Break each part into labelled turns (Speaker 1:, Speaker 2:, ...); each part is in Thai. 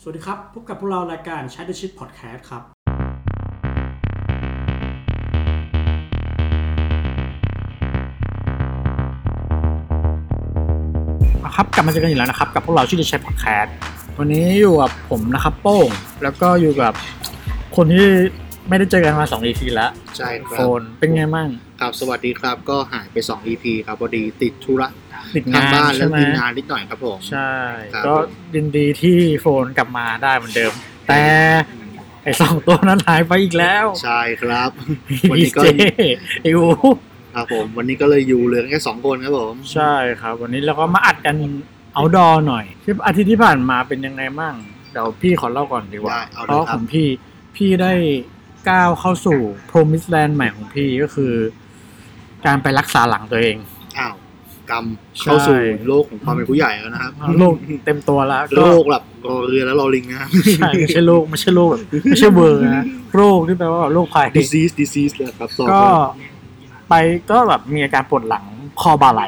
Speaker 1: สวัสดีครับ พบกับพวกเรารายการ Chat the Shit Podcast ครับ
Speaker 2: นะครับกลับมาเจอกันอีกแล้วนะครับ กับพวกเราชื่อดิชัยพอดแคสต์วันนี้อยู่กับผมนะครับโป้ง แล้วก็อยู่กับคนที่ไม่ได้เจอกันมา2 EP แล้ว
Speaker 3: ใช่ค
Speaker 2: โฟ
Speaker 3: รับ
Speaker 2: นเป็นไงมั่ง
Speaker 3: ครับสวัสดีครับก็หายไป 2 EP ครับพอดีติดธุระ
Speaker 2: ติด
Speaker 3: ทาง
Speaker 2: งาน
Speaker 3: บ้านแล้
Speaker 2: ใช่
Speaker 3: ว
Speaker 2: ไหม
Speaker 3: มีงานนิดหน่อยครับผม
Speaker 2: ใช่
Speaker 3: ครับ
Speaker 2: ก็
Speaker 3: ผม
Speaker 2: ยินดีที่โฟนกลับมาได้เหมือนเดิม แต่ไอ้ส องตัวนั้นหายไปอีกแล้ว
Speaker 3: ใช่ครับ วัน
Speaker 2: ดี
Speaker 3: นี้ก็
Speaker 2: เจไอ้อู
Speaker 3: ครับผม วันนี้ก็เลยอยู่เหลือแค่สองคนครับผม
Speaker 2: ใช่ครับ วันนี้เราก็มาอัดกันเอาดอหน่อยที่อาทิตย์ที่ผ่านมาเป็นยังไงมั่งเดี๋ยวพี่ขอเล่าก่อนดีกว่า
Speaker 3: ได้เอา
Speaker 2: เพ
Speaker 3: เลย
Speaker 2: ราะ
Speaker 3: ค
Speaker 2: ข
Speaker 3: รับ
Speaker 2: องพี่พี่ได้ก้าวเข้าสู่พรมิสแลนด์ใหม่ของพี่ก็คือ การไปรักษาหลังตัวเอง
Speaker 3: อ้าวกรรม
Speaker 2: ใช่
Speaker 3: เข้าสู่โลกของความเป็นผู้ใหญ่แล้วนะครับ
Speaker 2: โลกเต็มตัวแล้ว
Speaker 3: โล
Speaker 2: ก็
Speaker 3: กแบบรอเรือแล้วรอลิงนะครับ
Speaker 2: ใช่ไม่ใช่โลกไม่ใช่โลกแบบไม่ใช่เบอร์นะโรคที่แปลว่าโรคภัย
Speaker 3: disease disease เลยครับสอง
Speaker 2: ก็ไปก็แบบมีอาการปวดหลังคอบ่าไหล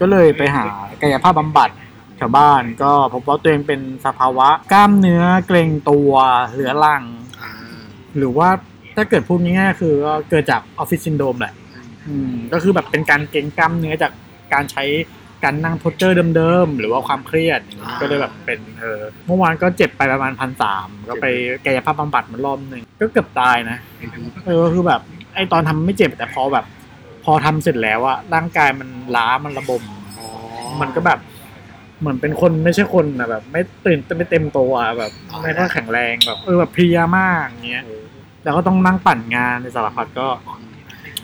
Speaker 2: ก็เลยไปหากายภาพบำบัดแถวบ้านก็พบว่าตัวเองเป็นสภาวะกล้ามเนื้อเกร็งตัวเหลือรัง
Speaker 3: อ่า
Speaker 2: หรือว่าถ้าเกิดพูดง่ายๆคือก็เกิดจากออฟฟิศซินโดมแหละอืมก็คือแบบเป็นการเกร็งกล้ามเนื้อจากการใช้การนั่งโพสเจอร์เดิมๆ หรือว่าความเครียดอย่างเงี้ยก็เลยแบบเป็นเออเมื่อวานก็เจ็บไปประมาณพันสามก็ไปกายภาพบำบัดมารอบหนึ่งก็เกือบตายนะ เออคือแบบไอตอนทำไม่เจ็บแต่พอแบบ พอทำเสร็จแล้วอะร่างกายมันล้ามันระบม
Speaker 3: อ๋อ
Speaker 2: มันก็แบบ เหมือนเป็นคนไม่ใช่คนนะแบบ ไม่ตื่นไม่เต็มตัวอะแบบไม่ค่อยแข็งแรงแบบเออแบบเพลียมากอย่างเงี้ย แล้วก็ต้องนั่งปั่นงานในสารพัดก็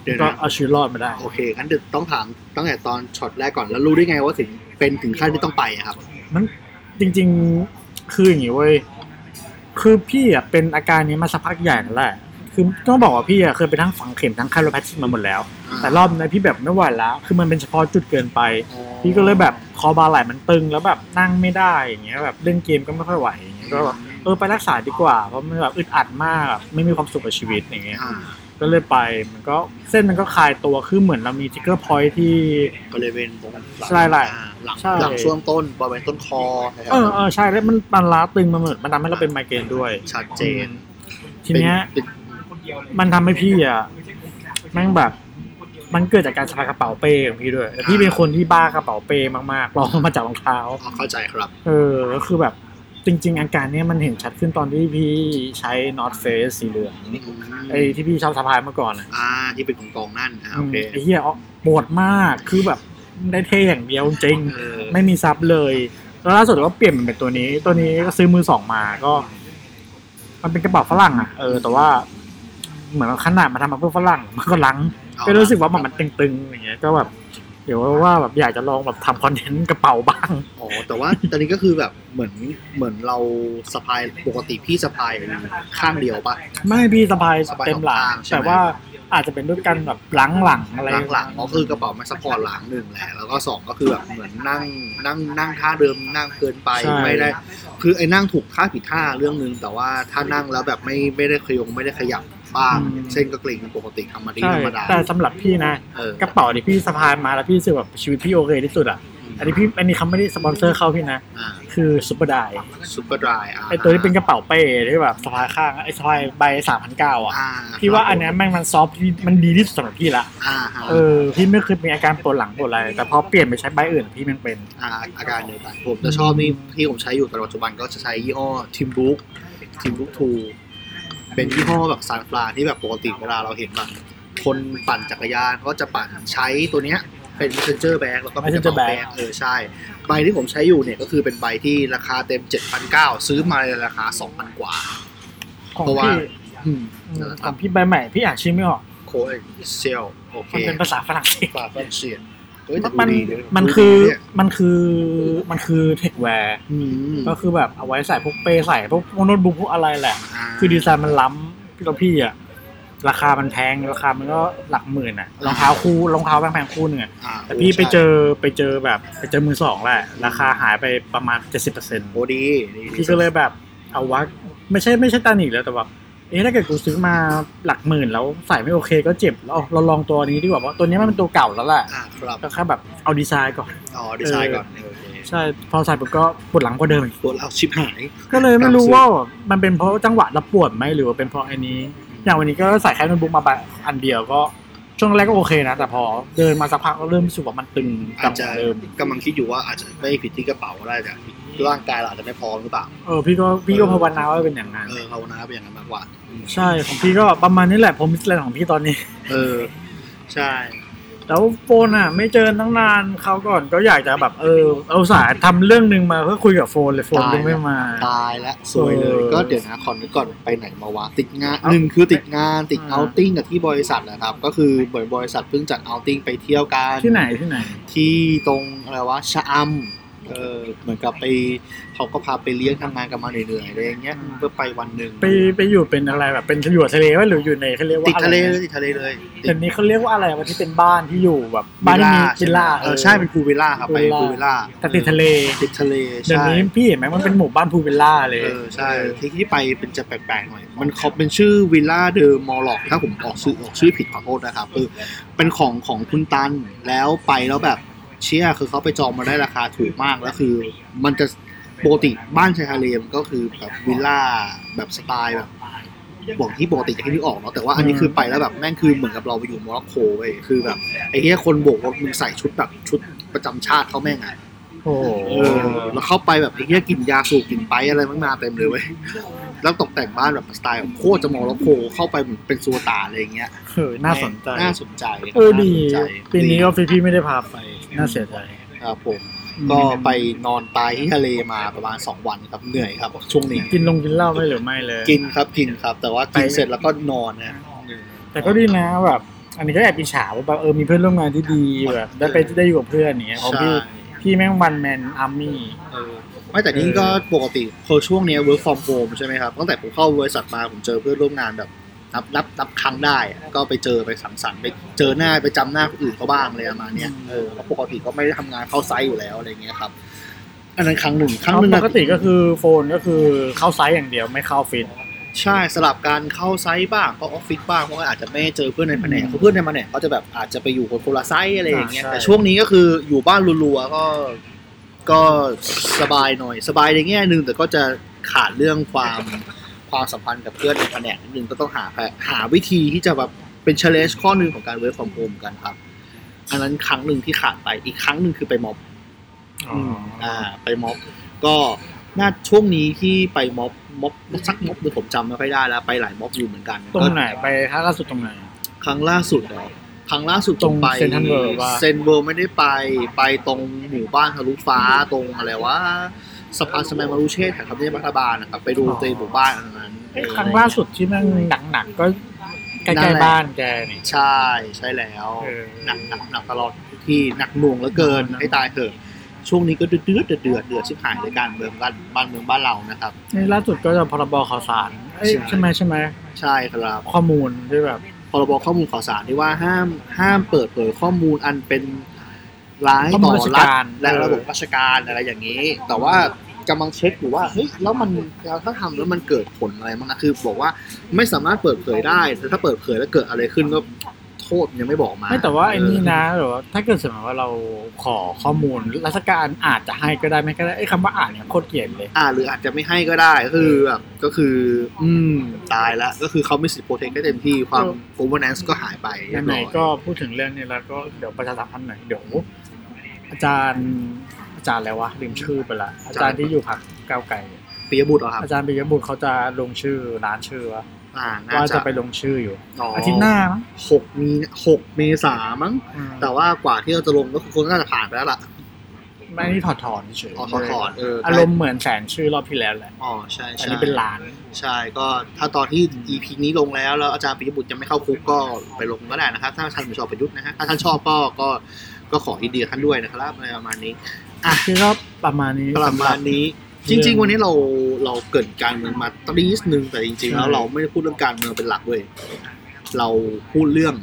Speaker 3: เดี๋ยว
Speaker 2: ก็
Speaker 3: นะ
Speaker 2: เอาชีวิตรอดมาได้
Speaker 3: โอเคงั้นเดี๋ยวต้องถามตั้งแต่ตอนช็อตแรกก่อนแล้วรู้ได้ไงว่าถึงเป็นถึงขั้นที่ต้องไปอะครับ
Speaker 2: มันจริงๆคืออย่างงี้เว้ยคือพี่อ่ะเป็นอาการนี้มาสักพักใหญ่แล้วแหละคือต้องบอกว่าพี่อ่ะเคยไปทั้งฝังเข็มทั้งคาโรแพทิกมาหมดแล้ว แต่รอบนี้พี่แบบไม่ไหวแล้ว คือมันเป็นเฉพาะจุดเกินไป พี่ก็เลยแบบคอบาไหล่มันตึงแล้วแบบนั่งไม่ได้อย่างเงี้ยแบบเล่นเกมก็ไม่ค่อยไหวอย่างเงี้ยก็แบบเออไปรักษาดีกว่าเพราะมันแบบอึดอัดมากแบบไม่มีความสุขกับชีวิตอย่างเงี้ย
Speaker 3: อ่า
Speaker 2: ก็เลยไปมันก็เส้นมันก็คลายตัวคือเหมือนเรามีทิกเกอร์พอยที่
Speaker 3: บริเวณตรงหลัง
Speaker 2: ใช่ไหล่
Speaker 3: อ่าหลัง
Speaker 2: ใช่
Speaker 3: หลังช่วงต้นบริเวณต้นคอนะครับ
Speaker 2: เออเออใช่แล้วมันมันล้าตึงมาเหมือนมันทำให้เราเป็นไมเกรนด้วย
Speaker 3: ชัดเจน
Speaker 2: ทีเนี้ย
Speaker 3: เป็น
Speaker 2: มันทำให้พี่อ่ะแม่งแบบ มันเกิดจากการสะพายกระเป๋าเป้ของพี่ด้วยแล้วพี่เป็นคนที่บ้ากระเป๋าเป้มากๆรองมาจากรองเท้า
Speaker 3: อ๋อเข้าใจครับ
Speaker 2: เออก็คือแบบจริง ๆ อาการเนี้ยมันเห็นชัดขึ้นตอนที่พี่ใช้ North Face สีเหลืองไอ้ที่พี่ชอบสะพายเมื่อก่อนอ่ะ
Speaker 3: อ่าที่เป็นของกองนั่นอ่าโอเค
Speaker 2: ไอ้เหี้ยอ๋อปวดมากคือแบบได้เท่อย่างเดียวจริง
Speaker 3: เออ
Speaker 2: ไม่มีซับเลย แล้วล่าสุดก็เปลี่ยนเป็นตัวนี้ ตัวนี้ก็ซื้อมือสองมาก็ มันเป็นกระเป๋าฝรั่งอ่ะ เออ แต่ว่า เหมือนขนาดมันทำมาเพื่อฝรั่ง มันก็ลัง
Speaker 3: เอา
Speaker 2: ก็รู้สึกว่ามันมันตึงๆอย่างเงี้ย ก็แบบ เดี๋ยวว่าแบบอยากจะลองแบบทำคอนเทนต์กระเป๋าบ้าง
Speaker 3: อ๋อแต่ว่าตอนนี้ก็คือแบบเหมือนเหมือนเราสะพายปกติพี่สะพายข้างเดียวปะ
Speaker 2: ไม่พี่สบาย
Speaker 3: สบาย
Speaker 2: เต็มหลัง
Speaker 3: สองข้างใช่ไหม
Speaker 2: แต่ว่าอาจจะเป็นด้วยกันแบบล้างหลังอะไร
Speaker 3: หลังหลังก็คือกระเป๋ามันสปอร์ตหลังหนึ่งแหละแล้วก็สองก็คือแบบเหมือนนั่งนั่งนั่งท่าเดิมนั่งเกินไปไม่ได้ คือไอ้นั่งถูกท่าผิดท่าเรื่องหนึ่งแต่ว่าถ้านั่งแล้วแบบไม่ไม่ได้ขยงไม่ได้ขยับบ้างเส้นก็เกร็งเป็นปกติธรรมดา
Speaker 2: ใช่
Speaker 3: ธรรมดา
Speaker 2: แต่สำหรับพี่นะ
Speaker 3: เออก
Speaker 2: ระเป๋าที่พี่สะพายมาแล้วพี่รู้สึกแบบชีวิตพี่โอเคที่สุดอ่ะ อันนี้พี่อันนี้เขาไม่ได้สปอนเซอร์เข้าพี่นะ
Speaker 3: อ่า
Speaker 2: คือซุปเปอร์ได
Speaker 3: ซุปเปอร์ดรายอ่า
Speaker 2: ไอตัวที่เป็นกระเป๋าเป้ที่แบบสะพายข้างอะไอสะพายใบสามพันเก้าอ่ะ
Speaker 3: อ่า
Speaker 2: พี่ว่าอันเนี้ยแม่งมันซอฟที่มันดีที่สุดสำหรับพี่ละ
Speaker 3: อ่าฮะ
Speaker 2: เออพี่ไม่เคยมีอาการปวดหลังปวดอะไรแต่พอเปลี่ยนไปใช้ใบอื่นพี่แมันเป็น
Speaker 3: อ่าอาการเดียวกันผมจะชอบนี่ที่ผมใช้อยู่ตอนปัจจุบันก็จะใช้ยี่ห้อทิมบุ๊กทิมบุ๊กทูเป็นยี่ห้อแบบซานฟลาที่แบบปกติเวลาเราเห็นแบบคนปั่นจักรยานเขาก็จะปั่นใช้ตัวเนี้ยเป็น messenger bag แล้วก็เป็นกระ
Speaker 2: messenger
Speaker 3: เป๋าแบ
Speaker 2: bag
Speaker 3: กเออใช่ใบที่ผมใช้อยู่เนี่ยก็คือเป็นใบที่ราคาเต็ม 7,900 ซื้อมาในราคา 2,000 กว่า
Speaker 2: ของ
Speaker 3: เพราะว่า
Speaker 2: พี่
Speaker 3: อืม
Speaker 2: อืมของพี่ใบใหม่พี่อ่านชื่อไม่ออก
Speaker 3: โคเอ็กเซลโอเค
Speaker 2: มันเป็นภาษาฝรั่งเศส
Speaker 3: ปราบแฟนเชียนเฮ้ยแต่
Speaker 2: มัน
Speaker 3: ดูดีเลย
Speaker 2: มันคือมันคือมันคือเทคแวร์
Speaker 3: อืม
Speaker 2: ก็คือแบบเอาไว้ใส่พวกเป้ใส่พวกโน้ตบุ๊กพวกอะไรแหละ
Speaker 3: า
Speaker 2: คือดีไซน์มันล้ำพี่แล้วพี่อ่ะราคามันแพงราคามันก็หลักหมื่นอ่ะรองเท้าคู่รองเท้าแพงๆคู่หนึ่งอะ
Speaker 3: อ่า
Speaker 2: แต่พี่ไปเจอไปเจอแบบไปเจอมือสองแหละ ราคาหายไปประมาณ 70%เปอร์เซ็นต์
Speaker 3: โอ้ดีดีดี
Speaker 2: พี่ก็เลยแบบเอาวะไม่ใช่ไม่ใช่ตาหนีแล้วแต่แบบเอ๊ะถ้าเกิดกูซื้อมาหลักหมื่นแล้วใส่ไม่โอเคก็เจ็บเราเราลองตัวนี้ดีกว่าเพราะตัวนี้มันเป็นตัวเก่าแล้วแหละ
Speaker 3: อ่าครับ
Speaker 2: ก็แค่แบบเอาดีไซน์ก่อน
Speaker 3: อ๋อดีไซน์ก่อนโอเค
Speaker 2: ใช่พอใส่ปุ๊บก็ปวดหลังกว่าเดิมอีก
Speaker 3: ปวดเราชิบหาย
Speaker 2: ก็เลยไม่รู้ว่ามันเป็นเพราะจังหวะเราปวดไหมหรือว่าเป็นเพราะไอ้นี้ อย่างวันนี้ก็ใส่แค่โน้ตบุ๊กมาแบบอันเดียวก็ช่วงแรกก็โอเคนะ แต่พอเดินมาสักพักก็เริ่มรู้สึกว่ามันตึงกลั
Speaker 3: อา
Speaker 2: บ
Speaker 3: จ
Speaker 2: เหมือน
Speaker 3: จะ
Speaker 2: เดิม
Speaker 3: กำลังคิดอยู่ว่าอาจจะไม่ผิดที่กระเป๋าก็ได้แต่ร่างกายเราอาจจะไม่พร้อมหรือเปล่า
Speaker 2: เออพี่ก็พี่ก็ภาวนาว่าเป็นอย่างนั้น
Speaker 3: เออภาวนาเป็นอย่างนั้นมากกว่า
Speaker 2: ใช่ของพี่ก็ประมาณนี้แหละผมมิสแลนของพี่ตอนนี้
Speaker 3: เออ ใช่
Speaker 2: แล้วโฟนอ่ะ ไม่เจอตั้งนานเขาวก่อนก็อยากจะแบบเออเอาสายทำเรื่องหนึ่งมาเพื่อคุยกับโฟนเลยโฟนยังไม่มา
Speaker 3: ตายและสวยเลย
Speaker 2: เออ
Speaker 3: ก็เดี๋ยวนะคอนกก่อนไปไหนมาวะติดงาน
Speaker 2: เอ้า
Speaker 3: หนึ่งคือติดงานติด
Speaker 2: อ่า
Speaker 3: เอาติ้งกับที่บริษัทนะครับ ก็คือบริบริษัทเพิ่งจัดเอาติ้งไปเที่ยวกัน
Speaker 2: ที่ไหนที่ไหน
Speaker 3: ที่ตรงอะไรวะชะอำเออเหมือนกับไปเขาก็พาไปเลี้ยงทำงานกันมาเหนื่อยๆอะไรอย่างเงี้ยเพื่อไปวันหนึ่ง
Speaker 2: ไปไปอยู่เป็นอะไรแบบเป็นอยู่ทะเลวะหรืออยู่ในเขาเรียกว่า
Speaker 3: ติดทะเล
Speaker 2: อ
Speaker 3: เล
Speaker 2: ไร
Speaker 3: ยติดทะเลเลยติ
Speaker 2: เดี๋ย
Speaker 3: ด
Speaker 2: วนี้เขาเรียกว่าอะไรวันที่เป็นบ้านที่อยู่แบบบ้านที่มีวิลล่า
Speaker 3: เออใช่เป็นพูลวิลล่าครับไป
Speaker 2: พู
Speaker 3: พู
Speaker 2: ลวิ
Speaker 3: ลวิ
Speaker 2: ล
Speaker 3: ล
Speaker 2: ล่า
Speaker 3: ล่า
Speaker 2: แต่ติดทะเล
Speaker 3: ติดทะเล
Speaker 2: เดี๋ยว
Speaker 3: ใช่
Speaker 2: นี้พี่เห็นไหมมันเป็นหมู่บ้านพูลวิลล่าเลย
Speaker 3: เออใช่ที่ที่ไปเป็นจะแปลกๆหน่อยมันเขาเป็นชื่อวิลล่าเดอมอลล็อกถ้าผมออกชื่อออกชื่อผิดขอโทษนะครับคือเป็นของของคุณตันแล้วไปแล้วแบบเชี่ยคือเขาไปจองมาได้ราคาถูกมากแล้วคือ มันจะปกติบ้านชายทะเลมันก็คือแบบวิลล่าแบบสไตล์แบบบอกที่ปกติจะให้นึกออกเนาะแต่ว่าอันนี้คือไปแล้วแบบแม่งคือเหมือนกับเราไปอยู่โมร็อกโกเว้ยคือแบบไอ้เหี้ยคนโบกรถมึงใส่ชุดแบบชุดประจำชาติเขาแม่งอะ
Speaker 2: โอ้โห
Speaker 3: เออแล้วเข้าไปแบบไอ้เหี้ยกินยาสูบกินไปอะไรมันมาเต็ม เลยเว้ยแล้วตกแต่งบ้านแบบสไตล์แบบโคตรจะโมร็อกโกเข้าไปเหมือนเป็นซูตาอะไรอย่างเงี้ย
Speaker 2: เออน่าสนใจ
Speaker 3: น่าสนใจครับ
Speaker 2: เออดี
Speaker 3: น่าสนใจ
Speaker 2: ปีนี้ก็พี่พี่ไม่ได้พาไปน่าเสียใจ
Speaker 3: ครับผม ก็ไปนอนตายที่ทะเลมาประมาณ 2 วันครับเหนื่อยครับ ช่วงนี้
Speaker 2: กินลงกินเหล้าไหม่หรือไม่เลย
Speaker 3: กินครับกินครับ แต่ว่ากินเสร็จแล้วก็นอนนะ
Speaker 2: แต่ก็ดีนะแบบอันนี้ก็แอบอิจฉาว่าแบบเออมีเพื่อนร่วมงานที่ดีแบบได้ไปได้อยู่กับเพื่อนอย่างเงี้ยของ
Speaker 3: ใช่
Speaker 2: พี่พี่แม่งวันแมนอาร์มี่
Speaker 3: เออไม่แต่นี่ก็ปกติพอช่วงเนี้ย work from home ใช่ไหมครับตั้งแต่ผมเข้าบริษัทมาผมเจอเพื่อนร่วมงานแบบนับนับนับครั้งได้อะก็ไปเจอไปสังสรรค์ไปเจอหน้าไปจำหน้าคนอื่นเขาบ้างอะไรประมาณเนี้ย
Speaker 2: อืม
Speaker 3: เออเพราะปกติก็ไม่ได้ทำงานเข้าไซต์อยู่แล้วอะไรเงี้ยครับ อันนั้นครั้งหนึ่งครั้งหนึ่ง
Speaker 2: ป
Speaker 3: อะ
Speaker 2: กติก็คือโฟนก็คือเข้าไซส์อย่างเดียวไม่เข้าฟิต
Speaker 3: ใช่สลับการเข้าไซต์บ้างเข้าออฟฟิศบ้างเพราะว่าอาจจะไม่เจอเพื่อนในแผนกเพราะเพื่อนในแผนกเขาจะแบบอาจจะไปอยู่คนคนละไซต์อะไรอย่างเงี้ย
Speaker 2: อ่าใช่
Speaker 3: แต่ช่วงนี้ก็คืออยู่บ้านรัวๆก็ก็สบายหน่อย สบายในแง่หนึ่งแต่ก็จะขาดเรื่องความความสัมพันธ์กับเพื่อนในแผนกนิดนึงก็ต้องหาแผนหาวิธีที่จะแบบเป็นเชลเลชข้อหนึ่งของการเวิร์กฟอร์มโฮมกันครับ อันนั้นครั้งหนึ่งที่ขาดไปอีกครั้งหนึ่งคือไปม็อบ อืมอ่าไปม็อบก็น่าช่วงนี้ที่ไปม็อบม็อบสักม็อบหรือผมจำไม่ค่อยได้แล้วไปหลายม็อบอยู่เหมือนกัน
Speaker 2: ตรงไหน
Speaker 3: ก็
Speaker 2: ไปถ้าล่าสุดตรงไหน
Speaker 3: ครั้งล่าสุดเหรอครั้งล่าสุด
Speaker 2: ตรง
Speaker 3: ผมไป
Speaker 2: Central World ปะ
Speaker 3: เซนเวิร์ไม่ได้ไปไปตรงหมู่บ้านทะลุฟ้าตรงอะไรวะสะพานสมัยมารุเชษฐ์แถวทำเนียบรัฐบาลนะครับไปดูในหมู่บ้านอันนั้น
Speaker 2: เอ้ยครั้งล่าสุดที่แม่งหนักๆก็ใกล้ๆบ้านแกนี่
Speaker 3: ใช่ใช่แล้ว
Speaker 2: เออ
Speaker 3: หนักหนักหนักตลอดที่หนักหน่วงเหลือเกินให้ตายเถอะช่วงนี้ก็เดือดเดือดเดือดเดือดเดือดชิบหายเลยการเมืองบ้านบ้านเมืองบ้านเรานะครับ
Speaker 2: นี่ล่าสุดก็จะพรบข่าวสารเอ้ย
Speaker 3: ใช่
Speaker 2: ใช่ไหมใช่ไหม
Speaker 3: ใช่ครับ
Speaker 2: ข้อมูลที่แบบ
Speaker 3: พรบข้อมูลข่าวสารที่ว่าห้ามห้ามเปิดเผยข้อมูลอันเป็นร้าย
Speaker 2: ข้อมู
Speaker 3: ต่อ
Speaker 2: ลราช
Speaker 3: รัฐ
Speaker 2: การ
Speaker 3: และ
Speaker 2: เออ
Speaker 3: ระบบราชการอะไรอย่างนี้ แต่ว่ากำลังเช็คอยู่ว่าเฮ้ยแล้วมันถ้าทำแล้วมันเกิดผลอะไรมั้างนะคือ บอกว่าไม่สามารถเปิดเผยได้แต่ถ้าเปิดเผยแล้วเกิดอะไรขึ้นก็โทษยังไม่บอกมา
Speaker 2: ไม่แต่ว่าไอ้นี่
Speaker 3: เ
Speaker 2: นะหรือว่าถ้าเกิดสมมติว่าเราขอข้อมูลราชการอาจจะให้ก็ได้ไม่ก็ได้ไอ้คำว่าอ่านเนี่ยโคตรเกลียดเลย
Speaker 3: อ่าหรืออาจจะไม่ให้ก็ได้ก็คือแบบก็คือ อืมตายละก็คือเขาไม่สิทธิ์โปรเทคได้เต็มที่ความ
Speaker 2: เออ
Speaker 3: โอเวอร์แนนซ์ก็หายไปเรียบ
Speaker 2: ไหน
Speaker 3: ร้อย
Speaker 2: ๆก็พูดถึงเรื่องนี้แล้วก็เดี๋ยวประชาสัมพันธ์หน่อยเดี๋ยวอาจารย์อาจารย์อะไรวะลืมชื่อไปละอาจารย์ที่อยู่พักก้าวไกล
Speaker 3: ปิยบุตรเหรอครับ
Speaker 2: อาจารย์ปิยบุตรเขาจะลงชื่อร้านชื่อว่า
Speaker 3: อ่าน่า
Speaker 2: ว่า
Speaker 3: จะ
Speaker 2: จะไปลงชื่ออยู่
Speaker 3: อ๋ออ
Speaker 2: อาทิตย์หน้ามั้ง
Speaker 3: หกมีหกเมษามั้ง
Speaker 2: อืม
Speaker 3: แต่ว่ากว่าที่เราจะลงก็คือคนก็น่าจะผ่านไปแล้วล่ะ
Speaker 2: ไม่นี่ถอดถอนเฉย
Speaker 3: ออถอดถอนเออ
Speaker 2: อารมณ์เหมือนแสนชื่อรอบที่แล้วแหละ
Speaker 3: อ๋อใช่
Speaker 2: แต่
Speaker 3: ใช่
Speaker 2: นี่เป็นร้าน
Speaker 3: ใช่ก็ถ้าตอนที่ EP นี้ลงแล้วแล้วอาจารย์ปิยบุตรยังไม่เข้าคุกก็ไปลงก็ได้นะครับ ถ้าท่านไม่ชอบประยุทธ์นะฮะถ้าท่านชอบก็ก็ก็ขอยินดีกับท่านด้วยนะครับอะไรประมาณนี้
Speaker 2: คือก็ประมาณนี้
Speaker 3: ประมาณ
Speaker 2: สำห
Speaker 3: นี้จริง ๆ วันนี้เราเราเกริดการเมืองมาตรีสนึงแต่จริง ๆ แล้วเราไม่ได้พูดเรื่องการเมืองเป็นหลักเว้ยเราพูดเรื่อง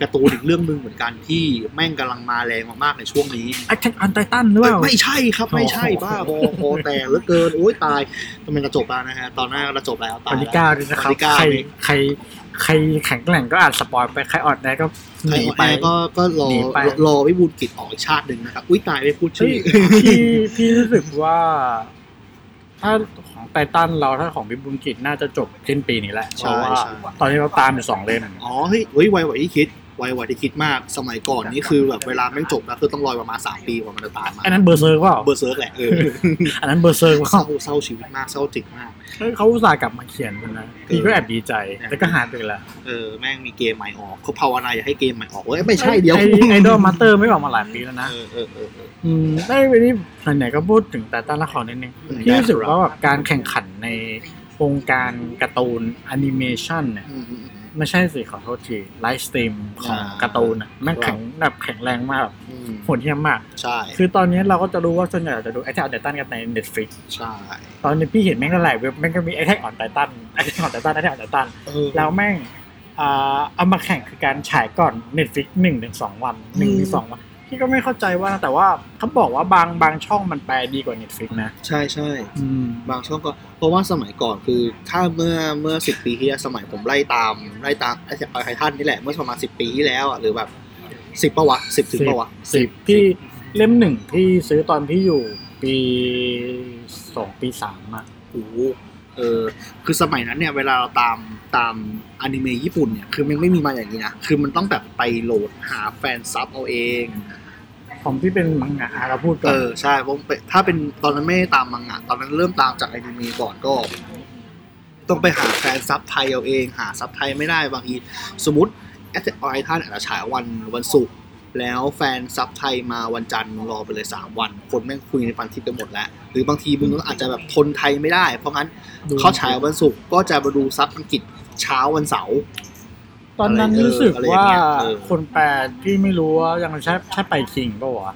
Speaker 3: การ์ตูนอีกเรื่องหนึ่งเหมือนกันที่แม่งกำลังมาแรงมากๆในช่วงนี้
Speaker 2: แอคชั่นอันไททันหรือเปล่า
Speaker 3: ไม่ใช่ครับไม่ใช่
Speaker 2: โอ้โห
Speaker 3: บ้าบอโอแตกเหลือเกินโอ้ยตายทำไมกระจบแล้วนะฮะตอนหน้ากระจบแล้วตาย
Speaker 2: ปา
Speaker 3: แล้
Speaker 2: ริ
Speaker 3: ว
Speaker 2: ก้าด้วยนะครับ
Speaker 3: ปาริก้า
Speaker 2: ใครใครใครแข็งแกร่งก็อาจสปอยไปใครอ่อนแอก็ห
Speaker 3: ใคร
Speaker 2: นี
Speaker 3: ออก
Speaker 2: ไป
Speaker 3: ไปก็ก็รอ
Speaker 2: หนีไป
Speaker 3: รอวิบูลย์กิจออกอีกชาติหนึ่งนะครับอุ้ยตายไม่พูด
Speaker 2: เฮ้
Speaker 3: ชื่
Speaker 2: ย
Speaker 3: อ
Speaker 2: พี่พี่รู้สึกว่า ถ้าของไททันเราถ้าของบิบุญกิจน่าจะจบสิ้นปีนี้แหละเพ
Speaker 3: ใช่
Speaker 2: ราะว่า
Speaker 3: ใช่
Speaker 2: ตอนนี้เราตามอยู่สองเล่ม
Speaker 3: อ๋อเฮ้ยเฮ้ยไวกว่าที่คิดไวกว่าที่คิดมากสมัยก่อนนี่คือแบบเวลาแม่งจบนะคือต้องรอประมาณสามปีกว่ามันจะตามมา
Speaker 2: อันนั้นเบอร์เซอร์กเปล่า
Speaker 3: เบอร์เซิร์กแหละเออ
Speaker 2: อันนั้นเบอร์เซอร์ก
Speaker 3: เศ
Speaker 2: เป
Speaker 3: ร้า
Speaker 2: ล่า
Speaker 3: เศร้าชีวิตมากเศร้าจิตมาก
Speaker 2: เฮ้ยเขาอุตส่าห์กลับมาเขียนมันนะพี่ก็แอบดีใจ แต่ก็หายไปอีกแล้ว
Speaker 3: เออแม่งมีเกมใหม่ออกเขาภาวนาอย่าให้เกมใหม่ออกเว้ยไม่ใช่เดี๋ยว
Speaker 2: ไอ้ไอดอลมาสเตอร์ไม่ออกมาหลายปีแล้วนะ
Speaker 3: เออเออเออเออ
Speaker 2: อืมได้ไปนี่ไหนๆก็พูดถึงแต่ต้านละครนิดนึง
Speaker 3: อืม
Speaker 2: พี่รู้สึกว่าแบบการแข่งขันในวงการการ์ตูนแอนิเมชันเนี่ย
Speaker 3: อืมอืมอืม
Speaker 2: ไม่ใช่สิขอโทษทีไลฟ์สตรีมของ
Speaker 3: อ่า
Speaker 2: การ์ตูนน่ะแม่งแข็งแบบแข็งแรงมากแบบ
Speaker 3: อืม
Speaker 2: โหดเหี้ยมมาก
Speaker 3: ใช่
Speaker 2: คือตอนนี้เราก็จะรู้ว่าส่วนใหญ่เราจะดูแอคชั่นออนไททันกันใน Netflix
Speaker 3: ใช่
Speaker 2: ตอนนี้พี่เห็นแม่งหลายเว็บแม่งก็มีแอคชั่นออนไททันแอคชั่นออนไททันแอคชั่นออนไททัน
Speaker 3: เออ
Speaker 2: แล้วแม่งอ่าเอามาแข่งคือการฉายก่อน Netflix หนึ่งถึงสองวันหนึ่งถึงสองวันพี่ก็ไม่เข้าใจว่าแต่ว่าเขาบอกว่าบางบางช่องมันแปลดีกว่า Netflix นะ
Speaker 3: ใช่ใช่
Speaker 2: อืม
Speaker 3: บางช่องก็เพราะว่าสมัยก่อนคือถ้าเมื่อเมื่อสิบปีที่แล้วสมัยผมไล่ตามไล่ตามไอ้ไททันนี่แหละเมื่อประมาณสิบปีที่แล้วอ่ะหรือแบบสิบปะวะสิบถึงปะวะ
Speaker 2: สิบพี่เล่มหนึ่งพี่ซื้อตอนพี่อยู่ปีสองปีสามอะ
Speaker 3: โอ้โหเออคือสมัยนั้นเนี่ยเวลาเราตามตามอนิเมะญี่ปุ่นเนี่ยคือมันไม่มีมาอย่างนี้นะคือมันต้องแบบไปโหลดหาแฟนซับเอาเอง
Speaker 2: ของพี่เป็นมังงะเราพูดก่
Speaker 3: เอ
Speaker 2: อน
Speaker 3: อใช่ผมไปถ้าเป็นตอนนั้นไม่ได้ตามมังงะตอนนั้นเริ่มตามจากอนิเมะก่อนก็ ต้องไปหาแฟนซับไทยเอาเองหาซับไทยไม่ได้บางทีสมมติแอสเซทออยท่านอาจจะฉายวันวันศุกร์แล้วแฟนซับไทยมาวันจันทร์รอไปเลย 3 วัน คนแม่งคุยในปันทิปกันหมดแล้ว หรือบางทีมึงอาจจะแบบทนไทยไม่ได้ เพราะงั้น
Speaker 2: ดู
Speaker 3: เขาฉายวันศุกร์ก็จะมาดูซับอังกฤษเช้าวันเสาร์
Speaker 2: ตอนนั้น
Speaker 3: อะไรเออ
Speaker 2: รู้สึก
Speaker 3: อะไรอย่า
Speaker 2: ว่าง
Speaker 3: เงี้ยเออ
Speaker 2: คนแปลพี่ไม่รู้ว่ายังใช่ใช่ไปคิงป่าวะ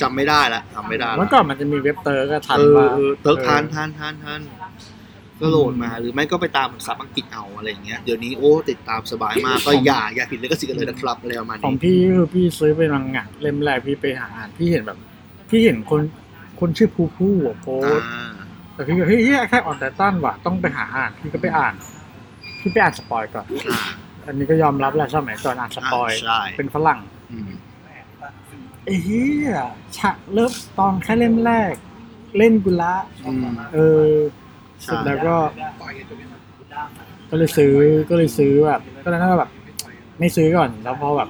Speaker 3: จำไม่ได้ละจำไม่ได้ละ
Speaker 2: เมื่อก่อนมันจะมีเว็บเตอร์ก็ทัน
Speaker 3: เออ
Speaker 2: ว่า
Speaker 3: เออเติร์ก
Speaker 2: เออ
Speaker 3: ทานทานทานทานก็โหลดมาหรือไม่ก็ไปตามซับอังกฤษเอาอะไรอย่างเงี้ยเดี๋ยวนี้โอ้ติดตามสบาย มากก็อย่าอย่าผิดเลยก็สิกันเลยนะครับอะไรประมาณ
Speaker 2: ของ
Speaker 3: นี้
Speaker 2: พี่คือพี่ซื้อเป็นมังงะเล่มแรกพี่ไปหาอ่านพี่เห็นแบบ พี่เห็นคนคนชื่อผู้ผู้อะโพ
Speaker 3: อ่
Speaker 2: สต์
Speaker 3: า
Speaker 2: แต่พี่ก็เฮ้ยเหี้ยแค่ออนไตตันว่ะต้องไปหาอ่านพี่ก็ไปอ่านพี่ไปอ่านสปอยก่อน
Speaker 3: อ่า
Speaker 2: อันนี้ก็ยอมรับแหละสมัยก่อนอ่านสปอย
Speaker 3: ใช่
Speaker 2: เป็นฝรั่ง
Speaker 3: อืม
Speaker 2: ไอ้เหี้ยฉากเริ่มตอนแค่เล่มแรก เล่นกุละ
Speaker 3: อืม
Speaker 2: เออเส
Speaker 3: ใช่
Speaker 2: ร็จแล้วก็ก็เลยซื้อก็เลยซื้อแบบก็เลยน่าจะแบบ ไม่ซื้อก่อน แล้วพอแบบ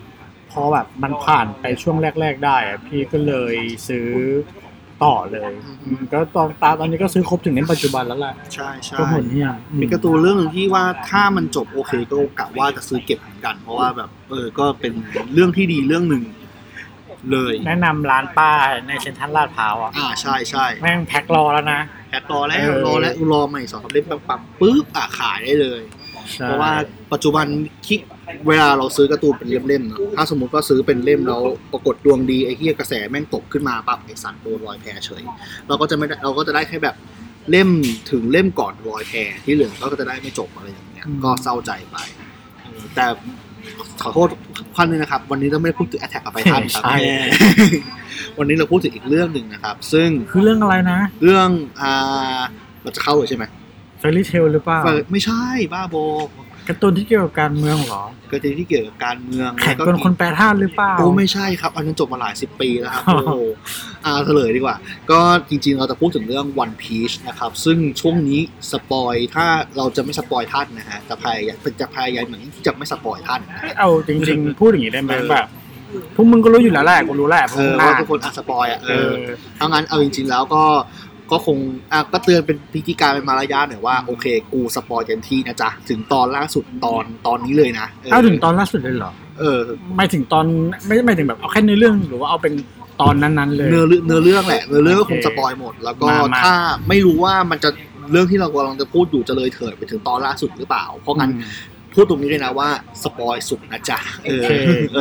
Speaker 2: พอแบบมันผ่านไปช่วงแรก ๆ ได้อะพี่ก็เลยซื้อต่อเลยอืมก็ตอนตาตอนนี้ก็ซื้อครบถึงในปัจจุบันแล้วแหละ
Speaker 3: ใช่ใช่
Speaker 2: ก็หุ่นเนี่ยอืม
Speaker 3: เป็นการ์ตูนเรื่องหนึ่งที่ว่าถ้ามันจบโอเคก็กะว่าจะซื้อเก็บเหมือนกัน เพราะว่าแบบเออก็เป็นเรื่องที่ดีเรื่องหนึ่งเลย
Speaker 2: แนะนำร้านป้าในเซ็นทรัลลาดพร้าวอ่ะ
Speaker 3: อ่าใช่ใช่
Speaker 2: แม่งแพ็ครอแล้วนะ
Speaker 3: แอดรอแล้ว
Speaker 2: เออ
Speaker 3: รอแล้วรอใหม่สองสามเล่มปังปังปึ๊บอ่ะขายได้เลย เพราะว่าปัจจุบันคิดเวลาเราซื้อการ์ตูนเป็นเล่มๆเนอะถ้าสมมติว่าซื้อเป็นเล่มแล้วปรากฏดวงดีไอ้เหี้ยกระแสแม่งตกขึ้นมาปั๊บไอ้สัตว์โดนรอยแพเฉย เราก็จะไม่ได้เราก็จะได้แค่แบบเล่มถึงเล่มก่อนรอยแพที่เหลือก็จะได้ไม่จบอะไรอย่างเงี้ย
Speaker 2: อืม
Speaker 3: ก็เศร้าใจไปเออแต่ขอโทษควันเลยนะครับ วันนี้เราไม่ได้พูดถึง Attack on Titan ครับ
Speaker 2: ใช่
Speaker 3: วันนี้เราพูดถึงอีกเรื่องหนึ่งนะครับ ซึ่ง
Speaker 2: คือเรื่องอะไรนะ
Speaker 3: เรื่องอ่าเราจะเข้าเลยใช่ไหม
Speaker 2: เฟร r ่เทลหรือเปล่า
Speaker 3: เปิดไม่ใช่บ้าโบ
Speaker 2: การ์ตูนที่เกี่ยวกับการเมืองเหรอ
Speaker 3: กรณีที่เกี่ยวกับการเมือง
Speaker 2: แข่ง
Speaker 3: ล้ว
Speaker 2: กั
Speaker 3: ก็
Speaker 2: นคนแปรธาตุหรือเปล่า
Speaker 3: โอ้ไม่ใช่ครับ อันนั้นจบมาหลายสิบปีแล้วครับ โอ้โหอ่าเฉลยดีกว่า ก็จริงๆเราจะพูดถึงเรื่อง One Piece นะครับ ซึ่งช่วงนี้สปอยถ้าเราจะไม่สปอยท่านนะฮะจะพยายามจะพยายามเหมือนที่จะไม่สปอยท่านนะฮะ
Speaker 2: เอาจริง ๆ พูดอย่างนี้ได้ไหม
Speaker 3: เออ
Speaker 2: แบบพวกมึงก็รู้อยู่แล้วแหละกูรู้แหละพว
Speaker 3: เอก
Speaker 2: มึง
Speaker 3: อว่า
Speaker 2: อ่าน
Speaker 3: ทุกคนอ่ะสปอยอ่ะเอ
Speaker 2: เอ
Speaker 3: อ
Speaker 2: อ
Speaker 3: ถ้างั้นเอาจริง ๆ แล้วก็ก็คงอ่ะก็เตือนเป็นพิธีการเป็นมารยาทหน่อยว่าโอเคกูสปอยเต็มที่นะจ๊ะถึงตอนล่าสุดตอนตอนนี้เลยนะ
Speaker 2: เอาถึงตอนล่าสุดเลยเหรอ
Speaker 3: เออ
Speaker 2: ไม่ถึงตอนไม่ไม่ถึงแบบเอาแค่ในเรื่องหรือว่าเอาเป็นตอนนั้นๆเลย
Speaker 3: เนื้อเรื่องเนื้อเรื่องแหละเนื้อเรื่องก็
Speaker 2: โอ
Speaker 3: ค
Speaker 2: เค
Speaker 3: งสปอยหมด แล้วก็
Speaker 2: มามา
Speaker 3: ถ้าไม่รู้ว่ามันจะเรื่องที่เรากำลังจะพูดอยู่จะเลยเถิดไปถึงตอนล่าสุดหรือเปล่า เพราะงั้น
Speaker 2: อืม
Speaker 3: พูดตรงนี้เลยนะว่าสปอยสุดนะจ๊ะเอ
Speaker 2: โอ
Speaker 3: อ
Speaker 2: เค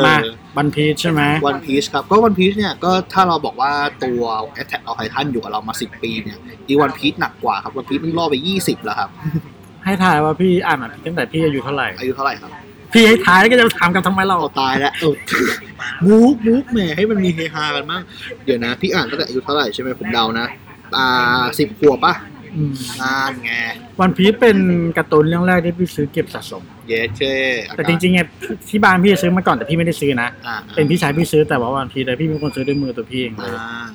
Speaker 2: มาบันพีชใช่ไหม
Speaker 3: วันพีชครับก็วันพีชเนี่ยก็ถ้าเราบอกว่าตัว Attack on Titan อยู่กับเรามา 10 ปีเนี่ยอีวันพีชหนักกว่าครับวันพีชมันล่อไป 20 แล้วครับ
Speaker 2: ให้ทายว่าพี่อ่านมันตั้งแต่พี่อายุเท่าไหร่
Speaker 3: อายุเท่าไหร่ครับ
Speaker 2: พี่ให้ท้ายก็จะถามกันทำไมเรา
Speaker 3: เอาตายแล้วเออมูกมูกแหมให้มันมีเฮฮากันบ้างเดี๋ยวนะ พี่อ่านตั้งแต่อายุเท่าไหร่ใช่ไหมผมเดานะ อ่าสิบขวบป่ะ
Speaker 2: อืม
Speaker 3: นานไง
Speaker 2: วันพีซเป็นการ์ตูนเรื่องแรกที่พี่ซื้อเก็บสะสม
Speaker 3: เย้เช่
Speaker 2: แต่จริงๆไงที่บ้านพี่ซื้อมาก่อนแต่พี่ไม่ได้ซื้อนะ
Speaker 3: ๆอ่า
Speaker 2: เป็นพี่ชายพี่ซื้อแต่ว่าวันพีซเลยพี่เป็นคนซื้อด้วยมือตัวพี่เองเล
Speaker 3: อ่าย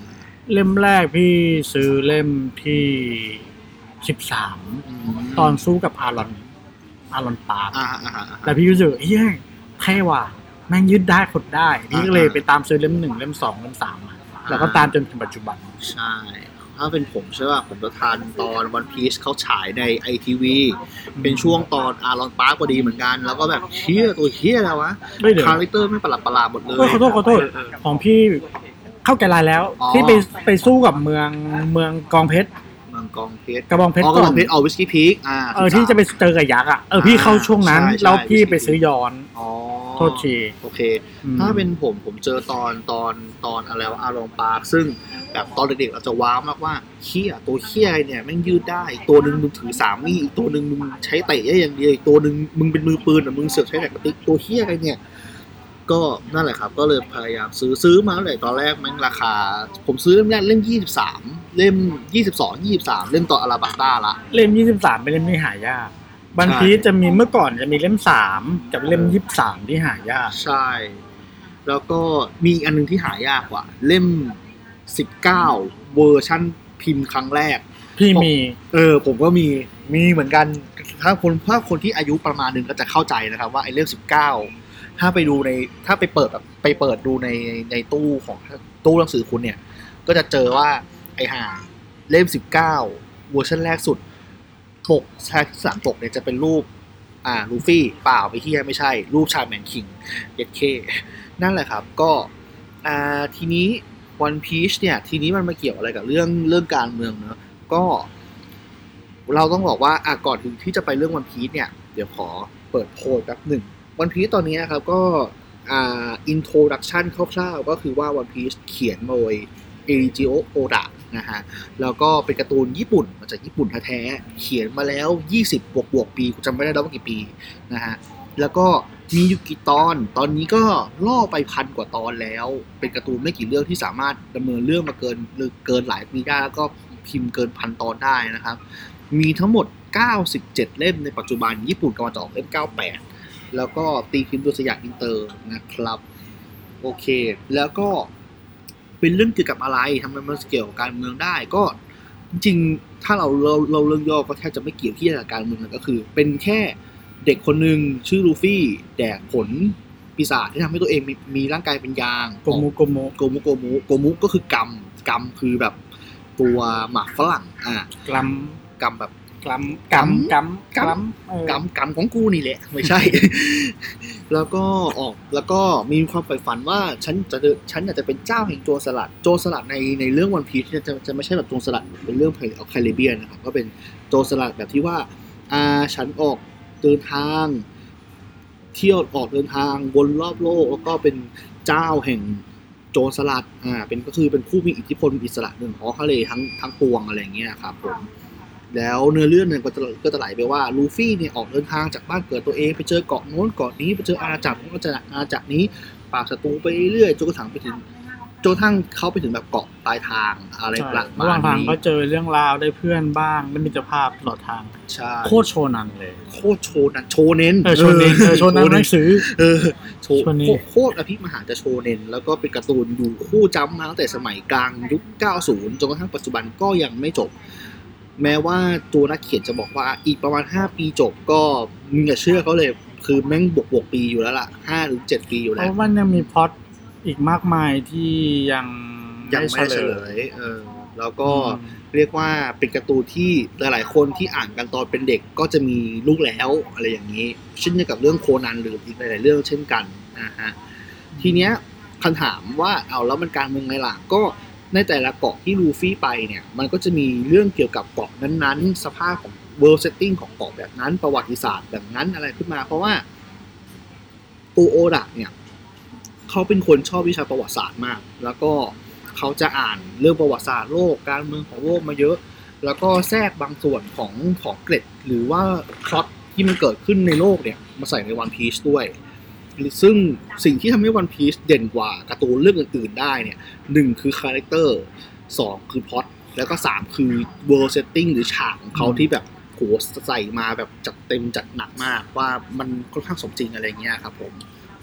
Speaker 2: เล่มแรกพี่ซื้อเล่มที่สิบสาม
Speaker 3: ม
Speaker 2: ตอนสู้กับอารอนอารอนปาร์ค
Speaker 3: อ่าอ่าอ่า
Speaker 2: แต่พี่รู้สึกเฮ้ยเท่ว่ะแม่งยืดได้ขดได้ พี่ก็เลยไปตามซื้อเล่มหนึ่งเล่มสองเล่มสามมาแล้วก็ตามจนถึงปัจจุบัน
Speaker 3: ใช่ ถ้าเป็นผมใช่ป่ะ ผมจะทานตอนวันพี e เขาฉายในไอทีวีเป็นช่วงตอนอารอนปาร์กพอดีเหมือนกัน แล้วก็แบบเฮียตัวเฮียอะไรวะ
Speaker 2: เฮ้ยเดี๋ยว
Speaker 3: คาแรคเตอร์ไม่ประหลาดประหลาดหมดเลย
Speaker 2: เฮ้ยขอโทษขอโทษของพี่เข้าใจลายแล้วที่ไปไปสู้กับเมืองเมืองกองเพชร
Speaker 3: เมืองกองเพชร
Speaker 2: กระบองเพชร
Speaker 3: อ๋อก
Speaker 2: ก่
Speaker 3: ระบ
Speaker 2: อ
Speaker 3: อน งเพชรเอาวิสกี้พีคอ่า
Speaker 2: เออที่จะไปเจอกับยักษ์อ่ะเออพี่เข้าช่วงนั้น
Speaker 3: ใช่ใช่
Speaker 2: แล้วพี่ไปซื้อย้อน
Speaker 3: อ๋อ
Speaker 2: โทษที
Speaker 3: โอเค
Speaker 2: อืม
Speaker 3: ถ้าเป็นผมผมเจอตอนตอนตอนอะไรวะอารอนปาร์กซึ่งแบบตอนเด็กๆเราจะว้าวมากว่าเฮียตัวเฮียอะไรเนี่ยแม่งยืดได้อีกตัวหนึ่งมึงถือสามมีดอีกตัวหนึ่งมึงใช้เตะได้อย่างเดียวอีกตัวหนึ่งมึงเป็นมือปืนแต่มึงเสือกใช้แต่กระติกตัวเฮียอะไรเนี่ย ก็นั่นแหละครับ ก็เลยพยายามซื้อซื้อมาเลยตอนแรกแมันราคา ผมซื้อเล่มแรกเล่มยี่สิบสามเล่มยี่สิบสองยี่สิบสามเล่มต่ออาราบัสต้าละ
Speaker 2: เล่ม 23 เป็นเล่มที่หายากบาง
Speaker 3: ใช่
Speaker 2: ทีจะมีเมื่อก่อนจะมีเล่ม 3 กับเล่ม 23 ที่หายาก
Speaker 3: ใช่ แล้วก็มีอีกอันหนึงที่หายากกว่า เล่ม 19 เวอร์ชั่นพิมพ์ครั้งแรก
Speaker 2: พี่มี
Speaker 3: เออ ผมก็มีมีเหมือนกัน ถ้าคนถ้าคนที่อายุประมาณหนึงก็จะเข้าใจนะครับว่าไอ้เล่ม 19 ถ้าไปดูในถ้าไปเปิดแบบไปเปิดดูในในตู้ของตู้หนังสือคุณเนี่ย ก็จะเจอว่าไอ้ห่าเล่ม 19 เวอร์ชันแรกสุดปกชายที่สามปกเนี่ยจะเป็นรูป อ่าลูฟี่เปล่าไปเฮียไม่ใช่ รูปชายแมนคิงเย็ดเค นั่นแหละครับก็อ่าทีนี้วันพีชเนี่ย ทีนี้มันมาเกี่ยวอะไรกับเรื่องเรื่องการเมืองเนอะก็ เราต้องบอกว่าอ่ะก่อนถึงที่จะไปเรื่องวันพีชเนี่ย เดี๋ยวขอเปิดโพลแป๊บหนึ่งวันพีชตอนนี้นะครับก็อ่าอินโทรดักชันคร่าวๆ ก็คือว่าวันพีชเขียนโดยเอริจิโอโอดะนะฮะ แล้วก็เป็นการ์ตูนญี่ปุ่นมาจากญี่ปุ่นแท้ๆเขียนมาแล้ว 20 บวกบวกๆปีกูจำไม่ได้แล้วว่ากี่ปีนะฮะ แล้วก็มีอยู่กี่ตอน ตอนนี้ก็ล่อไปพันกว่าตอนแล้ว เป็นการ์ตูนไม่กี่เรื่องที่สามารถดำเนินเรื่องมาเกินหรือเกินหลายปีได้แล้วก็พิมพ์เกินพันตอนได้นะครับ มีทั้งหมด 97 เล่มในปัจจุบันญี่ปุ่นกำลังจะออกเล่ม 98 แล้วก็ตีพิมพ์โดยสยามอินเตอร์นะครับ โอเค แล้วก็เป็นเรื่องเกี่ยวกับอะไรทำไมมันเกี่ยวกับการเมืองได้ก็จริงๆ ถ้าเราเราเราเรื่องย่อก็แทบจะไม่เกี่ยวที่จะกับการเมืองเลยก็คือ เป็นแค่เด็กคนหนึ่งชื่อลูฟี่ แดกผลปีศาจที่ทำให้ตัวเองมีมีร่างกายเป็นยาง
Speaker 2: โกโมโกโม
Speaker 3: โกมุโกมุโกมุก็คือกรรมกรรมคือแบบตัวหมากฝรั่งอ่ะ
Speaker 2: กลัม
Speaker 3: กรรมแบบ
Speaker 2: กลัมกลัมกลัมกลัมเออก
Speaker 3: รรมกรรมของกูนี่แหละ ไม่ใช่ แล้วก็ออกแล้วก็มีความใฝ่ฝันว่าฉันจะเดินฉันอยากจะเป็นเจ้าแห่งโจรสลัดโจรสลัดในในเรื่องวันพีชเนี่ยจะจะไม่ใช่แบบโจรสลัดเป็นเรื่องไพเอาแคริเบียนนะครับก็เป็นโจรสลัดแบบที่ว่าอ่าฉันออกเดินทาง เที่ยวออกเดินทางวนรอบโลก แล้วก็เป็นเจ้าแห่งโจรสลัดอ่าเป็นก็คือเป็นผู้มีอิทธิพลอิสระหนึ่งของทะเลทั้งทั้งปวงอะไรอย่างเงี้ยครับผม แล้วเนื้อเรื่องเนี่ยก็จะก็จะไหลไปว่าลูฟี่เนี่ยออกเดินทางจากบ้านเกิดตัวเองไปเจอเกาะโน้นเกาะนี้ไปเจออาณาจักรโน้นอาณาจักรอาณาจักรนี้ปราบศัตรูไปเรื่อยจนกระทั่งไปถึงจนกระทั่งเขาไปถึงแบบเกาะปลายทางอะไร
Speaker 2: ใช่
Speaker 3: ประ
Speaker 2: ระห
Speaker 3: มา
Speaker 2: ว่า
Speaker 3: ณ
Speaker 2: งทาง
Speaker 3: นี้
Speaker 2: ก็เจอเรื่องราวได้เพื่อนบ้างได้มิตรภาพตลอดทาง
Speaker 3: ใช่
Speaker 2: โคตรโชนันเลย
Speaker 3: โคตรโชนันโชเน้น
Speaker 2: เออโชเน นเออโชนันหนังสือ
Speaker 3: เออโช
Speaker 2: โชเน้น
Speaker 3: โคตรอภิมหาจะโชเน้นแล้วก็เป็นการ์ตูนอยู่คู่จำมาตั้งแต่สมัยกลางยุค 90 จนกระทั่งปัจจุบันก็ยังไม่จบ แม้ว่าตัวนักเขียนจะบอกว่าอีกประมาณ 5 ปีจบก็มึงอย่าเชื่อเขาเลย คือแม่งบวกบวกๆปีอยู่แล้วล่ะห้าหรือเจ็ดปีอยู่
Speaker 2: เพ
Speaker 3: แล้ว
Speaker 2: ราะมันยังมีพล็อตอีกมากมายที่ยัง
Speaker 3: ยังไม่ได้เฉล
Speaker 2: ย
Speaker 3: ยเออแล้วก็เรียกว่าเป็นการ์ตูนที่หลายๆ คนที่อ่านกันตอนเป็นเด็กก็จะมีลูกแล้วอะไรอย่างนี้ เช่นเดียวกับเรื่องโคนันหรืออีกหลายๆเรื่องเช่นกันนะฮะ ทีเนี้ยคำถามว่าเอาแล้วมันการเมืองไงล่ะก็ในแต่ละเกาะที่ลูฟี่ไปเนี่ย มันก็จะมีเรื่องเกี่ยวกับเกาะนั้นๆ สภาพของเวิลด์เซตติ้งของเกาะแบบนั้น ประวัติศาสตร์แบบนั้นอะไรขึ้นมา เพราะว่าตูโอดะเนี่ยเขาเป็นคนชอบวิชาประวัติศาสตร์มาก แล้วก็เขาจะอ่านเรื่องประวัติศาสตร์โลกการเมืองของโลกมาเยอะ แล้วก็แทรกบางส่วนของของเกร็ดหรือว่าพล็อต ที่มันเกิดขึ้นในโลกเนี่ยมาใส่ในวันพีชด้วย ซึ่งสิ่งที่ทำให้วันพีชเด่นกว่าการ์ตูนเรื่องอื่นๆได้เนี่ยหนึ่งคือคาแรคเตอร์สองคือพล็อตแล้วก็สามคือเวิร์เซตติ้งหรือฉากของเขาที่แบบโหใส่มาแบบจัดเต็มจัดหนักมากว่ามันค่อนข้างสมจริงอะไรเงี้ยครับผม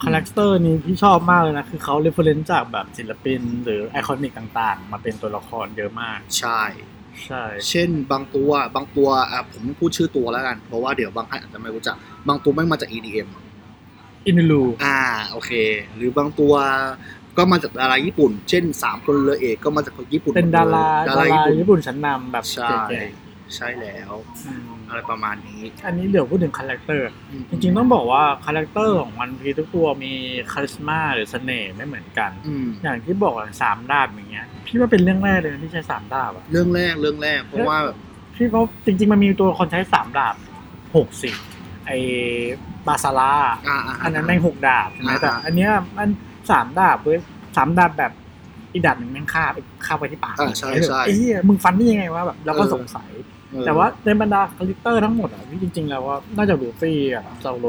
Speaker 2: คาแรคเตอร์นี้ที่ชอบมากเลยนะ คือเขาเรฟเฟอเรนซ์จากแบบศิลปิน หรือไอคอนิกต่างๆ มาเป็นตัวละครเยอะมาก
Speaker 3: ใช่
Speaker 2: ใช่
Speaker 3: เช่นบางตัวบางตัวอ่ะผมไม่พูดชื่อตัวแล้วกัน เพราะว่าเดี๋ยวบางท่านอาจจะไม่รู้จัก บางตัวไม่งมาจาก EDM
Speaker 2: อินลู
Speaker 3: อ่าโอเค หรือบางตัวก็มาจากดาราญี่ปุ่น เช่นสามคนเรือเอกก็มาจากคนญี่ปุ่น
Speaker 2: เป็นดารา
Speaker 3: หมดเลยดา
Speaker 2: ดา
Speaker 3: รา
Speaker 2: รา
Speaker 3: ญี่ปุ่น
Speaker 2: ญี่ปุ่นชั้นนำแบบ
Speaker 3: ใช่
Speaker 2: เก่ง
Speaker 3: ใช่แล้ว
Speaker 2: ๆอืม
Speaker 3: อะไรประมาณนี้
Speaker 2: อันนี้เดี๋ยวพูดถึงคาแรคเตอร์ จริงๆต้องบอกว่าคาแรคเตอร์ของวันพีทุกตัวมีคาริสมาหรือเสน่ห์ไม่เหมือนกัน
Speaker 3: อืม
Speaker 2: อย่างที่บอกอะสามดาบอย่างเงี้ยพี่ว่าเป็นเรื่องแรกเลยนะที่ใช้สามดาบอะ
Speaker 3: เรื่องแรกเรื่องแรกเพราะว่าแบบ
Speaker 2: พี่ว่าจริง ๆ มันมีตัวคนใช้สามดาบหกสิบไอบาซาร่า
Speaker 3: อ่าา
Speaker 2: อันนั้นแม่งหกดาบใช่ไหม
Speaker 3: อ่า
Speaker 2: แต่อันเนี้ยมันสามดาบเว้ยสามดาบแบบอีกดาบหนึ่งแม่งคาบคาบไปที่ปาก
Speaker 3: อ่าใช่ใช่
Speaker 2: ไอ้เหี้ยมึงฟันได้ยังไงวะแบบเราก็สงสัย
Speaker 3: เออ
Speaker 2: แต่ว่าในบรรดาคาลิเตอร์ทั้งหมดอ่ะพี่จริง ๆ แล้วว่าน่าจะลูฟี่กับซาโล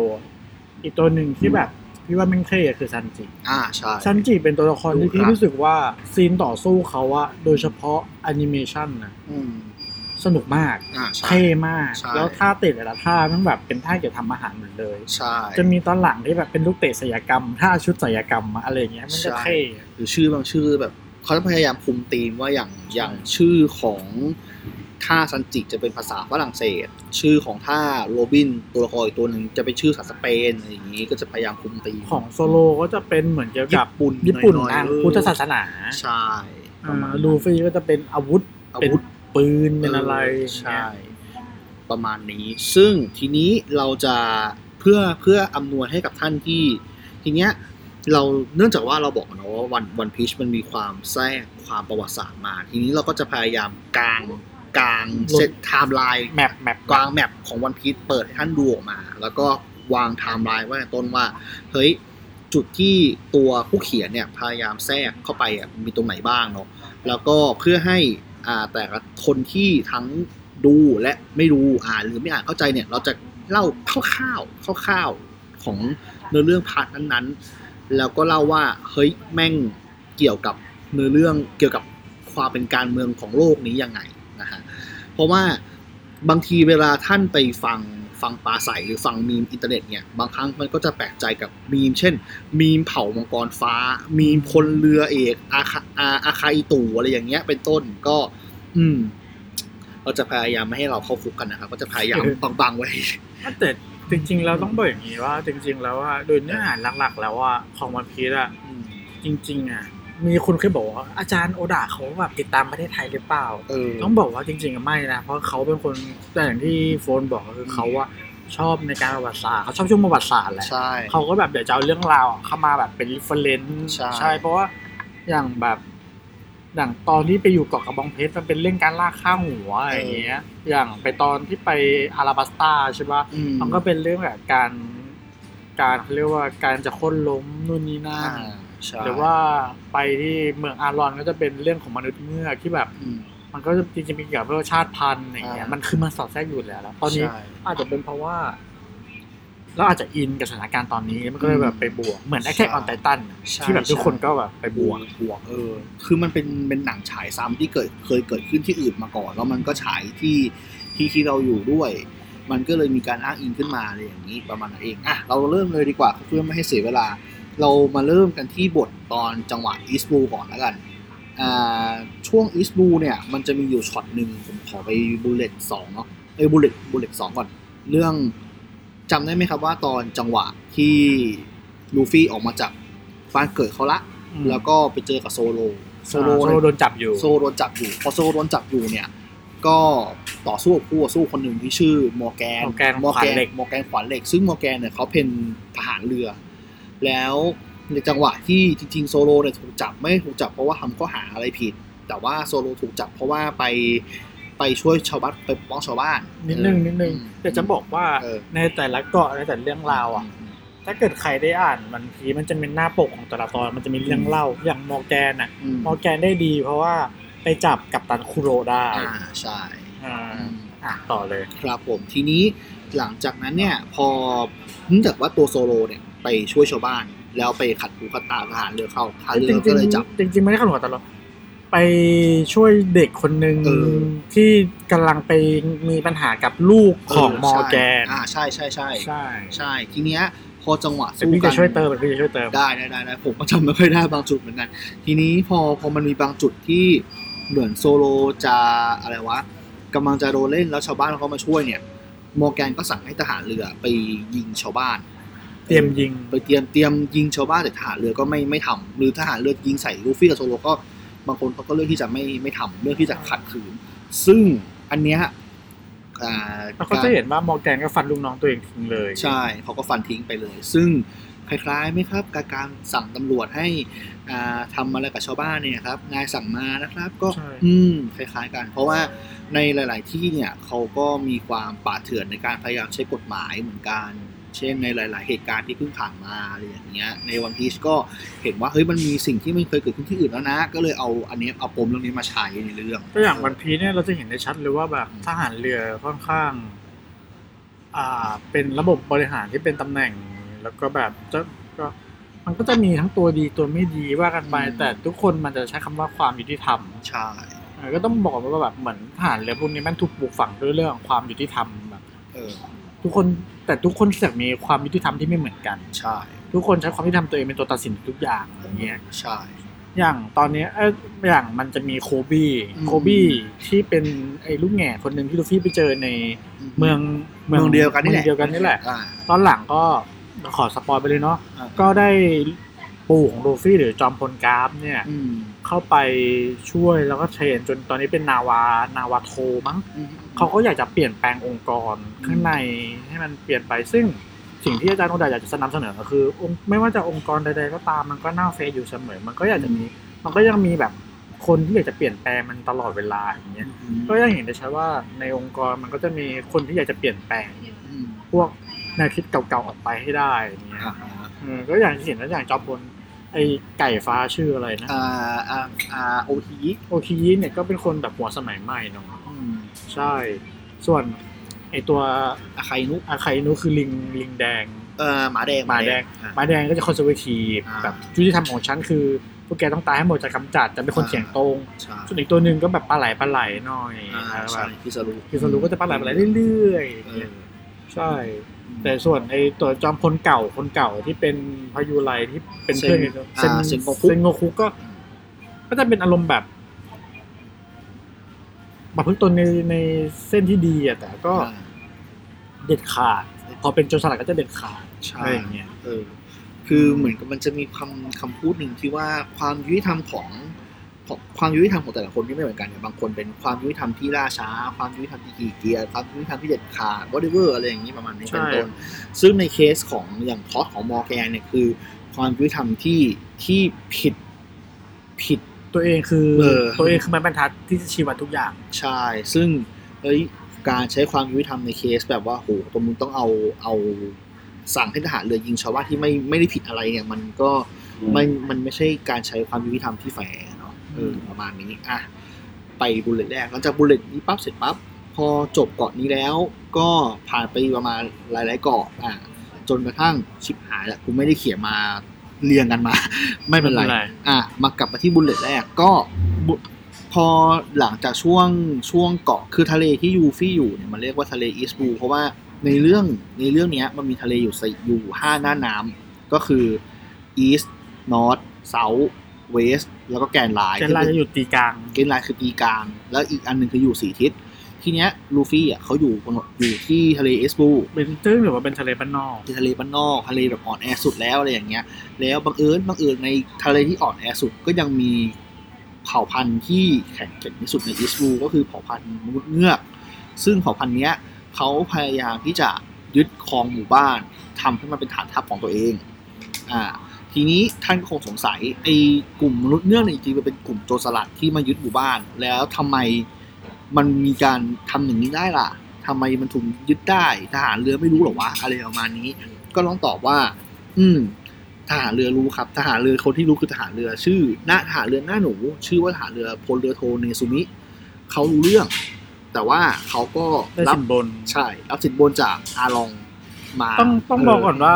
Speaker 2: อีกตัวหนึ่งที่แบบพี่ว่าแม่งเท่คือซันจิ
Speaker 3: อ่าใช่
Speaker 2: ซันจิเป็นตัวละครที่
Speaker 3: ดูครั
Speaker 2: พี่
Speaker 3: บ
Speaker 2: รู้สึกว่าซีนต่อสู้เขาอะโดยเฉพาะแอนิเมชันนะ
Speaker 3: อืม
Speaker 2: สนุกมาก
Speaker 3: อ่าใช่
Speaker 2: เท่มาก
Speaker 3: ใช่
Speaker 2: แล้วท่าเตะแต่ละท่ามันแบบเป็นท่าเกี่ยวกับทำอาหารหมดเลย
Speaker 3: ใช่
Speaker 2: จะมีตอนหลังที่แบบเป็นลูกเตะศิลยกรรมท่าชุดศิลยกรรมอะไรอย่างเงี้ยมันก็
Speaker 3: ใช่
Speaker 2: เท่
Speaker 3: หรือชื่อบางชื่อแบบเขาพยายามคุมธีมว่าอย่างอย่างชื่อของท่าซันจิจะเป็นภาษาฝรั่งเศส ชื่อของท่าโรบินตัวละครอีกตัวหนึ่งจะเป็นชื่อภาษาสเปนอะไรอย่างนี้ก็จะพยายามคุมธีม
Speaker 2: ของโซโลก็จะเป็นเหมือนเกี่ยวกับ
Speaker 3: ปุ่น
Speaker 2: ญี่ปุ่น
Speaker 3: หอยๆ
Speaker 2: ทาง
Speaker 3: เออ
Speaker 2: พุทธศาสนา
Speaker 3: ใช่ประมาณ
Speaker 2: อ่า
Speaker 3: นั้น
Speaker 2: ลูฟี่ก็จะเป็นอาวุธ
Speaker 3: อา
Speaker 2: เป็น
Speaker 3: วุธ
Speaker 2: ปืนเป็นอะไร
Speaker 3: ใช่ ประมาณนี้ ซึ่งทีนี้เราจะเพื่อเพื่ออำนวยให้กับท่านที่ ทีเนี้ยเราเนื่องจากว่าเราบอกนะว่าวันวันพีชมันมีความแทรกความประวัติศาสตร์มา ทีนี้เราก็จะพยายามกลางกลางเซตไทม์ไลน์
Speaker 2: แมปแมป
Speaker 3: กลางแมปของวันพีชเปิดให้ท่านดูออกมา แล้วก็วางไทม์ไลน์ไว้ในต้นว่าเฮ้ยจุดที่ตัวผู้เขียนเนี่ยพยายามแทรกเข้าไปอ่ะมีตรงไหนบ้างเนาะแล้วก็เพื่อให้อ่าแต่ละคนที่ทั้งดูและไม่ดูอ่านหรือไม่อ่านเข้าใจเนี่ย เราจะเล่าคร่าวๆคร่าวๆของ เนื้อเรื่องพาร์ทนั้นๆ แล้วก็เล่าว่าเฮ้ยแม่งเกี่ยวกับเนื้อเรื่องเกี่ยวกับความเป็นการเมืองของโลกนี้ยังไงนะฮะ เพราะว่าบางทีเวลาท่านไปฟังฟังปลาใสหรือฟังมีมอินเทอร์เน็ตเนี่ยบางครั้งมันก็จะแปลกใจกับมีม เช่น มีมเผ่ามังกรฟ้า มีมคนเรือเอกอาคาอาอาคาอิตูอะไรอย่างเงี้ยเป็นต้นก็ อืมเราจะพยายามไม่ให้เราเข้าคุกกันนะครับก็จะพยา ยามบังๆไว้
Speaker 2: แต่จริง ๆ แล้วต้องบอกอย่างนี้ว่า จริง ๆ แล้วว่าโดยเนื้อหาหลักๆ แล้วว่าของวันพีซอะ จริงๆอ่ะมีคนเคยบอกว่าอาจารย์โอดาเขาแบบติดตามประเทศไทยหรือเปล่า
Speaker 3: เออ
Speaker 2: ต้องบอกว่าจริงๆอะไม่นะเพราะเขาเป็นคนแต่อย่างที่โฟนบอกก็คือเขาว่าชอบในการประวัติศาสตร์เขาชอบช่วงประวัติศาสตร์แหละ
Speaker 3: ใช่
Speaker 2: เขาก็แบบเดี๋ยวจะเอาเรื่องราวอะเข้ามาแบบเป็นรีเฟรนซ์
Speaker 3: ใช่
Speaker 2: เพราะว่าอย่างแบบอย่างตอนที่ไปอยู่เกาะกระบองเพชรมันเป็นเรื่องการล่าข้างหัวอะไรอย่างเงี้ย อย่างไปตอนที่ไปอาราบัสตาใช่ปะ
Speaker 3: อื
Speaker 2: มันก็เป็นเรื่องแบบการการเขาเรียกว่าการจะโค่นล้มนู่นนี่นั่น
Speaker 3: ใช่
Speaker 2: หรือว่าไปที่เมืองอารอนก็จะเป็นเรื่องของมนุษย์เงือกที่แบบ
Speaker 3: อืม
Speaker 2: มันก็จะจริงๆมีเกี่ยวกับเรื่องชาติพันธุ์อย่างเงี้ย
Speaker 3: อ่ามั
Speaker 2: มันคือมันสอดแทรกอยู่แล้วแล้วตอนนี้
Speaker 3: ใช่
Speaker 2: อาจจะเป็นเพราะว่า เราอาจจะอินกับสถานการณ์ตอนนี้มันก็เลยแบบไปบวก เหมือนแอคแทกออนไททัน
Speaker 3: ใช่
Speaker 2: ที่แบบทุก
Speaker 3: ใช่
Speaker 2: คนก็แบบไปบวก
Speaker 3: บวกเออ คือมันเป็นเป็นหนังฉายซ้ำที่เกิดเคยเกิดขึ้นที่อื่นมาก่อน แล้วมันก็ฉายที่ที่ที่เราอยู่ด้วย มันก็เลยมีการอ้างอิงขึ้นมาอะไรอย่างนี้ประมาณนั้นเองอ่ะเราเริ่มเลยดีกว่าเพื่อไม่ให้เสียเวลา เรามาเริ่มกันที่บทตอนจังหวะอีสบูก่อนแล้วกันอ่าช่วงอีสบูเนี่ย มันจะมีอยู่ช็อตหนึ่งผมขอไปบุลเลตสองเนาะเอ้บุลเลตบุลเลตสองก่อน เรื่องจำได้ไหมครับว่าตอนจังหวะที่ลูฟี่ออกมาจากบ้านเกิดเขาละ แล้วก็ไปเจอกับโซโล โซโล
Speaker 2: อ่าโซโลโดนจับอยู่
Speaker 3: โซโลโดนจับอยู่ พอโซโลโดนจับอยู่เนี่ย ก็ต่อสู้กับคู่ต่อสู้คนหนึ่งที่ชื่อมอร์แกน
Speaker 2: มอร์แกนขวานเหล็ก
Speaker 3: มอร์แกนขวานเหล็ก ซึ่งมอร์แกนเนี่ยเขาเป็นทหารเรือ แล้วในจังหวะที่จริงๆโซโลเนี่ยถูกจับไม่ได้ถูกจับเพราะว่าทำข้อหาอะไรผิด แต่ว่าโซโลถูกจับเพราะว่าไปไปช่วยชาวบ้านไปปกป้องชาวบ้าน
Speaker 2: นิดนึงนิดนึง
Speaker 3: ม
Speaker 2: แต่จะบอกว่า
Speaker 3: เออ
Speaker 2: ในแต่ละเกาะในแต่ละเรื่องราวอ่ะ
Speaker 3: ม
Speaker 2: ถ้าเกิดใครได้อ่านมันพีมันจะเป็นหน้าปกของแต่ละตอนมันจะมีเรื่องเล่าอย่างมอร์แกนอ่ะ
Speaker 3: อืม
Speaker 2: มอร์แกนได้ดีเพราะว่าไปจับกับตันคุโรได้
Speaker 3: อ่าใช่
Speaker 2: อ่า
Speaker 3: อืม
Speaker 2: อ่ะต่อเลย
Speaker 3: ครับผมทีนี้ หลังจากนั้นเนี่ยพอเนื่องจากว่าตัวโซโลเนี่ยไปช่วยชาวบ้าน แล้วไปขัดหูขัดตาทหารเรือเข้าทหาร
Speaker 2: จ
Speaker 3: เรื
Speaker 2: ริ
Speaker 3: อง ก็เลยจับ
Speaker 2: ๆจริงๆไม่ได้ขัดหัวตลอดไปช่วยเด็กคนหนึ่ง
Speaker 3: เออ
Speaker 2: ที่กำลังไปมีปัญหากับลูกของมอร์แกน
Speaker 3: อ่าใช่ใช่ใช่
Speaker 2: ใช่
Speaker 3: ใช่ทีเนี้ยพอจังหวะ
Speaker 2: แต่
Speaker 3: สู้
Speaker 2: พี่
Speaker 3: กั
Speaker 2: จะ
Speaker 3: น
Speaker 2: ช่วยเติมพี่จะช่วยเติม
Speaker 3: ได้ได้ได้ได้ผมก็จำไม่ค่อยได้บางจุดเหมือนกัน ทีนี้พอพอมันมีบางจุดที่เหมือนโซโลจะอะไรวะกำลังจะโดนเล่นแล้วชาวบ้านเขามาช่วยเนี่ยมอร์แกนก็สั่งให้ทหารเรือไปยิงชาวบ้าน
Speaker 2: เตรียมยิง
Speaker 3: ไปเตรียมเตรียมยิงชาวบ้านแต่ทหารเรือก็ไม่ไม่ทำหรือทหารเรือยิงใส่ลูฟี่กับโซโลก็บางคนเขาก็เลือกที่จะไม่ไม่ทำเลือกที่จะขัดขืน ซึ่งอันเนี้ยอ่า
Speaker 2: แล้วก็จะเห็นว่ามอร์แกนก็ฟันลูกน้องตัวเองทิ้งเลย
Speaker 3: ใช่เขาก็ฟันทิ้งไปเลย ซึ่งคล้ายๆไหมครับกับการสั่งตำรวจให้อ่าทำอะไรกับชาวบ้านเนี่ยครับนายสั่งมานะครับ ก็
Speaker 2: ใช่
Speaker 3: อืมคล้ายๆกัน เพราะว่าในหลาย ๆ ที่เนี่ยเขาก็มีความป่าเถื่อนในการพยายามใช้กฎหมายเหมือนกัน เช่นในหลาย ๆ เหตุการณ์ที่เพิ่งผ่านมาอะไรอย่างเงี้ยในวันพีชก็เห็นว่าเฮ้ยมันมีสิ่งที่ไม่เคยเกิดขึ้นที่อื่นแล้วนะ ก็เลยเอาอันเนี้ยเอาปมเรื่องนี้มาใช้ในเรื่อง
Speaker 2: ตัวอย่างวันพีเนี่ยเราจะเห็นได้ชัดเลยว่าแบบทหารเรือค่อนข้าง อ่า เป็นระบบบริหารที่เป็นตำแหน่ง แล้วก็แบบจะก็มันก็จะมีทั้งตัวดีตัวไม่ดีว่ากันไป
Speaker 3: อืม
Speaker 2: แต่ทุกคนมันจะใช้คำว่าความยุติธรรม
Speaker 3: ใช่
Speaker 2: เออก็ต้องบอกว่าแบบเหมือนทหารเรือพวกนี้แมันถูกปลูกฝังด้วยเรื่องความยุติธรรมแบบ
Speaker 3: เออ
Speaker 2: ทุกคนแต่ทุกคนเสือกมีความยุติธรรมที่ไม่เหมือนกัน
Speaker 3: ใช่
Speaker 2: ทุกคนใช้ความยุติธรรมตัวเองเป็นตัวตัดสินทุกอย่างอย่างเงี้ย
Speaker 3: ใช่
Speaker 2: อย่างตอนเนี้ยเอยอย่างมันจะมีโคบี้
Speaker 3: อืม
Speaker 2: โคบี้ที่เป็นไอ้ลูกแง่คนหนึ่งที่ลูฟี่ไปเจอในเมือง
Speaker 3: เมืองเดียวกันนี่แห
Speaker 2: เมื
Speaker 3: ละ
Speaker 2: องเดียวกันนี่แหละ
Speaker 3: อ่า
Speaker 2: ตอนหลังก็ขอสปอยไปเลยเนาะ
Speaker 3: อ่า
Speaker 2: ก็ได้ปู่ของลูฟี่หรือจอมพลกราฟเนี่ย
Speaker 3: อืม
Speaker 2: เข้าไปช่วยแล้วก็เทรนจนตอนนี้เป็นนาวานาวาโทมั้งเขาก็อยากจะเปลี่ยนแปลงองค์กรข้างในให้มันเปลี่ยนไปซึ่งสิ่งที่อาจารย์องค์ดาอยากจะนำเสนอก็คือองค์ไม่ว่าจะองค์กรใดๆก็ตามมันก็เน่าเฟะอยู่เสมอมันก็อยากจะมี มันก็ยังมีแบบคนที่อยากจะเปลี่ยนแปลงมันตลอดเวลาอย่างเงี้ย ก็ยังเห็นได้ชัดว่าในองค์กรมันก็จะมีคนที่อยากจะเปลี่ยนแปลง พวกแนวคิดเก่าๆออกไปให้ได้อย่างเงี้ยเออก็อย่างที่เห็นแล้วอย่างจอมพลไอ้ไก่ฟ้าชื่ออะไรนะ
Speaker 3: อ่าอ่าอ่าโอที
Speaker 2: โอคีเนี่ยก็เป็นคนแบบหัวสมัยใหม่เนาะใช่ ส่วนไอ้ตัว
Speaker 3: อาใครนุ
Speaker 2: อาคาอินุคือลิงลิงแดง
Speaker 3: เอ่อหมาแดง
Speaker 2: หมาแดง
Speaker 3: อ่ะ
Speaker 2: ไม้แดงก็จะคอนเซอร์วทีฟ
Speaker 3: อ่า
Speaker 2: แบบยุติธรรมของฉันคือพวกแกต้องตายให้หมดจะกำจัดจะเป็นคนเสียงตรง
Speaker 3: ใช่
Speaker 2: ส่วนอีกตัวหนึ่งก็แบบปลาไหลปลาไหลหน่อย
Speaker 3: อ่า
Speaker 2: อะไรแบ
Speaker 3: ใช่
Speaker 2: บ
Speaker 3: พิซารุ
Speaker 2: คือสรุปก็จะปลาไหลปลาไหลเรื่อยๆอ
Speaker 3: เอย่าง
Speaker 2: เงี้
Speaker 3: อย
Speaker 2: ใช่ แต่ส่วนไอ้ตัวจอมพลเก่าคนเก่าที่เป็นพายุไรที่เป็นเพื่อนกัน
Speaker 3: เซนอ่าเซนโกคุ
Speaker 2: เซนโงคุก็ ก็จะเป็นอารมณ์แบบแบบพึ่งตนในในเส้นที่ดีอะแต่ก็
Speaker 3: อ่า
Speaker 2: เด็ดขาด พอเป็นโจรสลัดก็จะเด็ดขาด
Speaker 3: ใช่
Speaker 2: อะไรอย่างเงี้ย
Speaker 3: เออคือเหมือนกับมันจะมีคำคำพูดหนึ่งที่ว่าความยุติธรรมของของความยุติธรรมของแต่ละคนที่ไม่เหมือนกันเนี่ยบางคนเป็นความยุติธรรมที่ล่าช้า ความยุติธรรมที่กีเกียจความยุติธรรมที่เด็ดขาด whatever อะไรอย่างนี้ประมาณนี้เป็น
Speaker 2: ใช่
Speaker 3: ต้น ซึ่งในเคสของอย่างคอสของมอร์แกนเนี่ยคือความยุติธรรมที่ที่ผิดผิด
Speaker 2: ตัวเองคือ
Speaker 3: เออ
Speaker 2: ตัวเองคือไมันบรรทัดที่ชีวัดทุกอย่าง
Speaker 3: ใช่ซึ่งเฮ้ยการใช้ความยุติธรรมในเคสแบบว่าโหตรงมึงต้องเอาเอาสั่งให้ทหารเรือยิงชาวบ้านที่ไม่ไม่ได้ผิดอะไรเนี่ย มันก็ไม่มันไม่ใช่การใช้ความยุติธรรมที่แฝงเนาะเออ
Speaker 2: อืม
Speaker 3: ประมาณนี้อ่ะไปบุลเลตแรกหลังจากบุลเลตนี้ปั๊บเสร็จปั๊บพอจบเกาะนี้แล้ว ก็ผ่านไปประมาณหลายๆเกาะอ่ะจนกระทั่งชิบหายละกูไม่ได้เขียนมาเรียงกันมา ไม่เป็นไร อ่ะมากลับมาที่บุลเลตแรกก็บุพอหลังจากช่วงช่วงเกาะคือทะเลที่ยูฟี่อยู่เนี่ยมันเรียกว่าทะเลอีสต์บูเพราะว่าในเรื่องในเรื่องเนี้ยมันมีทะเลอยู่สี่อยู่ห้าหน้าน้ำก็คืออีสต์นอร์ทเซาท์เวสต์แล้วก็แกนไลน์
Speaker 2: เจนไลน์จะอยู่ตีกลาง
Speaker 3: แกนไลน์คือตีกลาง แล้วอีกอันหนึ่งคืออยู่สี่ทิศทีเนี้ยลูฟี่อ่ะเขาอยู่บนอยู่ที่ทะเลอีสต์บู
Speaker 2: เป็นซึ่งหรือว่าเป็นทะเลบ้านนอก
Speaker 3: ที่ทะเลบ้านนอกทะเลแบบอ่อนแอสุดแล้วอะไรอย่างเงี้ย แล้วบังเอิญบังเอิญในทะเลที่อ่อนแอสุดก็ยังมีเผ่าพันธุ์ที่แข็งแกร่งที่สุดในอีสบูก็คือเผ่าพันธุ์มนุษย์เงือก ซึ่งเผ่าพันธุ์เนี้ยเขาพยายามที่จะยึดครองหมู่บ้านทำให้มันเป็นฐานทัพของตัวเองอ่าทีนี้ท่านก็คงสงสัยไอ้กลุ่มมนุษย์เงือกเนี่ยจริงๆมันเป็นกลุ่มโจรสลัดที่มายึดหมู่บ้าน แล้วทำไมมันมีการทำอย่างนี้ได้ล่ะทำไมมันถูกยึดได้ทหารเรือไม่รู้เหรอวะอะไรประมาณนี้ ก็ลองตอบว่า อืม ทหารเรือรู้ครับ ทหารเรือคนที่รู้คือทหารเรือ ชื่อหน้าทหารเรือหน้าหนู ชื่อว่าทหารเรือพลเรือโทเนซุมิเขารู้เรื่อง แต่ว่าเขาก็
Speaker 2: ได้
Speaker 3: รับ
Speaker 2: สินบน
Speaker 3: ใช่รับสินบนจากอาลองมา
Speaker 2: ต้องต้อง
Speaker 3: เ
Speaker 2: บอกก่อนว่า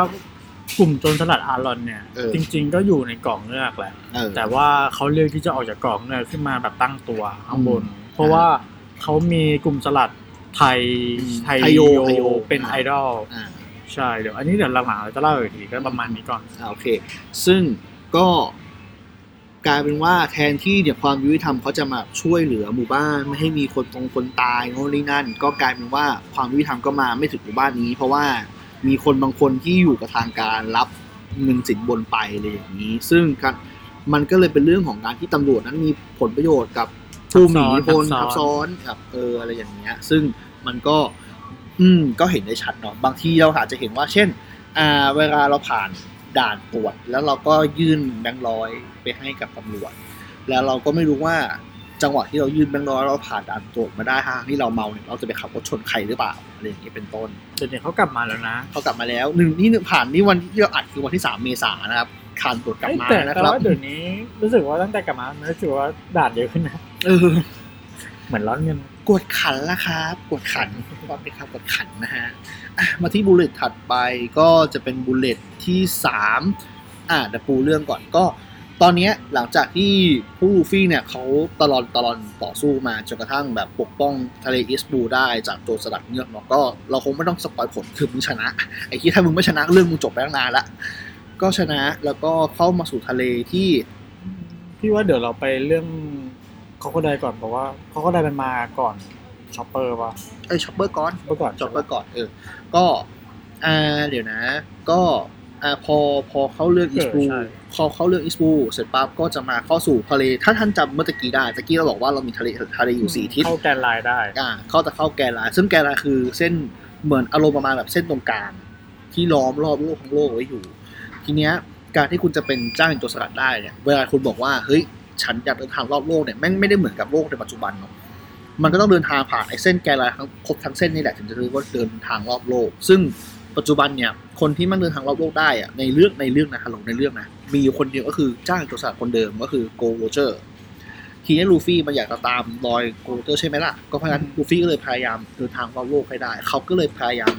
Speaker 2: กลุ่มโจรสลัดอารอนเนี่ย
Speaker 3: เออ
Speaker 2: จริง ๆ ก็อยู่ในกล่องเงือกแหละ
Speaker 3: เออ
Speaker 2: แต่ว่าเขาเลือกที่จะออกจากกล่องเงือกขึ้นมาแบบตั้งตัวข้างบน
Speaker 3: อืม
Speaker 2: เพราะว่าเขามีกลุ่มสลัดไทย
Speaker 3: อืม
Speaker 2: ไทย
Speaker 3: ไทยโย
Speaker 2: โย
Speaker 3: ไทยโย
Speaker 2: เป็น
Speaker 3: อ่า
Speaker 2: ไอดอล
Speaker 3: อ่า
Speaker 2: ใช่เดี๋ยวอันนี้เดี๋ยวหลังๆเราจะเล่าอีกทีก็ประมาณนี้ก่อน
Speaker 3: อ่าโอเค ซึ่งก็กลายเป็นว่าแทนที่เดี๋ยวความยุติธรรมเขาจะมาช่วยเหลือหมู่บ้านไม่ให้มีคนตรงคนตายโน่นนี่นั่น ก็กลายเป็นว่าความยุติธรรมก็มาไม่ถึงหมู่บ้านนี้ เพราะว่ามีคนบางคนที่อยู่กับทางการรับเงินสินบนไปเลยอย่างนี้ ซึ่งการมันก็เลยเป็นเรื่องของการที่ตำรวจนั้นมีผลประโยชน์กับผู้มีอิทธิพลทับซ้อนกับเอออะไรอย่างเงี้ย ซึ่งมันก็ อืมก็เห็นได้ชัดเนาะบางทีเราอาจจะเห็นว่า เช่น อ่าเวลาเราผ่านด่านตรวจแล้วเราก็ยื่นแบงค์ร้อยไปให้กับตำรวจ แล้วเราก็ไม่รู้ว่าจังหวะที่เรายื่นแบงค์ร้อยเราผ่านด่านตรวจมาได้ห้างที่เราเมาเนี่ยเราจะไปขับรถชนใครหรือเปล่าอะไรอย่างนี้เป็นต้น
Speaker 2: เดี๋ยวนี้เขากลับมาแล้วนะ
Speaker 3: เขากลับมาแล้วหนึ่งนี่หนึ่งผ่านนี่วันที่เราอัดคือวันที่สามเมษายนนะครับผ่านตรวจกลับ
Speaker 2: เอ้ย
Speaker 3: มา
Speaker 2: แต่
Speaker 3: นะ
Speaker 2: แต่
Speaker 3: ครับ
Speaker 2: ว่าเดี๋ยวนี้รู้สึกว่าตั้งแต่กลับมารู้สึกว่าด่านเยอะขึ้นนะ
Speaker 3: เออ
Speaker 2: เหมือนร้อนเงิน
Speaker 3: กวดขันละครับ กวดขันความเป็นคำกวดขันนะฮะอ่ะมาที่บุลเลตถัดไปก็จะเป็นบุลเลตที่สามอ่ะเดี๋ยวปูเรื่องก่อนก็ ตอนเนี้ยหลังจากที่ผู้ลูฟี่เนี่ยเขาตะลอนตะลอนต่อสู้มาจนกระทั่งแบบปกป้องทะเลอิสบูได้จากโจรสลัดเงือกเนาะก็เราคงไม่ต้องสปอยผลคือมึงชนะ ไอ้ที่ถ้ามึงไม่ชนะเรื่องมึงจบไปตั้งนานละก็ชนะแล้วก็เข้ามาสู่ทะเลที่
Speaker 2: พี่ว่าเดี๋ยวเราไปเรื่องเขาก็ได้ก่อนเพราะว่าเขาก็ได้มันมาก่อนช็อปเปอร์ป่ะ
Speaker 3: ไอ้ช็อปเปอร์ก้อน
Speaker 2: เมื่อก่อน
Speaker 3: จบ
Speaker 2: ใช่
Speaker 3: ไป
Speaker 2: ปะ
Speaker 3: ก่อนเออ ก็อ่าเดี๋ยวนะ ก็อ่าพอพอเขาเลือกอีสบูพอเขาเลือกอีสบูเสร็จปั๊บก็จะมาเข้าสู่ทะเล ถ้าท่านจำเมื่อตะกี้ได้ตะกี้เราบอกว่าเรามีทะเลทะเลอยู่สี่ทิศ
Speaker 2: เข้าแกนไลน์ได้
Speaker 3: อ่าเข้าจะเข้าแกนไลน์ซึ่งแกนไลน์คือเส้นเหมือนอารมณ์ประมาณแบบเส้นตรงกลางที่ล้อมรอบโลกทั้งโลกไว้อยู่ ทีเนี้ยการที่คุณจะเป็นเจ้างโจรสลัดได้เนี่ยเวลาคุณบอกว่าเฮ้ยฉันอยากเดินทางรอบโลกเนี่ยแม่งไม่ได้เหมือนกับโลกในปัจจุบันเนาะมันก็ต้องเดินทางผ่านไอ้เส้นแกนไลน์ทั้งครบทั้งเส้นนี่แหละถึงจะเรียกว่าเดินทางรอบโลก ซึ่งปัจจุบันเนี่ยคนที่มันเดินทางรอบโลกได้อะในเรื่องในเรื่องนะฮัลโหลในเรื่องนะมีอยู่คนเดียวก็คือเจ้างโจรสลัดคนเดิมก็คือโกโรเจอร์ทีนี้ลูฟี่มันอยากจะตามรอยโกโรเจอร์ใช่ไหมล่ะก็เพราะฉะนั้นลูฟี่ก็เลยพยายามเดินทางรอบโลกให้ได้เขาก็เลยพยายาม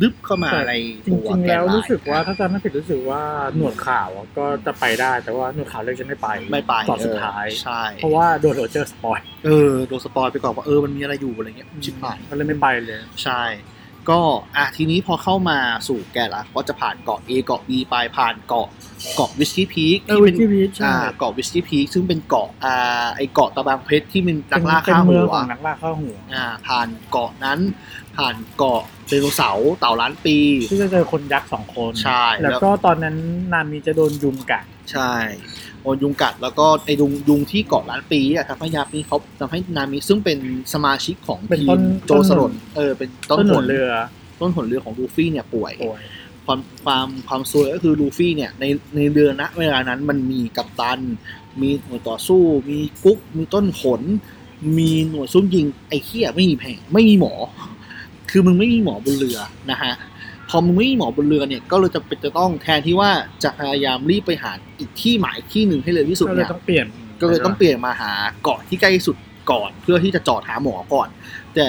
Speaker 3: ดึบเข้ามาใน
Speaker 2: จ
Speaker 3: ตั
Speaker 2: ริง
Speaker 3: ว
Speaker 2: ๆ
Speaker 3: กน
Speaker 2: แล้ว
Speaker 3: ไน์
Speaker 2: รู้สึกว่าถ้าจำไม่ผิดรู้สึกว่าหนวดขาวอะก็จะไปได้แต่ว่าหนวดขาวเลือกจะไม่ไป
Speaker 3: ไม่ไป
Speaker 2: ตอนสุดท้าย
Speaker 3: เออใช่
Speaker 2: เพราะว่าโดนโรเจอร์สปอย
Speaker 3: เออโดนสปอยไปก่อนว่าเออมันมีอะไรอยู่อะไรเงี้ยชิบหาย
Speaker 2: ก็เลยไม่ไปเลย
Speaker 3: ใช่ ก็อ่ะทีนี้พอเข้ามาสู่แกนหละก็จะผ่านเกาะ A เกาะ B ไปผ่านเกาะเกาะวิสกี้พีค
Speaker 2: เออ
Speaker 3: ที่
Speaker 2: Whiskey
Speaker 3: เป็น
Speaker 2: Peak ใช่
Speaker 3: อ่าเกาะวิสกี้พีคซึ่งเป็นเกาะอ่าไอเกาะตะบางเพชรที่มันนักล่า
Speaker 2: เป็น
Speaker 3: ฆ่า
Speaker 2: เมื
Speaker 3: หั
Speaker 2: อง
Speaker 3: ว
Speaker 2: ของนักล่าข้าหัว
Speaker 3: อ่าผ่านเกาะนั้น ผ่านเกาะไดโนเสาร์เต่าล้านปี
Speaker 2: ที่จะเจอคนยักษ์สองคน
Speaker 3: ใช่แล้ว
Speaker 2: แล้วก็ตอนนั้นนามีจะโดนยุงกัด
Speaker 3: ใช่โดนยุงกัดแล้วก็ไอยุงยุงที่เกาะล้านปีอะทำให้ยามีเขาทำให้นามิซึ่งเป็นสมาชิกของทีมโจรสลดเออเป็นต้น
Speaker 2: ต้นห
Speaker 3: ห
Speaker 2: นุ
Speaker 3: น
Speaker 2: นเรือ
Speaker 3: ต้นหนเรือของลูฟี่เนี่ยป่วย
Speaker 2: โอย
Speaker 3: ความความความซวยก็คือลูฟี่เนี่ยในในเรือณเวลานั้นมันมีกัปตัน มีหน่วยต่อสู้ มีกุ๊กมีต้นขน มีหน่วยซุ่มยิงไอ้เหี้ยไม่มีแผงไม่มีหมอ คือมึงไม่มีหมอบนเรือนะฮะพอมึงไม่มีหมอบนเรือเนี่ยก็เลยจะเป็นจะต้องแทนที่ว่าจะพยายามรีบไปหาอีกที่หมายที่หนึ่งให้เร็วที่สุด
Speaker 2: ก็เลย
Speaker 3: เนี่ย
Speaker 2: ต้องเปลี่ยน
Speaker 3: ก็เลยต้องเปลี่ยนมาหาเกาะที่ใกล้สุดก่อน เพื่อที่จะจอดหาหมอก่อน แต่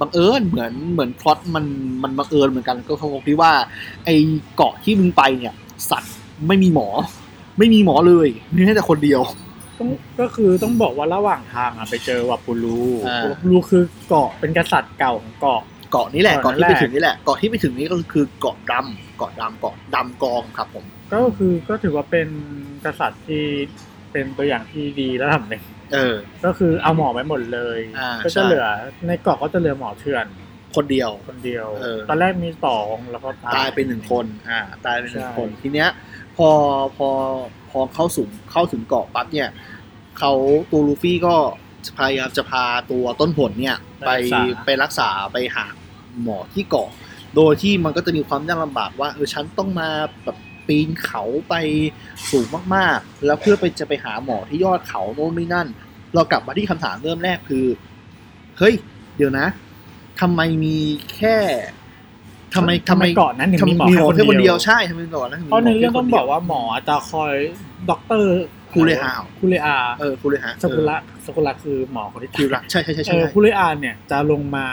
Speaker 3: บังเอิญเหมือนเหมือนพล็อตมันมันบังเอิญเหมือนกันก็คงที่ว่า ไอเกาะที่มึงไปเนี่ย สัตว์ไม่มีหมอ ไม่มีหมอเลยมีแค่แต่คนเดียว
Speaker 2: ต้องก็คือต้องบอกว่าระหว่างทางอะไปเจอวาปูรู
Speaker 3: อ่า
Speaker 2: วาปูรูคือเกาะเป็นกษัตริย์เก่าของเกาะ
Speaker 3: เกาะนี้แหละ
Speaker 2: เกาะนั้
Speaker 3: เกาะ
Speaker 2: น
Speaker 3: ที่
Speaker 2: แหละ
Speaker 3: ไปถึงนี่แหละเกาะที่ไปถึงนี้ก็คือเกาะดำเกาะดำเกาะดำกองครับผม
Speaker 2: ก็คือก็ถือว่าเป็นกษัตริย์ที่เป็นตัวอย่างที่ดีระดับหนึ่ง
Speaker 3: เออ
Speaker 2: ก็คือเอาหมอไปหมดเลย
Speaker 3: อ่า
Speaker 2: ก็
Speaker 3: ใช่
Speaker 2: จะเหลือในเกาะก็จะเหลือหมอเถื่อน
Speaker 3: คนเดียว
Speaker 2: คนเดียว
Speaker 3: เออ
Speaker 2: ตอนแรกมีสองแล้วก็
Speaker 3: ตายไปหนึ่งคน อ่า ตายไปหนึ่งคน
Speaker 2: ใช่
Speaker 3: ทีเนี้ย พอ พอ พอเข้าสู่เข้าถึงเกาะปั๊บเนี่ย เขาตัวลูฟี่ก็พยายามจะพาตัวต้นผลเนี่ย ไป ไปรักษา ไปหาหมอที่เกาะ โดยที่มันก็จะมีความยากลำบากว่า เออ ฉันต้องมาแบบปีนเขาไปสูงมากๆ แล้วเพื่อไปจะไปหาหมอที่ยอดเขาโน่นนี่นั่น เรากลับมาที่คำถามเริ่มแรกคือ เฮ้ย เดี๋ยวนะทำไมมีแค่ทำไมทำไม
Speaker 2: เกาะนั้นถึงมีหมอ
Speaker 3: มีหมอแค่
Speaker 2: แค่
Speaker 3: ค
Speaker 2: คน
Speaker 3: น
Speaker 2: เดี
Speaker 3: เดี
Speaker 2: ย
Speaker 3: ยว วใช่ทำไมหมอแค่คนเดียว
Speaker 2: เพราะในเรื่องต้องบอกว่าหมอจะคอยด็อกเตอร์
Speaker 3: คูเลฮาเหรอ
Speaker 2: คุเรอา
Speaker 3: เออคูเลฮา
Speaker 2: สกุระสกุระคือหมอคนที่ตาย
Speaker 3: คิวรักใช่ใช่ใช่
Speaker 2: เอ
Speaker 3: ใช่
Speaker 2: อผู้เล่นอาเนี่ยจะลงมา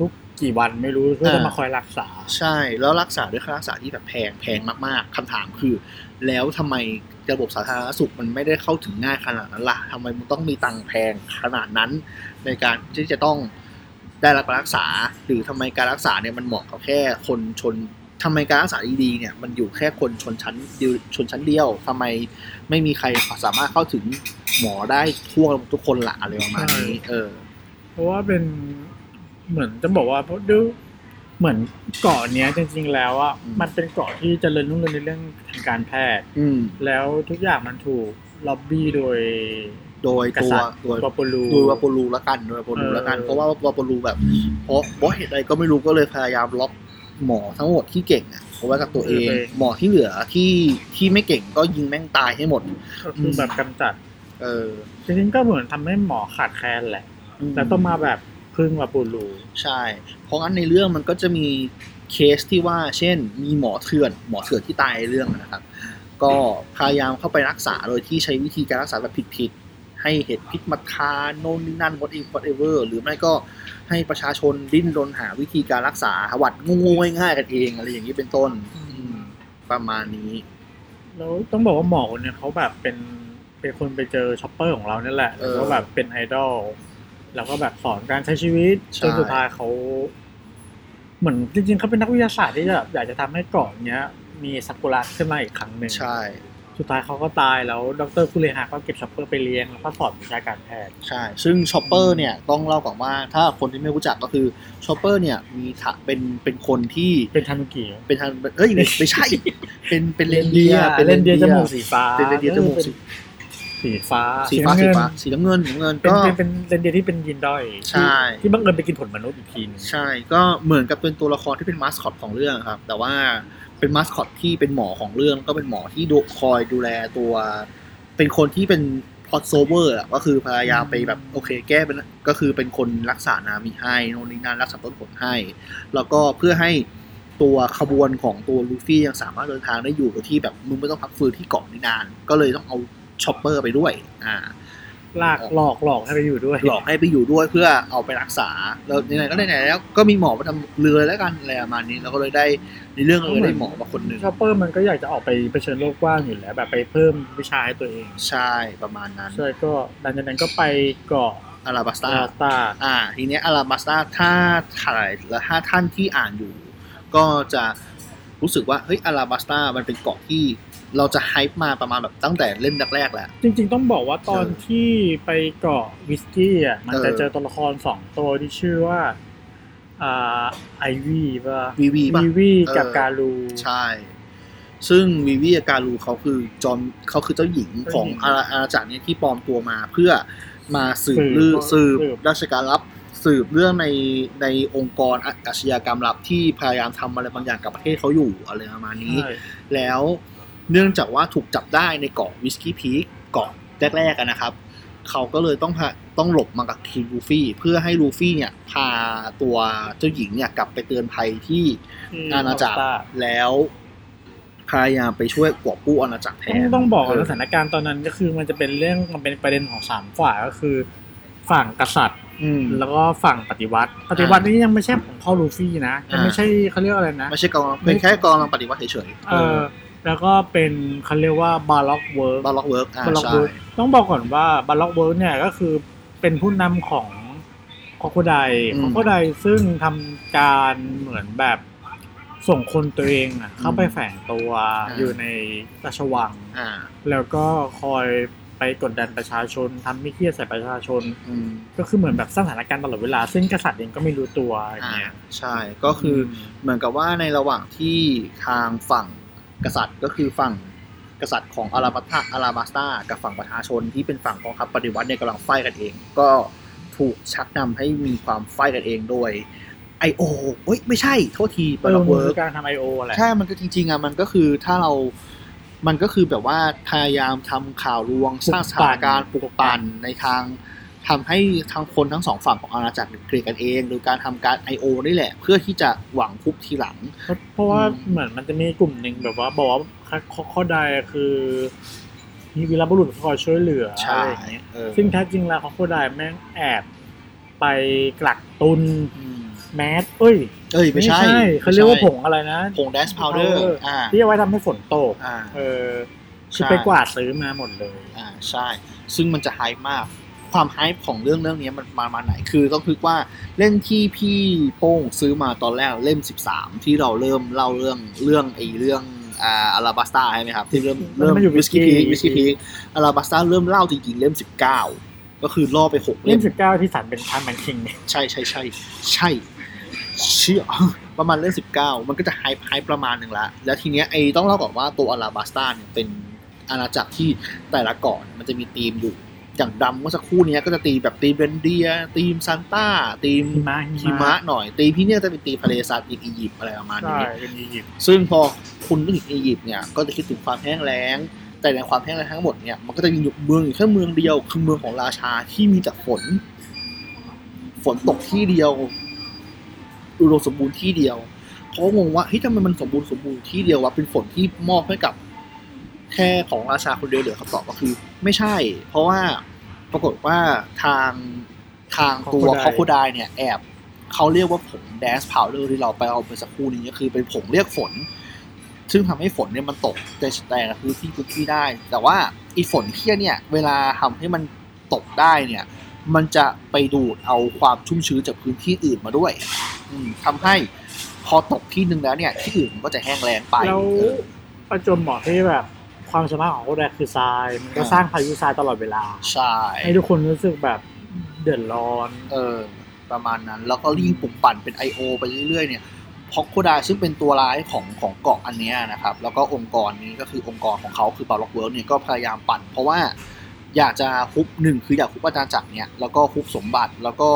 Speaker 2: ทุกๆ กี่วันไม่รู้เพื่อ
Speaker 3: เออ
Speaker 2: จะมาคอยรักษา
Speaker 3: ใช่แล้วรักษาด้วยค่ารักษาที่แบบแพงแพงมากๆคำถามคือ แล้วทำไมระบบสาธารณสุขมันไม่ได้เข้าถึงง่ายขนาดนั้นล่ะทำไมมันต้องมีตังค์แพงขนาดนั้น ในการที่จะต้องได้รับการรักษา หรือทำไมการรักษาเนี่ยมันเหมาะกับแค่คนชนทำไมการรักษาดีๆเนี่ยมันอยู่แค่คนชนชั้นเดียวชนชั้นเดียวทำไมไม่มีใครสามารถเข้าถึงหมอได้ทั่วทุกคนละอะไรประมาณนี้เออ
Speaker 2: เพราะว่าเป็นเหมือนจะบอกว่าเพราะดูเหมือนเกาะเนี้ยจริงๆแล้วอ่ะ
Speaker 3: อืม
Speaker 2: มันเป็นเกาะที่เจริญรุ่งเรืองในเรื่องทางการแพทย์
Speaker 3: อืม
Speaker 2: แล้วทุกอย่างมันถูกล็อบบี้โดย
Speaker 3: โดย
Speaker 2: ก
Speaker 3: ตัว
Speaker 2: ษัตริย์
Speaker 3: โดย
Speaker 2: ปอปลู
Speaker 3: ดูวาโปลูละกันดูวาโปลูละกัน
Speaker 2: เออ
Speaker 3: เพราะว่าวาโปลูแบบเพราะเพราะเหตุใดก็ไม่รู้ก็เลยพยายามล็อกหมอทั้งหมดที่เก่งอ่ะเพราะว่าจากตัวเองหมอที่เหลือที่ที่ไม่เก่งก็ยิงแม่งตายให้หมด
Speaker 2: ก็คือแบบกำจัด
Speaker 3: เออ
Speaker 2: จริงๆก็เหมือนทำให้หมอขาดแคลนแหละ
Speaker 3: อื
Speaker 2: แล้วต้องมาแบบพึ่งปอปลู
Speaker 3: ใช่ เพราะงั้นในเรื่องมันก็จะมีเคสที่ว่า เช่น มีหมอเถื่อน หมอเถื่อนที่ตายในเรื่องนะครับ ก็พยายามเข้าไปรักษาโดยที่ใช้วิธีการรักษาแบบผิดๆให้เห็ดพิษมาทานโน่นนี่นั่น what if whatever หรือไม่ก็ให้ประชาชนดิ้นรนหาวิธีการรักษาหวัดงูง่ายๆกันเองอะไรอย่างนี้เป็นต้น
Speaker 2: อืม
Speaker 3: ประมาณนี้
Speaker 2: แล้วต้องบอกว่าหมอคนเนี่ยเขาแบบเป็นเป็นคนไปเจอช็อปเปอร์ของเราเนี่ยแหละ
Speaker 3: เอ
Speaker 2: แล้ว
Speaker 3: อ
Speaker 2: ก็แบบเป็นไอดอลแล้วก็แบบสอนการใช้ชีวิต
Speaker 3: ใช่
Speaker 2: จนสุดท้ายเขา เหมือนจริงๆเขาเป็นนักวิทยาศาสตร์ที่แบบอยากจะทำให้เกาะเนี้ย มีซากุระขึ้นมาอีกครั้งหนึ่ง
Speaker 3: ใช่
Speaker 2: สุดท้ายเขาก็ตายแล้วดรคุเรฮาก็เก็บช็อปเปอร์ไปเลี้ยงแล้วก็สอนวิชาการแพทย์
Speaker 3: ใช่ ซึ่งชอปเปอร์เนี่ยต้องเล่าก่อนว่าถ้าคนที่ไม่รู้จักก็คือชอปเปอร์เนี่ยมีถะเป็นเป็นคนที่
Speaker 2: เป็นทานุกิ
Speaker 3: เป็นทางเอ้ยไม่ไม่ใช่ เป็นเป็นเลนเดียร์
Speaker 2: เป็นเลนเดียร์จมูกสีฟ้า
Speaker 3: เป็นเลนเดียร์จมูกสี
Speaker 2: สีฟ้า
Speaker 3: สีฟ้า
Speaker 2: น้ำ
Speaker 3: สี
Speaker 2: เงิน
Speaker 3: ฟ้าสีน้ำเงินสีน้ำเงิน
Speaker 2: เป็น
Speaker 3: ก็
Speaker 2: เป็นเป็นเลนเดียร์ที่เป็นยีนด้อย
Speaker 3: ใช่
Speaker 2: ที่ที่บังเอิญไปกินผลมนุษย์อีกทีหนึง
Speaker 3: ใช่ก็เหมือนกับเป็นตัวละครที่เป็นมาสคอตของเรื่องครับ แต่ว่าเป็นมาสคอตที่เป็นหมอของเรื่อง ก็เป็นหมอที่ดูคอยดูแลตัว เป็นคนที่เป็นพอดโซเวอร์ก็คือพยายามไปแบบโอเคแก้เป็นก็คือเป็นคนรักษานามิให้โนนนี่นั่นรักษาต้นผลให้ แล้วก็เพื่อให้ตัวขบวนของตัวลูฟี่ยังสามารถเดินทางได้อยู่โดยที่แบบมึงไม่ต้องพักฟื้นที่เกาะนี่นาน ก็เลยต้องเอาชอปเปอร์ไปด้วยอ่า
Speaker 2: ลากหลอกหลอกให้ไปอยู่ด้วย
Speaker 3: หลอกให้ไปอยู่ด้วยเพื่อเอาไปรักษา แล้วไหนๆก็ไหนๆแล้วก็มีหมอมาทำเรือแล้วกันอะไรประมาณนี้เราก็เลยได้ในเรื่องเราเลยได้หมอมาคนหนึ่ง
Speaker 2: ชอปเปอร์มันก็อยากจะออกไปเผชิญโลกกว้างอยู่แล้ว แบบไปเพิ่มวิชาให้ตัวเอง
Speaker 3: ใช่ประมาณนั้น
Speaker 2: ใช่ก็ดังจากนั้นก็ไปเกาะ
Speaker 3: อาราบัสตา
Speaker 2: ลาตา
Speaker 3: อ่าทีเนี้อาราบัสตาถ้าถ่ายและถ้าท่านที่อ่านอยู่ ก็จะรู้สึกว่าเฮ้ยอาราบัสตามันเป็นเกาะที่เราจะไฮป์มาประมาณแบบตั้งแต่เล่มแรกๆแล้ว
Speaker 2: จริง ๆ ต้องบอกว่าตอน
Speaker 3: เออ
Speaker 2: ที่ไปเกาะวิสกี้อ่ะมัน
Speaker 3: เออ
Speaker 2: จะเจอตัวละครสองตัวที่ชื่อว่าอ่าไอวี่ป่ะ
Speaker 3: วีวีป่ะ
Speaker 2: วีวี
Speaker 3: เออ
Speaker 2: กับการู
Speaker 3: ใช่ ซึ่งวิวิอาการูเขาคือจอมเขาคือเจ้าหญิงของ
Speaker 2: เจ้าหญิง
Speaker 3: อาณาอาณาจักรเนี้ที่ปลอมตัวมาเพื่อมาสืบ
Speaker 2: สืบ
Speaker 3: เรื่อง
Speaker 2: สื
Speaker 3: สื
Speaker 2: บบ
Speaker 3: ราชการลับสืบเรื่องในในองค์กรอาอาชญากรรมลับที่พยายามทำอะไรบางอย่างกับประเทศเขาอยู่อะไรประมาณนี้
Speaker 2: ใช่
Speaker 3: แล้วเนื่องจากว่าถูกจับได้ในเกาะวิสกี้พีคเกาะแรกๆอะนะครับ เขาก็เลยต้องพาต้องหลบมากับทีมลูฟี่ เพื่อให้ลูฟี่เนี่ยพาตัวเจ้าหญิงเนี่ยกลับไปเตือนภัยที่
Speaker 2: ที่
Speaker 3: อาณาจักร
Speaker 2: ลา
Speaker 3: แล้วพยายามไปช่วยกอบกู้อาณาจักรแท
Speaker 2: ต้อง
Speaker 3: น
Speaker 2: ต้องบอกก่อนว่า
Speaker 3: เ
Speaker 2: สถานการณ์ตอนนั้นก็คือมันจะเป็นเรื่องมันเป็นประเด็นของสามฝ่ายก็คือฝั่งกษัตริย์
Speaker 3: อืม
Speaker 2: แล้วก็ฝั่งปฏิวัติ ปฏิวัตินี่ยังไม่ใช่ของพ่อลูฟี่นะยังไม่
Speaker 3: อ่า
Speaker 2: ใช่เขาเรียกอะไรนะ
Speaker 3: ไม่ใช่กองเป็นแค่กองรังปฏิวัติเฉย
Speaker 2: เออแล้วก็เป็นเขาเรียกว่าบาล็อกเวิร์ก
Speaker 3: บาล็อกเวิร์กอ่า
Speaker 2: บาล็อก
Speaker 3: ใช่
Speaker 2: เวิร์กต้องบอกก่อนว่าบาล็อกเวิร์กเนี่ยก็คือเป็นผู้นำของคอโคไดคอโคไดซึ่งทำการเหมือนแบบส่งคนตัวเองอะเข้าไปแฝงตัวอยู่ในราชวัง
Speaker 3: อ่า
Speaker 2: แล้วก็คอยไปกดดันประชาชนทำไม่เครียดใส่ประชาชน
Speaker 3: อืม
Speaker 2: ก็คือเหมือนแบบสร้างสถานการณ์ตลอดเวลา ซึ่งกษัตริย์เองก็ไม่รู้ตัวอย่า
Speaker 3: อ่าง
Speaker 2: เงี้ย
Speaker 3: ใช่ก็คืออ
Speaker 2: ม
Speaker 3: เหมือนกับว่าในระหว่างที่ทางฝั่งกษัตริย์ก็คือฝั่งกษัตริย์ของอาราบัตตาอาราบัสตากับฝั่งประชาชนที่เป็นฝั่งกองทัพปฏิวัติเนี่ยกำลังไฟกันเอง ก็ถูกชักนำให้มีความไฟกันเองโดยไอโอเฮ้ยไม่ใช่โทษทีบาล็อกเวิ
Speaker 2: มั
Speaker 3: ร์
Speaker 2: คื
Speaker 3: ก
Speaker 2: การทำ I.O. แหละ
Speaker 3: ใช่ มันก็จริงๆอ่ะ มันก็คือถ้าเรา มันก็คือแบบว่าพยายามทำข่าวลวง
Speaker 2: ปลุ
Speaker 3: ส
Speaker 2: กปั่น
Speaker 3: ร้างสถานการณ์ปลุกปั่นในทางทำให้ทั้งคนทั้งสองฝั่งของอาณาจักรเกลียดกันเอง โดยการทำการ I.O. นี่แหละ เพื่อที่จะหวังคุบทีหลัง
Speaker 2: เพราะเพราะว่า
Speaker 3: อืม
Speaker 2: เหมือนมันจะมีกลุ่มหนึ่งแบบว่าบอกว่าข้อข้อใดคือ มีวีรบุรุษคอยช่วยเหลือ
Speaker 3: ใช่
Speaker 2: อะไรอย่างเงี้ย
Speaker 3: เออ
Speaker 2: ซึ่งแท้จริงแล้วคอกโคไดแม่งแอบไปกลักตุน
Speaker 3: อืม
Speaker 2: แมสเอ้ย
Speaker 3: เอ้ยไม่ใช่
Speaker 2: เขาเรียกว่าผงอะไรนะ
Speaker 3: ผงแดสพาวเดอร์
Speaker 2: powder
Speaker 3: อ่า
Speaker 2: ที่เอาไว้ทำให้ฝนตก
Speaker 3: อ่า
Speaker 2: เออคือ
Speaker 3: ใช่
Speaker 2: ไปกวาดซื้อมาหมดเลย
Speaker 3: อ่าใช่ ซึ่งมันจะไฮป์มาก ความไฮป์ของเรื่องเรื่องนี้มันมามาไหน คือต้องคึกว่าเล่นที่พี่โป้งซื้อมาตอนแรกเล่ม 13 ที่เราเริ่มเล่าเรื่องเรื่องไอ้เรื่องอ่าอาราบัสตาใช่ไหมครับ ที่เริ่ม
Speaker 2: มัน
Speaker 3: เริ่ม
Speaker 2: มาอยู่
Speaker 3: วิสกี้
Speaker 2: Whiskey
Speaker 3: พีวิสกี้พีอาราบัสตาเริ่มเล่าจริงๆเล่ม 19 ก็คือล่อไป 6
Speaker 2: เล่
Speaker 3: เล่
Speaker 2: ม
Speaker 3: ม
Speaker 2: สิบเก้าที่สารเป็นทานแมนคิงเนี่ย
Speaker 3: ใช่ใช่ใช่ใช่ เชี่ย ประมาณเรื่องสิบเก้ามันก็จะไฮไฮประมาณหนึ่งละแล้วทีเนี้ยไอ้ต้องเล่าก่อนว่าตัวอาราบัสตาเนี่ยเป็นอาณาจักรที่แต่ละเกาะเนี่ยมันจะมีธีมอยู่ อย่างดำเมื่อสักครู่เนี้ยก็จะตีมแบบตีมเรนเดียร์ตีมซานต้าตีม
Speaker 2: หิมะ
Speaker 3: หิมะหน่อย ตีมพี่เนี่ยจะเป็นตีมทะเลสาบอียิปต์อะไรประมาณ
Speaker 2: ใช่
Speaker 3: นี้
Speaker 2: เป็นอียิปต์
Speaker 3: ซึ่งพอคุณนึกถึงอียิปต์เนี่ยก็จะคิดถึงความแห้งแล้ง แต่ในความแห้งแล้งทั้งหมดเนี่ยมันก็จะมีอยู่เมืองอยู่แค่เมืองเดียวคือเมืองของราชาที่มีแต่ฝน ฝนตกที่เดียวอุดมสมบูรณ์ที่เดียวเขาก็งงว่าเฮ้ยทำไมมันสมบูรณ์สมบูรณ์ที่เดียววะเป็นฝนที่มอบให้กับ แค่ของราชาคนเดียวเหลือคำตอบก็คือ ไม่ใช่ เพราะว่าปรากฏว่าทางทางตัวคอโคดายเนี่ยแอบ เขาเรียกว่าผงแดสพาวเดอร์ที่เราไปเอาไปสักครู่นี้ก็คือเป็นผงเรียกฝน ซึ่งทำให้ฝนเนี่ยมันตกแต่แต่คือที่พื้นที่ได้ แต่ว่าไอีฝนเพี้ยเนี่ย เวลาทำให้มันตกได้เนี่ย มันจะไปดูดเอาความชุ่มชื้นจากพื้นที่อื่นมาด้วย อืมทำให้พอตกที่หนึ่งแล้วเนี่ย ที่อื่นมันก็จะแห้งแล้งไป
Speaker 2: แล้ว
Speaker 3: เออ
Speaker 2: ประจวบเหมาะที่แบบความสามารถของโคแดคือทราย มันก็
Speaker 3: อ่า
Speaker 2: สร้างพายุทรายตลอดเวลา
Speaker 3: ใช่
Speaker 2: ให้ทุกคนรู้สึกแบบเดือดร้อน
Speaker 3: เออ ประมาณนั้น แล้วก็ยิ่งปุ่มปั่นเป็น I.O. ไปเรื่อยๆเนี่ย พอกโคดายซึ่งเป็นตัวร้ายของของเกาะอันเนี้ยนะครับ แล้วก็องค์กรนี้ก็คือองค์กรของเขาคือบาล็อกเวิร์เนี่ยก็พยายามปั่น เพราะว่าอยากจะฮุบหนึ่งคืออยากฮุบอาณาจักรเนี่ยแล้วก็ฮุบสมบัติแล้วก็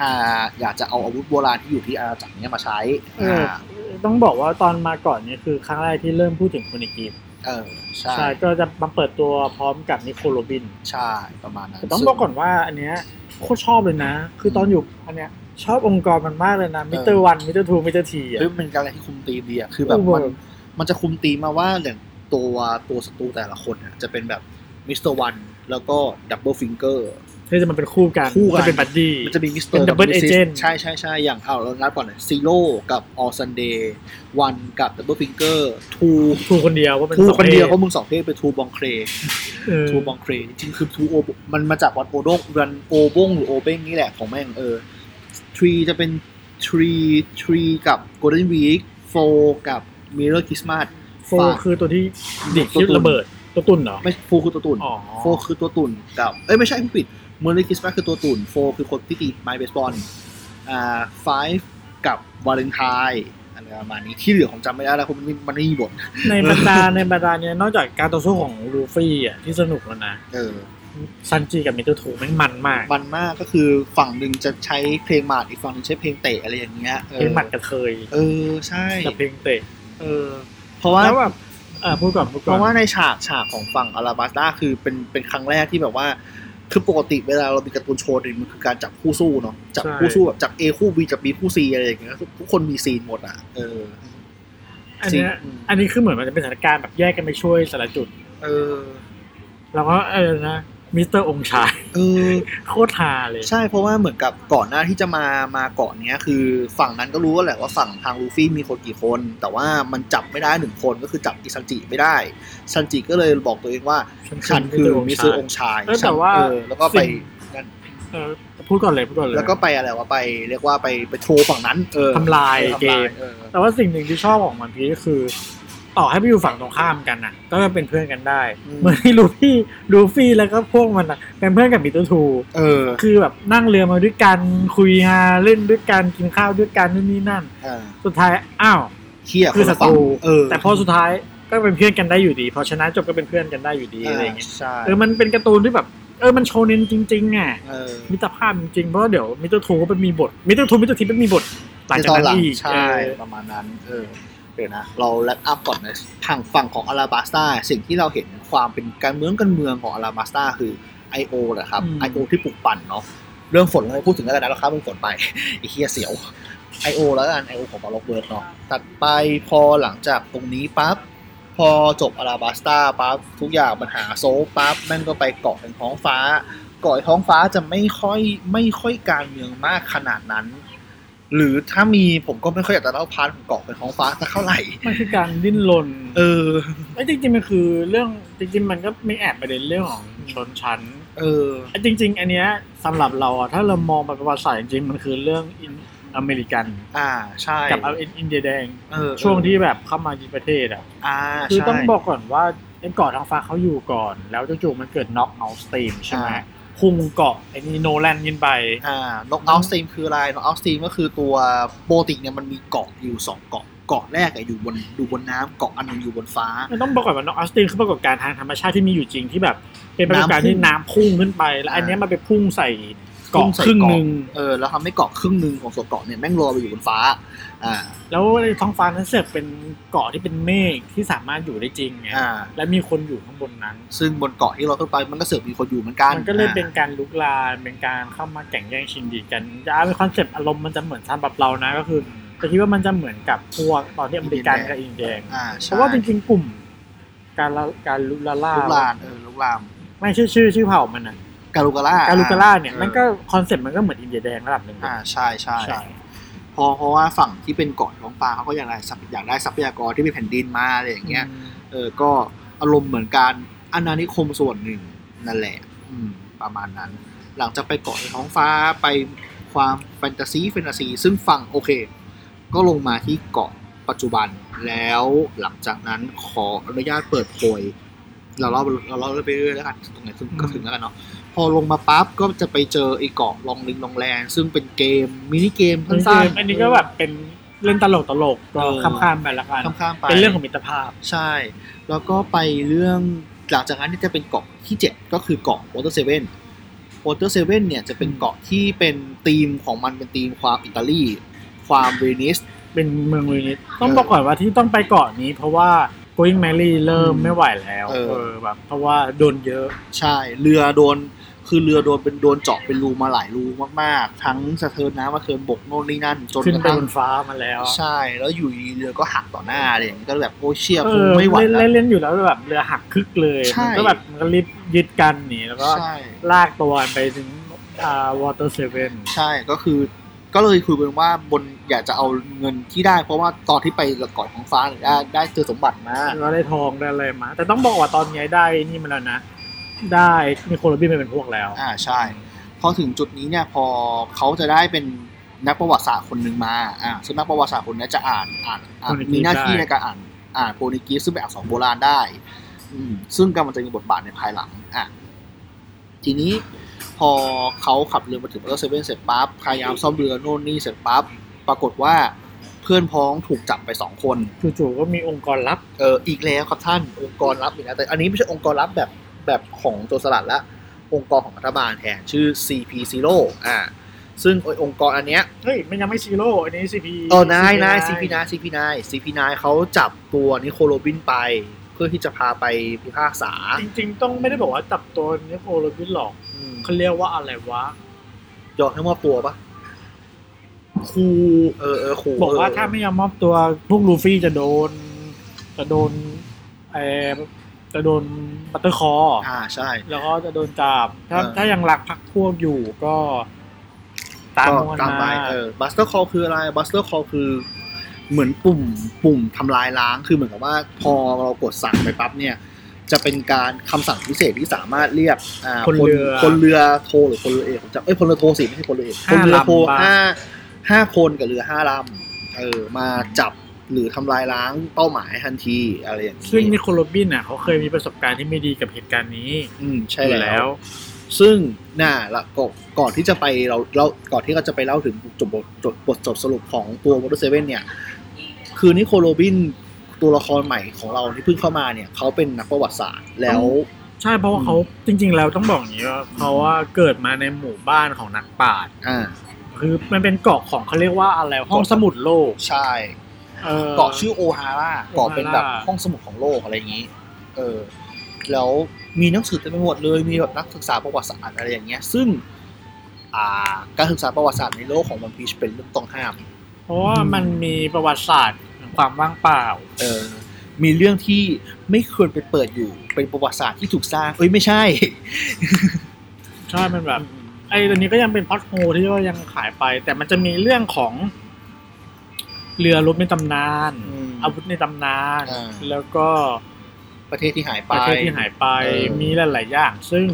Speaker 3: อ่าอยากจะเอาอาวุธโบราณที่อยู่ที่อาณาจักรเนี่ยมาใช้
Speaker 2: เออ
Speaker 3: า
Speaker 2: ต้องบอกว่าตอนมาก่อนเนี่ยคือครั้งแรกที่เริ่มพูดถึงคนอียิปต์
Speaker 3: เออใช่
Speaker 2: ใช่ก็จะมาเปิดตัวพร้อมกับนิโคลโรบิน
Speaker 3: ใช่ประมาณนั้น
Speaker 2: แต่ต้องบอกก่อนว่าอันเนี้ยโคตรชอบเลยนะ คือตอนอยู่อันเนี้ยชอบองค์กรมันมากเลยนะมิเตอร์วันมิเตอร์ทูมิเตอร์ทีอ่ะ
Speaker 3: เฮ้ยมันเป็นอะไรที่คุมตีมดีอะคือแบบ
Speaker 2: เออเวิ
Speaker 3: มัน
Speaker 2: ร์ก
Speaker 3: มันจะคุมตีมมาว่าอย่างตัวตัวศัตรูแต่ละคนอะจะเป็นแบบมิสเตอร์วันแล้วก็ดับเบิลฟิงเกอร์
Speaker 2: ที่จะมันเป็นคู่กัน
Speaker 3: คู่กัน
Speaker 2: จะเป็นบัดดี้
Speaker 3: มันจะมีมิสเตอ
Speaker 2: เป็
Speaker 3: ร์
Speaker 2: น double agent
Speaker 3: ใช่ใช่ใช่อย่างเอาเรานับก่อนซีโร่กับออ l ซันเดย์วันกับดับเบิลฟิงเกอร์ทู
Speaker 2: ทูคนเดียวว่าเป็น
Speaker 3: ทู
Speaker 2: สอง
Speaker 3: คนเดียว
Speaker 2: พ
Speaker 3: เขาะมึงสองเพศเป็นทูบองเคร
Speaker 2: เออ
Speaker 3: ทูบองเครจริงๆคือทูโอมันมาจากวันโอโดงวันโอโบงหรือโอเบ้งนี่แหละของแม่งเออทรีจะเป็นทรีทรีกับโกลเด้นวีคโฟกับมิเลอร์คริสต์มาส
Speaker 2: โฟร์คือตัวที่เด็กที่ระเบิดตัวตุ่นเหรอ
Speaker 3: ไม่โฟคือตัวตุ่น
Speaker 2: อ๋อ
Speaker 3: โฟคือตัวตุ่นกับเอ้ยไม่ใช่ผู้ผิดเมอร์ลี่คริสต์มาสคือตัวตุ่นโฟคือคนที่ตีไม้เบสบอลอ่าไฟกับวาเลนไทน์อะไรประมาณนี้ที่เหลือผมจำไม่ได้แล้วคุณมันมันไม่มีบท
Speaker 2: ในบรรดา ในบรรดาเนี่ยนอกจากการต่อสู้ของลูฟี่อ่ะที่สนุกแล้วนะ
Speaker 3: เออ
Speaker 2: ซันจีกับมิเตอร์ทูแม่งมันมาก
Speaker 3: มันมากก็คือฝั่งหนึ่งจะใช้เพลงหมาดอีกฝั่งหนึ่งใช้เพลงเตะอะไรอย่างเงี้ยออ
Speaker 2: เพลงหมัดกระเทย
Speaker 3: เออใช่
Speaker 2: กับเพลงเตะ
Speaker 3: เออเพราะว่า
Speaker 2: แล้วแบบอ่าพูดก่อนพูด
Speaker 3: เพ
Speaker 2: ก่อน
Speaker 3: ราะว่าในฉากฉากของฝั่งอาราบัสตาคือเป็นเป็นครั้งแรกที่แบบว่า คือปกติเวลาเรามีการ์ตูนโชว์เนี่ยมันคือการจับคู่สู้เนาะจับคู่สู้แบบจับ A คู่ B จับ B คู่ C อะไรอย่างเงี้ยทุกคนมีซีนหมดอ่ะเออ
Speaker 2: อันเนี้ย
Speaker 3: ซี
Speaker 2: อันนี้คือเหมือนมันจะเป็นสถานการณ์แบบแยกกันไปช่วยแต่ละจุด
Speaker 3: เออ
Speaker 2: แล้วก็เออนะมิสเตอร์องค์ชาย
Speaker 3: เออ
Speaker 2: โคตรฮาเลย
Speaker 3: ใช่เพราะว่าเหมือนกับก่อนหน้าที่จะมามาเกาะเนี้ยคือฝั่งนั้นก็รู้แหละว่าฝั่งทางลูฟี่มีคนกี่คน แต่ว่ามันจับไม่ได้หนึ่งคนก็คือจับอิซันจิไม่ได้ซันจิก็เลยบอกตัวเองว่าฉันคือมิสเตอร์องค์ชาย
Speaker 2: เออแต่ว่า
Speaker 3: เออแล้วก็ไป
Speaker 2: สิ่ง
Speaker 3: นั่น
Speaker 2: เออพูดก่อนเลยพูดก่อนเลย
Speaker 3: แล้วก็ไปอะไรวะไปเรียกว่าไปไปโชว์ฝั่งนั้นเออ
Speaker 2: ทำลาย
Speaker 3: ออทำลาย
Speaker 2: เกม
Speaker 3: เออ
Speaker 2: แต่ว่าสิ่งหนึ่งที่ชอบของมันพีก็คือ ต่อให้ไปอยู่ฝั่งตรงข้ามกันน่ะ ก็ยังเป็นเพื่อนกันได้ เหมือนที่ลูฟี่ลูฟี่แล้วก็พวกมันน่ะเป็นเพื่อนกับมิโตทู
Speaker 3: เออ
Speaker 2: คือแบบนั่งเรือมาด้วยกันคุยฮาเล่นด้วยกันกินข้าวด้วยกันนู่นนี่นั่น
Speaker 3: เออ
Speaker 2: สุดท้ายอ้าว
Speaker 3: เคีย
Speaker 2: คือศัตรู
Speaker 3: นละฝั่งเออ
Speaker 2: แต่พอสุดท้ายก็เป็นเพื่อนกันได้อยู่ดีพอชนะจบก็เป็นเพื่อนกันได้อยู่ดีอะไรอย่างเงี้ย
Speaker 3: ใช่
Speaker 2: เออมันเป็นการ์ตูนที่แบบเออมันโชเน้นจริงๆอ่ะ
Speaker 3: เออ
Speaker 2: มิตรภาพจริงๆเพราะว่าเดี๋ยวมิตรทูก็เป็นมีบท มิตรทูมิตรทิพย์เป็นมีบทหลังจาก
Speaker 3: ในตอ
Speaker 2: นั้นอีก
Speaker 3: ใช่
Speaker 2: เออ
Speaker 3: ประมาณนั้นเออเดี๋ยวนะ เราแลปอัพก่อนนะทางฝั่งของอาราบัสตาสิ่งที่เราเห็นความเป็นการเมืองการเมืองของอาราบัสตาคือ I.O. แหละครับ I.O. ที่ปลุกปั่นเนาะเรื่องฝนเราไม่พูดถึงแล้วกันนะเราข้ามเรื่องฝนไป ไอ้เฮียเสียว I.O. แล้วกัน I.O. ของบาล็อกเวิร์ดเนาะตัดไปพอหลังจากตรงนี้ปั๊บ พอจบอาราบัสตาปั๊บทุกอย่างมันหาโซลปั๊บแม่งก็ไปเกาะเป็นท้องฟ้า เกาะท้องฟ้าจะไม่ค่อยไม่ค่อยการเมืองมากขนาดนั้น หรือถ้ามีผมก็ไม่ค่อยอยากจะเล่าพาร์ทของเกาะเป็นท้องฟ้าสักเท่าไหร่
Speaker 2: มันคือการดิ้นรน
Speaker 3: เออ
Speaker 2: ไอ้ยจริงๆมันคือเรื่องจริงๆมันก็ไม่แอบประเด็นเรื่องของชนชั้น
Speaker 3: เออ
Speaker 2: อ่ะจริง ๆ อันเนี้ยสำหรับเราอ่ะถ้าเรามองแบบประวัติศาสตร์จริงๆมันคือเรื่องอินอเมริกัน
Speaker 3: อ่าใช่
Speaker 2: กับอินเดียแดง
Speaker 3: เออ
Speaker 2: ช่วงที่แบบเข้ามายึดประเทศอ่ะ
Speaker 3: อ่า
Speaker 2: คือ
Speaker 3: ใช่
Speaker 2: ต้องบอกก่อนว่าไอ้เกาะทางฟ้าเขาอยู่ก่อน แล้วจู่ๆมันเกิดน็อกเอาสตีมใช่ไหม
Speaker 3: อ่า
Speaker 2: คุมเกาะไอ้นี่โนแลนยินไป
Speaker 3: อ่านกเอาสตีมคืออะไรนกเอาสตีมก็คือตัวโปรติกเนี่ยมันมีเกาะอยู่สองเกาะเกาะแรกอะอยู่บนอยู่บนน้ำเกาะอันหนึงอยู่บนฟ้า
Speaker 2: มันต้องบอกก่อนว่าน็อกเอาสตีมคือปรากฏการณ์ทางธรรมชาติที่มีอยู่จริงที่แบบ เป็นปรากฏการณ์ที่น้ำพุ่งขึ้นไป แล้วอันเนี้ยมันไปพุ่งใส่เกาะครึ่งหนึ่ง
Speaker 3: เออแล้วทำให้เกาะครึ่งหนึ่งของส่วนเกาะเนี่ยแม่งลอยไปอยู่บนฟ้า อ่า
Speaker 2: แล้วไอ้ท้องฟ้านั้นเสอกเป็นเกาะที่เป็นเมฆที่สามารถอยู่ได้จริงไง
Speaker 3: อ่า
Speaker 2: และมีคนอยู่ข้างบนนั้น
Speaker 3: ซึ่งบนเกาะที่เราต้องไปมันก็เสือกมีคนอยู่เหมือนกัน
Speaker 2: มันก็เลยเป็น
Speaker 3: อ่
Speaker 2: การลุกลามเป็นการเข้ามาแข่งแย่งชิงดีกันจะเป็นคอนเซปต์อารมณ์มันจะเหมือนสำหรับเรานะ ก็คือจะคิดว่ามันจะเหมือนกับพวกตอนที่อเมริกันกับอินเดียแดง
Speaker 3: อ่า
Speaker 2: เพ
Speaker 3: ใช่
Speaker 2: ราะว่าจริงๆกลุ่มการละการลุลาล่า
Speaker 3: ลูกลานเออลูกลาม
Speaker 2: ไม่ชื่อชื่อชื่อเผ่ามันนะ
Speaker 3: การูกาล่า
Speaker 2: การลุกาล่าเนี่ย
Speaker 3: ออ
Speaker 2: มันก็คอนเซปต์มันก็เหมือนอินเดียแดงระดับหนึ่ง
Speaker 3: อ่าใช่ใช่
Speaker 2: ใช่
Speaker 3: เพอเพราะว่าฝั่งที่เป็นเกาะท้องฟ้าเขาก็อยากได้ทรัพยอยากได้ทรัพยากรที่เป็นแผ่นดินมาอะไรอย่างเงี้ย เออ ก็อารมณ์เหมือนการอาณานิคมส่วนหนึ่งนั่นแหละ อืม ประมาณนั้น หลังจากไปเกาะในท้องฟ้าไปความแฟนตาซีแฟนตาซี ซึ่งฟังโอเค ก็ลงมาที่เกาะปัจจุบันแล้วหลังจากนั้นขออนุญาตเปิดโพยเราเล่าเราเล่าไปเรื่อยๆแล้วกันตรงไหนซึ่งก็ถึงแล้วกันเนาะพอลงมาปั๊บก็จะไปเจอไอ้เกาะลองลิงลองแลนซึ่งเป็นเกมมินิเกม
Speaker 2: จริ
Speaker 3: สั้น
Speaker 2: งๆ
Speaker 3: ๆ
Speaker 2: อันนี้ก็แบบเป็นเล่นตลกตลกๆก็
Speaker 3: เออ
Speaker 2: ข้ามๆไปละกัน
Speaker 3: ข้ามๆไป
Speaker 2: เป็นเรื่องของมิตรภาพ
Speaker 3: ใช่ แล้วก็ไปเรื่องหลังจากนั้นเนี่ยจะเป็นเกาะที่ 7 ก็คือเกาะวอเตอร์เซเว่นวอเตอร์เซเว่นเนี่ยจะเป็นเกาะที่เป็นธีมของมันเป็นธีมความอิตาลี ความเวนิส
Speaker 2: เป็นเมืองวินิสต้องบอกก่อนว่าที่ต้องไปเกาะนี้ เพราะว่า going merry เริ่ม
Speaker 3: อืม
Speaker 2: ไม่ไหวแล้ว
Speaker 3: เออ
Speaker 2: แบบเพราะว่าโดนเยอะ
Speaker 3: ใช่ เรือโดน คือเรือโดนเป็นโดนเจาะเป็นรูมาหลายรูมากๆ ทั้งสะเทินน้ำสะเทินบกโน่นนี่นั่น จน
Speaker 2: ขึ้น
Speaker 3: กระ
Speaker 2: ไป
Speaker 3: ทั่ง
Speaker 2: บนฟ้ามาแล้ว
Speaker 3: ใช่ แล้วอยู่ดีเรือก็หักต่อหน้าอะไรอย่างนี้ก็แบบโอ้เชี่ย
Speaker 2: เอ
Speaker 3: คง
Speaker 2: อ
Speaker 3: ไม่ไหว
Speaker 2: เล่น
Speaker 3: แล้ว
Speaker 2: เล่นเล่นอยู่แล้วแบบเรือหักคึกเลย
Speaker 3: ใช่
Speaker 2: มันก็แบบมันก็รีบยึดกันหนีแล้วก็
Speaker 3: ใช่
Speaker 2: ลากตัวไปถึงอ่า water seven
Speaker 3: ใช่ก็คือก็เลยคุยกันว่าบนอยากจะเอาเงินที่ได้ เพราะว่าตอนที่ไปเกาะของฟ้าเนี่ยได้ได้เจอสมบัติมา
Speaker 2: ก็ได้ทองได้อะไรมา แต่ต้องบอกว่าตอนนี้ได้นี่มาแล้วนะ ได้มีโคโลบินไปเป็นพวกแล้ว
Speaker 3: อ่าใช่พอถึงจุดนี้เนี่ยพอเขาจะได้เป็นนักประวัติศาสตร์คนหนึ่งมาอ่าซึ่งนักประวัติศาสตร์คนเนี้ยจะอ่านอ่านอ่าน
Speaker 2: Portuguese
Speaker 3: มีหน้าที่
Speaker 2: ได้
Speaker 3: ในการอ่านอ่านโพนิกีซึ่งเป็นอักษรโบราณได้อืมซึ่งกำลังจะมีบทบาทในภายหลังอ่ะทีนี้พอเขาขับเรือมาถึงเออร์เซเว่นเสร็จปั๊บพยายามซ่อมเรือโน่นนี่เสร็จปั๊บปรากฏว่าเพื่อนพ้องถูกจับไปสองคน
Speaker 2: จู่ๆก็มีองค์กรลับ
Speaker 3: เอออีกแล้วครับท่านองค์กรรับอีกแล้วแต่อันนี้ไม่ใช่องค์กรรับแบบแบบของโจรสลัดละ องค์กรของรัฐบาลแทนชื่อ CP0 อ่าซึ่งไอ้องค์กรอันเนี้ย
Speaker 2: เฮ้ยมันยังไม่ซีโร่อันนี้ CP
Speaker 3: เออนายนาย CP9 CP9 CP9 เขาจับตัวนิโคโลบินไป เพื่อที่จะพาไปพิพากษา
Speaker 2: จริงๆ ต้องไม่ได้บอกว่าจับตัวนิโคลโลบินหรอก
Speaker 3: อืม
Speaker 2: เขาเรียกว่าอะไรวะ
Speaker 3: ยอมให้มอบตัวปะครูเออเออครู
Speaker 2: บอกว่าถ้าไม่ยอมมอบตัวพวกลูฟี่จะโดน จะโดนเออจะโดนบัตเตอร์คอร์
Speaker 3: อ่าใช่
Speaker 2: แล้วก็จะโดนจับถ้า
Speaker 3: เออ
Speaker 2: ถ้ายังรักพักพวกอยู่ก็ตาม
Speaker 3: ก็
Speaker 2: มัน
Speaker 3: ตามไป
Speaker 2: มา
Speaker 3: เออบัสเตอร์คอคืออะไรบัสเตอร์คอคือเหมือนปุ่มปุ่มทำลายล้างคือเหมือนกับว่าพอเรากดสั่งไปปั๊บเนี่ย จะเป็นการคำสั่งพิเศษที่สามารถเรียกอ่า
Speaker 2: คนเรือ
Speaker 3: คนเรือโทรหรือคนเรือเอกผมจำเอ้ยคนเรือโทรสิไม่ใช่คนเรือเอกค
Speaker 2: ห้าน
Speaker 3: เรือโทร
Speaker 2: ลำปะ
Speaker 3: ห้าห้าคนกับเรือห้าลำเออมาจับหรือทำลายล้างเป้าหมายทันทีอะไรอย่าง
Speaker 2: ซึ่งนิ
Speaker 3: นี้
Speaker 2: โคลโลบินน่ะเขาเคยมีประสบการณ์ที่ไม่ดีกับเหตุการณ์นี้
Speaker 3: อืมใช่
Speaker 2: อยู่
Speaker 3: แล้
Speaker 2: แล้ว ว
Speaker 3: ซึ่งน่าละกก่อนที่จะไปเราเราก่อนที่เราจะไปเล่าถึงจบบทจบบทจบสรุปของตัววอเตอร์เซเว่นเนี่ย คือนิโคโลบินตัวละครใหม่ของเราที่เพิ่งเข้ามาเนี่ย เขาเป็นนักประวัติศาสตร์แล้ว
Speaker 2: ใช่เพราะว่าเขาจริง ๆ แล้วต้องบอกอย่างนี้ว่าเขาว่าเกิดมาในหมู่บ้านของนักปราชญ์
Speaker 3: อ่า
Speaker 2: คือมันเป็นเกาะของเขาเรียกว่าอะไรห้องสมุดโลก
Speaker 3: ใช่
Speaker 2: อ
Speaker 3: เกาะชื่อโอฮาร่าเกาะเป็นแบบ
Speaker 2: โอฮาร่า
Speaker 3: ห้องสมุดของโลกอะไรอย่างนี้ เออ แล้วมีหนังสือเต็มไปหมดเลยมีแบบนักศึกษาประวัติศาสตร์อะไรอย่างเงี้ย ซึ่ง อ่า การศึกษาประวัติศาสตร์ในโลกของวันพีชเป็นเรื่องต้องห้าม
Speaker 2: เพราะว่ามันมีประวัติศาสตร์แห่งความว่างเปล่า
Speaker 3: เออ มีเรื่องที่ไม่ควรไปเปิดอยู่ เป็นประวัติศาสตร์ที่ถูกสร้างเอ้ยไม่ใช่
Speaker 2: ใช่มันแบบไอ้ตัวนี้ก็ยังเป็นพล็อดโฮลที่ว่ายังขายไป แต่มันจะมีเรื่องของ เรือรบในตำนาน
Speaker 3: อืม
Speaker 2: อาวุธในตำนาน
Speaker 3: อ่า
Speaker 2: แล้วก็
Speaker 3: ประเทศที่หาย
Speaker 2: ป
Speaker 3: ไป
Speaker 2: ระเทศที่หายไป
Speaker 3: เออ
Speaker 2: มีหลายๆอย่าง ซึ่ง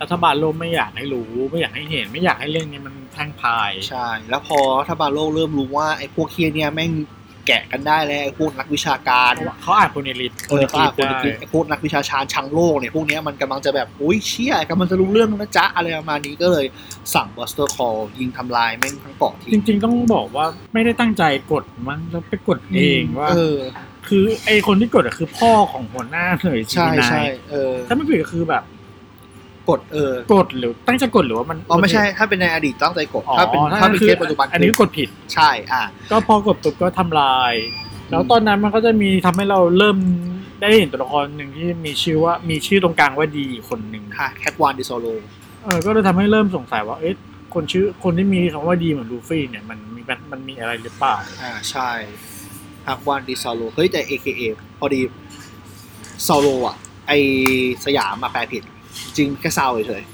Speaker 2: รัฐบาลโลกไม่อยากให้รู้ ไม่อยากให้เห็น ไม่อยากให้เรื่องนี้มันแพร่งพราย
Speaker 3: ใช่ แล้วพอรัฐบาลโลกเริ่มรู้ว่าไอ้พวกเคียเนี่ยแม่งแกะกันได้แล้วไอ้พวกนักวิชาการ
Speaker 2: เขาอ่านคนในลิสต์
Speaker 3: เออป้าคน
Speaker 2: ได้
Speaker 3: กินไอ้พวกนักวิชาชาญชังโลกเนี่ยพวกเนี้ยมันกำลังจะแบบอุ้ยเชี่ยกำลังจะรู้เรื่องนะจ๊ะอะไรประมาณนี้ก็เลยสั่งบัสเตอร์คอลยิงทำลายแม่งทั้งเกาะที
Speaker 2: จริง ๆ ต้องบอกว่าไม่ได้ตั้งใจกดมั้งแล้วไปกดเองว่า
Speaker 3: เออ
Speaker 2: คือไอคนที่กดอะคือพ่อของหัวหน้าหน่วยจี
Speaker 3: ใช่
Speaker 2: นา
Speaker 3: ใช่
Speaker 2: ย
Speaker 3: เออ
Speaker 2: ถ้าไม่ผิดก็คือแบบ
Speaker 3: กดเออก
Speaker 2: ดหรือตั้งใจกดหรือว่ามัน
Speaker 3: อ๋อไม่ใช่ ถ้าเป็นในอดีตต้องใจกด
Speaker 2: อ๋อ
Speaker 3: ถ้าเป็นถ้าเป็น
Speaker 2: คือ
Speaker 3: เคสปัจจุบัน
Speaker 2: อันนี้ก็กดผิด
Speaker 3: ใช่อ่ะ
Speaker 2: ก็พอกดปุ๊บก็ทำลาย แล้วตอนนั้นมันก็จะมีทำให้เราเริ่มได้เห็นตัวละครหนึ่งที่มีชื่อว่ามีชื่อตรงกลางว่าดีคนหนึ่ง
Speaker 3: ค่ะแคทวานดิโซโล
Speaker 2: เออก็เลยทำให้เริ่มสงสัยว่าเอ๊ะคนชื่อคนที่มีคำว่าดีเหมือนลูฟี่เนี่ยมันมีมันมันมีอะไรหรือเปล่า
Speaker 3: อ่าใช่แคทวานดิโซโลเฮ้ยแต่ AKA พอดีซาโลอ่ะ ไอสยามมาแปลผิด จริงแค่ซาวเฉย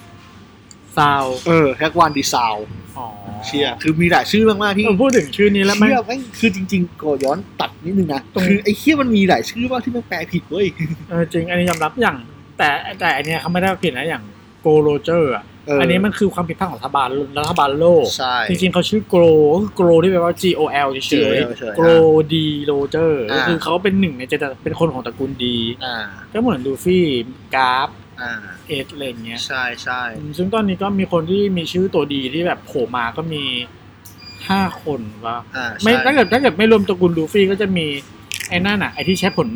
Speaker 2: ซาว
Speaker 3: ๆเออแคทวานดิซาว
Speaker 2: อ๋อ
Speaker 3: เชียคือมีหลายชื่อมากๆที่
Speaker 2: เออพูดถึงชื่อนี้แล้วแม่ง
Speaker 3: เชื่อไหมคือจริงๆก็ย้อนตัดนิดนึงนะ
Speaker 2: ตรง
Speaker 3: คือไอ้เคี้ยมันมีหลายชื่อว่ากที่มันแปลผิดเว้ย
Speaker 2: เออจริงอันนี้ยอมรับอย่าง แต่แต่อันเนี้ยเขาไม่ได้ผิดนะอย่างโกโรเจอร์อ่ะ
Speaker 3: เอออั
Speaker 2: อันนี้มันคือความผิดพลาดของรัฐบาลรัฐบาลโลก
Speaker 3: ใช่
Speaker 2: จริงๆเขาชื่อโกลก็คือโกลที่แปลว่า G O L เฉย
Speaker 3: G O L เฉยๆ
Speaker 2: โกลดีโรเจอร์
Speaker 3: อ่า
Speaker 2: ก็คือเขาเป็นหนึ่งในเจตเป็นคนของตระกูลดี
Speaker 3: อ่า
Speaker 2: ก็เหมือนลูฟี่กราฟ
Speaker 3: อ่า
Speaker 2: เอสอะไรอย่างเงี้ย
Speaker 3: ใช่ใช่
Speaker 2: อืมซึ่งตอนนี้ก็มีคนที่มีชื่อตัวดีที่แบบโผล่มาก็มีห้าคนว่า
Speaker 3: อ่าใช่
Speaker 2: ไม่ถ้าเกิดถ้าเกิดไม่รวมตระกูลลูฟี่ก็จะมีไอ้นั่นอ่ะไอ้ที่ใช้ผล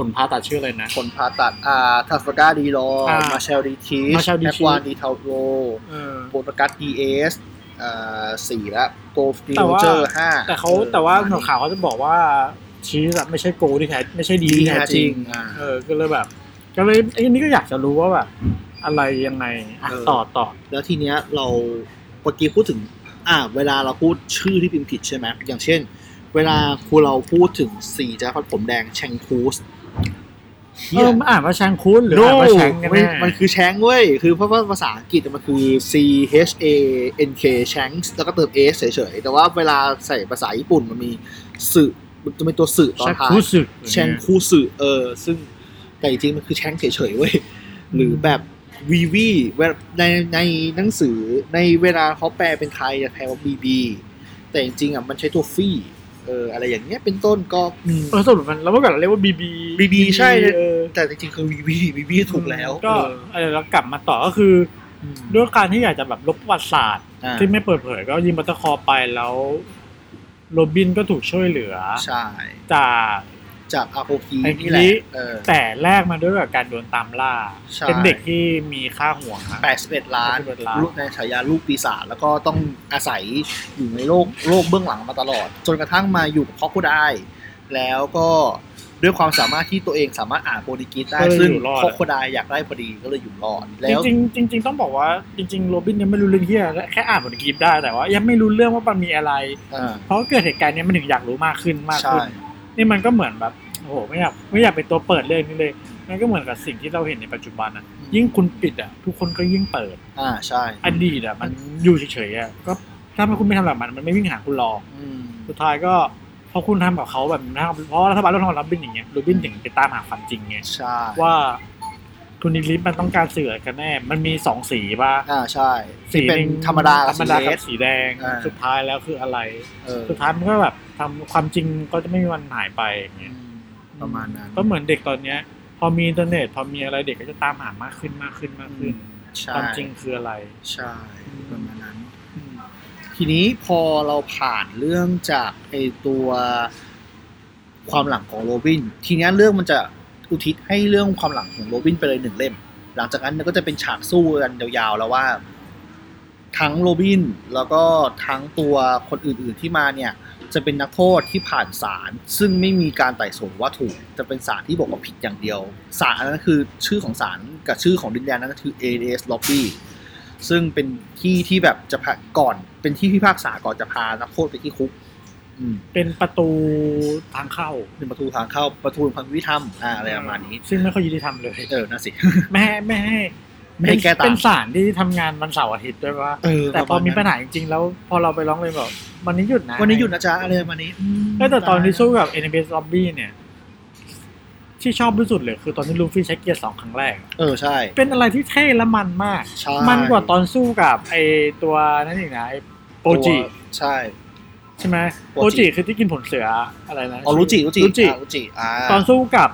Speaker 2: ผลพาตัดชื่ออะไรนะ
Speaker 3: ผลผ่าตัด อ่าทัฟก้าดีรอ
Speaker 2: อ่า
Speaker 3: มาเชลดีที
Speaker 2: Marshall D.
Speaker 3: แอ
Speaker 2: Teach
Speaker 3: ควานดีเทาโร
Speaker 2: เออ
Speaker 3: โปรกัสดีเอสอ่าสี่ละโกลดี
Speaker 2: แต่
Speaker 3: โร
Speaker 2: ว่า
Speaker 3: เจอร์ห้า
Speaker 2: แต่เขา
Speaker 3: ออ
Speaker 2: แต่ว่า
Speaker 3: ประ
Speaker 2: ห
Speaker 3: ม
Speaker 2: น่
Speaker 3: ณ
Speaker 2: วยข่าวเขาจะบอกว่าชีสอะไม่ใช่โกที่แท้ไม่ใช่ดี
Speaker 3: ดี
Speaker 2: ที่
Speaker 3: แท้
Speaker 2: แท้
Speaker 3: จ
Speaker 2: จ
Speaker 3: ริ
Speaker 2: ริ
Speaker 3: ง
Speaker 2: ง
Speaker 3: อ่า
Speaker 2: เออก็เลยแบบ ก็เลยไอ้นี่ก็อยากจะรู้ว่าแบบอะไรยังไงอ่ะ
Speaker 3: เออ
Speaker 2: ต่อต่อ
Speaker 3: แล้วทีเนี้ยเราเมื่อกี้พูดถึง อ่า เวลาเราพูดชื่อที่พิมพ์ผิดใช่ไหมอย่างเช่น เวลาครูเราพูดถึงสีจ้าพัดผมแดงแชงคูส
Speaker 2: เออมันอ่านว่าแชงคุ้นหรือ
Speaker 3: โน้
Speaker 2: อ่านว่าแชงกัน
Speaker 3: มั
Speaker 2: แน่
Speaker 3: นมันคือแชงเว้ย คือเพราะว่าภาษาอังกฤษมันคือ C H A N K แชงแล้วก็เติม S เฉยๆ แต่ว่าเวลาใส่ภาษาญี่ปุ่นมันมีสึมันจะเป็นตัวสึตอน
Speaker 2: แชัก
Speaker 3: ท้าย
Speaker 2: คุ้สึก
Speaker 3: แชงคูสึเออ ซึ่งแต่จริงๆ มันคือแชงเฉยๆเว้ย หรือแบบวีวีในในหนังสือในเวลาเขาแปลเป็นไทยจะแปลว่าบีบีแต่จริงๆอ่ะมันใช้ตัวฟี่เอออะไรอย่างเงี้ยเป็นต้นก็อืม
Speaker 2: เออสรุปมันแล้วเมื่อก่อนเราเรียกว่าบีบี
Speaker 3: BB ใช่
Speaker 2: เออ
Speaker 3: แต่จริงๆ คือวีวีวีวีถูกแล้ว
Speaker 2: ก็เออแล้วกลับมาต่อก็คือด้วยการที่อยากจะแบบลบประวัติศาสตร์
Speaker 3: เออ
Speaker 2: ที่ไม่เปิดเผยก็ยิงบัตเตอร์คอร์ไปแล้วโรบินก็ถูกช่วยเหลือ
Speaker 3: อ่าใช่
Speaker 2: จาก
Speaker 3: จากอาโคคี
Speaker 2: ไอ้
Speaker 3: นี่แหละ
Speaker 2: นี้
Speaker 3: เออ
Speaker 2: แต่แรกมาด้วยกับการโดนตามล่า
Speaker 3: ใช่
Speaker 2: เป็นเด็กที่มีค่าห่วงอะ
Speaker 3: แปดสิบเอ็ดล้าน
Speaker 2: 81ล้าน
Speaker 3: ลูกในฉายาลูกปีศาจแล้วก็ต้องอาศัยอยู่ในโลกโลกเบื้องหลังมาตลอด จนกระทั่งมาอยู่กับครอบครัวได้ แล้วก็ด้วยความสามารถที่ตัวเองสามารถอ่านโปรตุเกสได้
Speaker 2: ก็เลย
Speaker 3: ซึ่ง
Speaker 2: อยู่รอด
Speaker 3: ครอบครัวได้อยากได้พอดีก็เลยอยู่รอดแล้ว
Speaker 2: จริงๆจริงๆต้องบอกว่าจริงๆโรบินยังไม่รู้เรื่องที่อะไรแค่อ่านบทกรีฟได้แต่ว่ายังไม่รู้เรื่องว่ามันมีอะไร
Speaker 3: อ่า
Speaker 2: เพราะเกิดเหตุการณ์เนี้ยมันถึงอยากรู้มากขึ้นมาก
Speaker 3: ใช่
Speaker 2: ขึ้น นี่มันก็เหมือนแบบโอ้โหไม่อยากไม่อยากเป็นตัวเปิดเรื่องนี้เลย มันก็เหมือนกับสิ่งที่เราเห็นในปัจจุบันนะยิ่งคุณปิดอ่ะทุกคนก็ยิ่งเปิด
Speaker 3: อ่าใช่
Speaker 2: อดีตอ่ะมันอยู่เฉยๆอ่ะก็ถ้าคุณไม่ทำแบบมันมันไม่วิ่งหาคุณหรอก
Speaker 3: อืม
Speaker 2: สุดท้ายก็พอคุณทำกับเขาแบบนะครับเพราะรัฐบาลต้องทำรับบินอย่างเงี้ยรูบินถึงไปตามหาความจริงไง
Speaker 3: ใช่
Speaker 2: ว่าทุนนิลิฟมันต้องการสื่ออะไรกันแน่ มันมีสองสีป่ะ
Speaker 3: อ่าใช่
Speaker 2: สี
Speaker 3: ที่เป็น
Speaker 2: หง
Speaker 3: ธรรมดา
Speaker 2: ธ
Speaker 3: กั
Speaker 2: รรม
Speaker 3: บสี
Speaker 2: ดา
Speaker 3: เล
Speaker 2: กับ
Speaker 3: ส
Speaker 2: สีแดง
Speaker 3: อ่า
Speaker 2: สุดท้ายแล้วคืออะไร
Speaker 3: เออ
Speaker 2: สุดท้ายมันก็แบบทำความจริงก็จะไม่มีวันหายไปอย่าง
Speaker 3: อื
Speaker 2: เงี้ย
Speaker 3: มประมาณนั้น
Speaker 2: ก็เหมือนเด็กตอนเนี้ย พอมีอินเทอร์เน็ตพอมีอะไรเด็กก็จะตามหามากขึ้นมากขึ้นมากขึ้น
Speaker 3: ใช่
Speaker 2: ความจริงคืออะไร
Speaker 3: ใช่
Speaker 2: อืม
Speaker 3: ประมาณนั้น ทีนี้พอเราผ่านเรื่องจากไอตัวความหลังของโรบิน ทีนี้เรื่องมันจะอุทิศให้เรื่องความหลังของโรบินไปเลยหนึ่งเล่ม หลังจากนั้นมันก็จะเป็นฉากสู้กันยาวๆแล้วว่า ทั้งโรบินแล้วก็ทั้งตัวคนอื่นๆที่มาเนี่ย จะเป็นนักโทษที่ผ่านศาลซึ่งไม่มีการไต่สวนว่าถูก จะเป็นศาลที่บอกว่าผิดอย่างเดียวศาลอันนั้นคือชื่อของศาลกับชื่อของดินแดนนั้นก็คือ ADS Lobby ซึ่งเป็นที่ที่แบบจะพาก่อนเป็นที่พิพากษาก่อนจะพานักโทษไปที่คุก อืม
Speaker 2: เป็นประตูทางเข้า
Speaker 3: เป็นประตูทางเข้าประตูพันวิธรรมอ่าอะไรประมาณนี้
Speaker 2: ซึ่งไม่ค่อยยุติธรรมเลย
Speaker 3: เออน่าสิ
Speaker 2: ไม่ให้ไม่ให้
Speaker 3: ไม่ให้แก้ต่าง
Speaker 2: เป็นสารที่ทำงานวันเสาร์อาทิตย์ด้วยว่า
Speaker 3: เออ
Speaker 2: แต่พอมีปัญหาจริงๆแล้ว พอเราไปร้องเลยนบอกวันนี้หยุดนะ
Speaker 3: วันนี้หยุดนะจ๊ะอะไรประมาณนี้
Speaker 2: เออแต่ตอนที่สู้กับ n b s Lobby เนี่ย ที่ชอบที่สุดเลยคือตอนที่ลูฟี่ใช้เกียร์สองครั้งแรก
Speaker 3: เออใช่
Speaker 2: เป็นอะไรที่เท่และมันมาก
Speaker 3: ใช่
Speaker 2: มันกว่าตอนสู้กับไอตัวนั่นอีกนะไอโปจิ
Speaker 3: ใช่
Speaker 2: ใช่ไหม
Speaker 3: โป
Speaker 2: โปจิ
Speaker 3: จิ
Speaker 2: คือที่กินผลเสืออะไรนะ
Speaker 3: อ๋อรู้จิรู้จิ
Speaker 2: รู้จิ
Speaker 3: อ่ารู้จิอ่า
Speaker 2: ตอนสู้กับ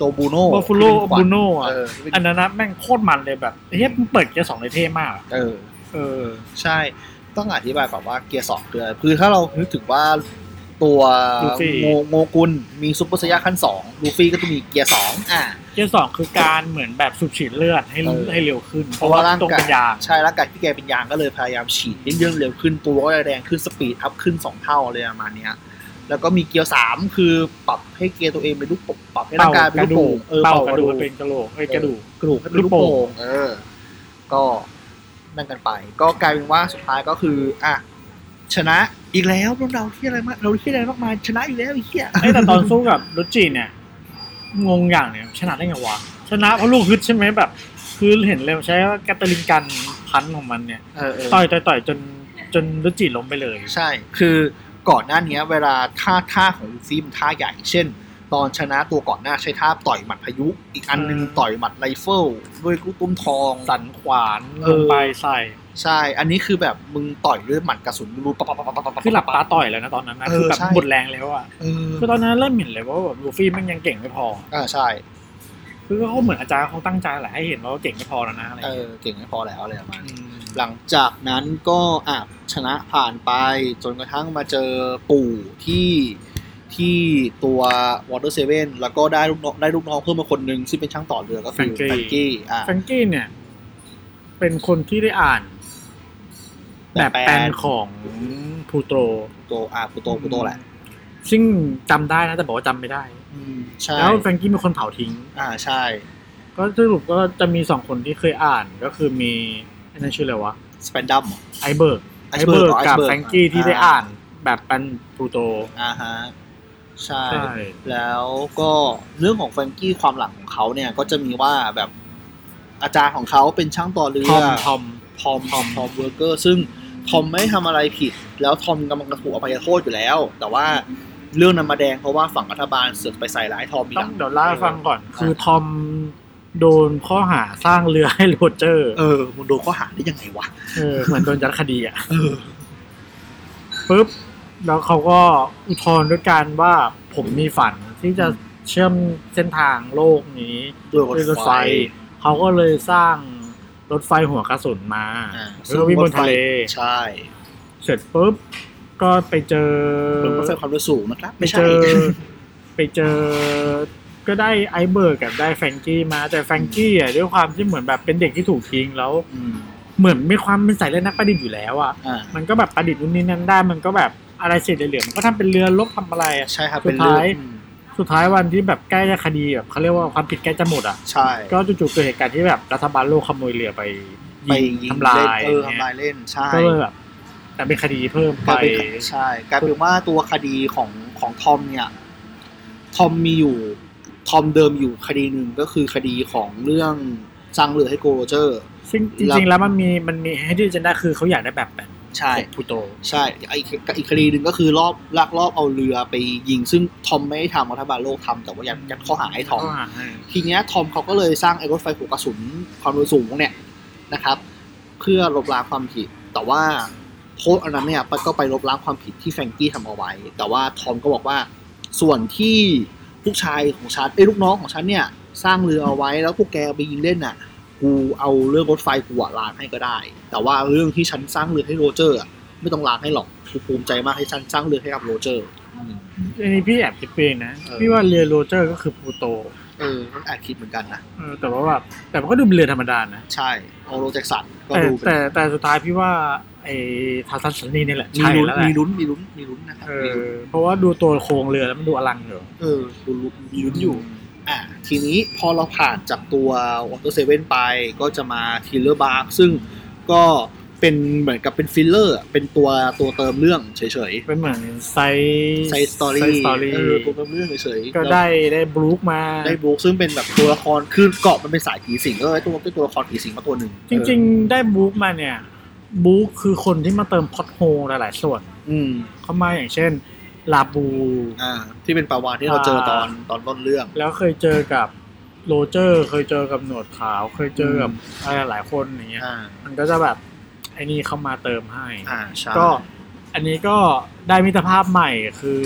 Speaker 3: ตัวบูโน่
Speaker 2: Buffalo Bruno อ่ะ
Speaker 3: เออ
Speaker 2: อันนั้นนะแม่งโคตรมันเลยแบบเฮ้ยมึงเปิดเกียร์สองเลยเท่มากอะ
Speaker 3: เออ
Speaker 2: เออ
Speaker 3: ใช่ ต้องอธิบายก่อนว่าเกียร์สองคืออะไรคือถ้าเรานึกถึงว่าตัว
Speaker 2: ลูฟี่
Speaker 3: โงโงกุลมีซุปเปอร์ไซยาขั้นสองลูฟี่ก็จะมีเกียร์สองอ่า
Speaker 2: เกียร์สองคือการเหมือนแบบสูบฉีดเลือดให้
Speaker 3: เออ
Speaker 2: ให้เร็วขึ้น
Speaker 3: เพ
Speaker 2: เพ
Speaker 3: ราะ
Speaker 2: ราะ
Speaker 3: ว่า
Speaker 2: ว่า
Speaker 3: ร่างกาย
Speaker 2: ตรงเป็นยาง
Speaker 3: ใช่แล้วกายที่แกเป็นยางก็เลยพยายามฉีดเรื่องเร็วขึ้นตัวก็แรงขึ้นสปีดอัพขึ้นสองเท่าเลยประมาณเนี้ยแล้วก็มีเกียร์สามคือปรับให้เกียร์ตัวเองเป็นลูกโป่งปรับให้ร่างกายเป็นลูกโป่งเออ
Speaker 2: เป่า
Speaker 3: เป่าก ก
Speaker 2: ระ
Speaker 3: ระ
Speaker 2: ดู
Speaker 3: ดู
Speaker 2: ก
Speaker 3: ก
Speaker 2: เป็นกระโหลกไอ้ย
Speaker 3: เออ
Speaker 2: กระดูก
Speaker 3: กระดูกให้เป็นลูกโป่งเออ ก็นั่นกันไป ก็กลายเป็นว่าสุดท้ายก็คือ อ่ะ ชนะอีกแล้วเราเราที่อะไรมากเราที่อะไรมากมายชนะอีกแล้วไอ้เหี้ย
Speaker 2: ไอ้ยแต่ตอนสู้กับรุจิเนี่ย งงอย่างเนี่ยชนะได้ไงวะ ชนะเพราะลูกฮึดใช่ไหมแบบ คือเห็นเลยใช้แกตาลินกันพันของมันเนี่ย
Speaker 3: เออเออ
Speaker 2: ต่อยต่อยต่อยจนจนรุจิล้มไปเลย
Speaker 3: ใช่ คือก่อนหน้าเนี้ย เวลาท่าท่าของลูฟี่มันท่าใหญ่ เช่น ตอนชนะตัวก่อนหน้าใช้ท่าต่อยหมัดพายุ อีกอันหนึง
Speaker 2: อืม
Speaker 3: ต่อยหมัดไรเฟิลด้วยลูกตุ้มทอง
Speaker 2: สันขวาน
Speaker 3: เอ
Speaker 2: ล
Speaker 3: อ
Speaker 2: งไปใส่
Speaker 3: ใช่ อันนี้คือแบบมึงต่อยด้วยหมัดกระสุนรูปะปะปะปะปะปะ
Speaker 2: คือหลับตาต่อยแล้วนะตอนนั้นนะ
Speaker 3: เออ
Speaker 2: คือแบบ
Speaker 3: ใช่
Speaker 2: หมดแรงแล้วอ่ะ
Speaker 3: เออ
Speaker 2: คือตอนนั้นเริ่มเห็นเลยว่าแบบลูฟี่มันยังเก่งไม่พอ
Speaker 3: อ่าใช่
Speaker 2: คือเขาเหมือนอาจารย์เขาตั้งใจแหละให้เห็นว่าเก่งไม่พอแล้วนะอะไรอ
Speaker 3: เอย่าง
Speaker 2: เงี้ย
Speaker 3: อ เก่งไม่พอแล้วอะไรประมาณนี้
Speaker 2: ม
Speaker 3: หลังจากนั้นก็อ่ะชนะผ่านไปจนกระทั่งมาเจอปู่ที่ที่ตัววอเตอร์เซเว่นแล้วก็ได้ลูกน้องได้ลูกน้องเพิ่มมาคนหนึ่งซึ่งเป็นช่างต่อเรือก็คือแฟรงกี้อ่ะ
Speaker 2: แฟรงกี้เนี่ย เป็นคนที่ได้อ่าน แบบแปลนของพลูโตร
Speaker 3: โตอ่ะปูโตปูโตแหละ
Speaker 2: ซึ่งจำได้นะแต่บอกว่าจำไม่ได้
Speaker 3: อืมใช่
Speaker 2: แล้วแฟรงกี้เป็นคนเผาทิ้ง
Speaker 3: อ่าใช่
Speaker 2: ก็สรุปก็จะมีสองคนที่เคยอ่านก็คือมีอันนั้นชื่ออะไรวะ
Speaker 3: สเปนดัม
Speaker 2: ไอเบิร์ก ไอ
Speaker 3: Iceberg
Speaker 2: เบิร์ก
Speaker 3: อ๋อ
Speaker 2: กับ
Speaker 3: Iceberg
Speaker 2: แฟรงกี้ที่ได้
Speaker 3: อ่า
Speaker 2: อ่านแบบเป็นพลูโต
Speaker 3: อ่าฮะใช่
Speaker 2: ใช่
Speaker 3: แล้วก็เรื่องของแฟรงกี้ความหลังของเขาเนี่ยก็จะมีว่าแบบอาจารย์ของเขาเป็นช่างต่อเรือ
Speaker 2: ทอมทอม
Speaker 3: ทอมทอมทอมเวอร์เกอร์ ซึ่งทอมไม่ทำอะไรผิด แล้วทอมกำลังจะถูกอภัยโทษอยู่แล้ว แต่ว่าเรื่องนั้นมาแดงเพราะว่าฝั่งรัฐบาลเสือกไปใส่ร้ายทอมอีก
Speaker 2: ต้
Speaker 3: ห
Speaker 2: อง
Speaker 3: ลัง
Speaker 2: เดี๋ยวเล่าให้ฟังก่อน
Speaker 3: เออ
Speaker 2: คือทอมโดนข้อหาสร้างเรือให้โรเจอร์
Speaker 3: เออมึงโดนข้อหาได้ยังไงวะ
Speaker 2: เออเหมือนโดนยัดคดีอ่ะ
Speaker 3: เออ
Speaker 2: ปุ๊บ แล้วเขาก็อุทธรณ์ด้วยการว่าผมมีฝันที่จะเชื่อมเส้นทางโลกนี้
Speaker 3: โดน
Speaker 2: ด้วย
Speaker 3: ร
Speaker 2: ร
Speaker 3: ถ
Speaker 2: ถ
Speaker 3: ไฟ
Speaker 2: ไฟ เขาก็เลยสร้างรถไฟหัวกระสุนมา
Speaker 3: อ่า
Speaker 2: เพื่อวิ่งบนทะเล
Speaker 3: ใช่
Speaker 2: เสร็จปุ๊บ ก็ไปเจอ
Speaker 3: บนรถไฟความเร็วสูงนะครับ
Speaker 2: ไป
Speaker 3: ไม่
Speaker 2: เจ
Speaker 3: ใช่
Speaker 2: อ ไปเจอ ก็ได้ไอเบิร์กกับได้แฟรงกี้มาแต่แฟรงกี้อ่ะด้วยความที่เหมือนแบบเป็นเด็กที่ถูกทิ้งแล้ว
Speaker 3: อืม
Speaker 2: เหมือนมีความเป็นสายเล่นนักประดิษฐ์อยู่แล้วอ่ะ
Speaker 3: อ่า
Speaker 2: มันก็แบบประดิษฐ์นู่นนี่นั่นได้ มันก็แบบอะไรเสร็จเหลือๆมันก็ทำเป็นเรือลบทำอะไรอ่ะ
Speaker 3: ใช่ครับ
Speaker 2: สุ
Speaker 3: เป็น
Speaker 2: ด
Speaker 3: เรื่
Speaker 2: ท้า
Speaker 3: อ
Speaker 2: ย
Speaker 3: งอืม
Speaker 2: สุดท้ายวันที่แบบใกล้จะคดีแบบเขาเรียกว่าความผิดใกล้จะหมดอ่ะ
Speaker 3: ใช่
Speaker 2: ก็จู่ๆเกิดเหตุการณ์ที่แบบรัฐบาลโลกขโมยเรือไป
Speaker 3: ไป
Speaker 2: ยิง
Speaker 3: ยิง
Speaker 2: ทำลา
Speaker 3: เล่น
Speaker 2: ย
Speaker 3: เออ
Speaker 2: เนี่ย
Speaker 3: ทำลายเล่นใช่
Speaker 2: ก็เลยแบบแต่เป็นคดีเพิ่ม
Speaker 3: ก
Speaker 2: ไป
Speaker 3: ลายเป็นใช่กลายเป็นว่าตัวคดีของของทอมเนี่ยทอมมีอยู่ทอมเดิมอยู่คดีหนึ่งก็คือคดีของเรื่องสร้างเรือให้โกโรเจอร์
Speaker 2: ซึ่งจริงๆแล้วมันมีมันมีให้ดีเจนได้คือเขาอยากได้แบบแบบ
Speaker 3: ใช่
Speaker 2: พูโต
Speaker 3: ใช่อีกอีกคดีหนึ่งก็คือรอบลักลอบเอาเรือไปยิงซึ่งทอมไม่ได้ทำรัฐบาลโลกทำแต่ว่ายัดยัดข้อหาให้ทอม ทีเนี้ยทอมเขาก็เลยสร้างไอ้รถไฟหัวกระสุนความเร็วสูงเนี่ยนะครับ เพื่อลบล้างความผิด แต่ว่าโทษอันนั้นเนี่ยมันก็ไปลบล้างความผิดที่แฟรงกี้ทำเอาไว้ แต่ว่าทอมก็บอกว่าส่วนที่ลูกชายของฉันไอ้ยลูกน้องของฉันเนี่ยสร้างเรือเอาไว้แล้วพวกแกเอาไปยิงเล่นน่ะ กูเอาเรื่องรถไฟกูอะล้างให้ก็ได้ แต่ว่าเรื่องที่ฉันสร้างเรือให้โรเจอร์อะไม่ต้องล้างให้หรอกกูภูมิใจมากให้ฉันสร้างเรือให้กับโรเจอร์
Speaker 2: อันนี้พี่แอบคิดไปเองนะ
Speaker 3: เออ
Speaker 2: พี่ว่าเรือโรเจอร์ก็คือพูโต
Speaker 3: เออแอบคิดเหมือนกันนะ
Speaker 2: เออแต่ว่าแบบแต่มันก็ดูเป็นเรือธรรมดานะ
Speaker 3: ใช่เอาโรแจ็คสันก็
Speaker 2: แต่
Speaker 3: ดูเป็น
Speaker 2: แต่แต่สุดท้ายพี่ว่าไอ้ทาร์ซันสันนี่นี่แหละ
Speaker 3: มี
Speaker 2: ใช่
Speaker 3: ลุ้น
Speaker 2: แล้วแหละ
Speaker 3: มีลุ้นมีลุ้นมีลุ้นนะครับ
Speaker 2: เอ
Speaker 3: มี
Speaker 2: อ
Speaker 3: ลุ้น
Speaker 2: เพราะว่าดูตัวโครงเรือแล้วมันดูอลังอยู่
Speaker 3: เออดูลุ้นมีลุ้นอยู่ อ่ะทีนี้พอเราผ่านจากตัววอเตอร์เซเว่นไปก็จะมาทีเลอร์บาร์ซึ่งก็ เป็นเหมือนกับเป็นฟิลเลอร์อะเป็นตัวตัวเติมเรื่องเฉย
Speaker 2: เป็นเหมือนไซ
Speaker 3: ๆ
Speaker 2: ส์
Speaker 3: ไซสตอรี่
Speaker 2: ไซส์สตอรี่
Speaker 3: เออตัวเติมเรื่องเฉยๆ
Speaker 2: ก็
Speaker 3: แล้ว
Speaker 2: ได้ได้บลูคมา
Speaker 3: ได้บลูคซึ่งเป็นแบบตัวละครคือเกาะมันเป็นสายผีสิงก็เลยตัวเป็นตัวละครผีสิงมาตัวหนึ่ง
Speaker 2: จริงๆ ได้บลูคมาเนี่ยบลูคคือคนที่มาเติมพอดโฮหลายๆส่วน
Speaker 3: ๆอืม
Speaker 2: เข้ามาอย่างเช่น ลาบู
Speaker 3: อ่า ที่เป็นปลาวานที่เราเจอตอนตอนต้นเรื่อง
Speaker 2: แล้วเคยเจอกับโรเจอร์ เคยเจอกับหนวดขาว เคยเจอกับอะไรหลายๆคนอย่างเงี้ย
Speaker 3: อ่า
Speaker 2: มันก็จะแบบไอ้นี่เข้ามาเติมให้
Speaker 3: อ่าใช่
Speaker 2: ก็อันนี้ก็ได้มิตรภาพใหม่คือ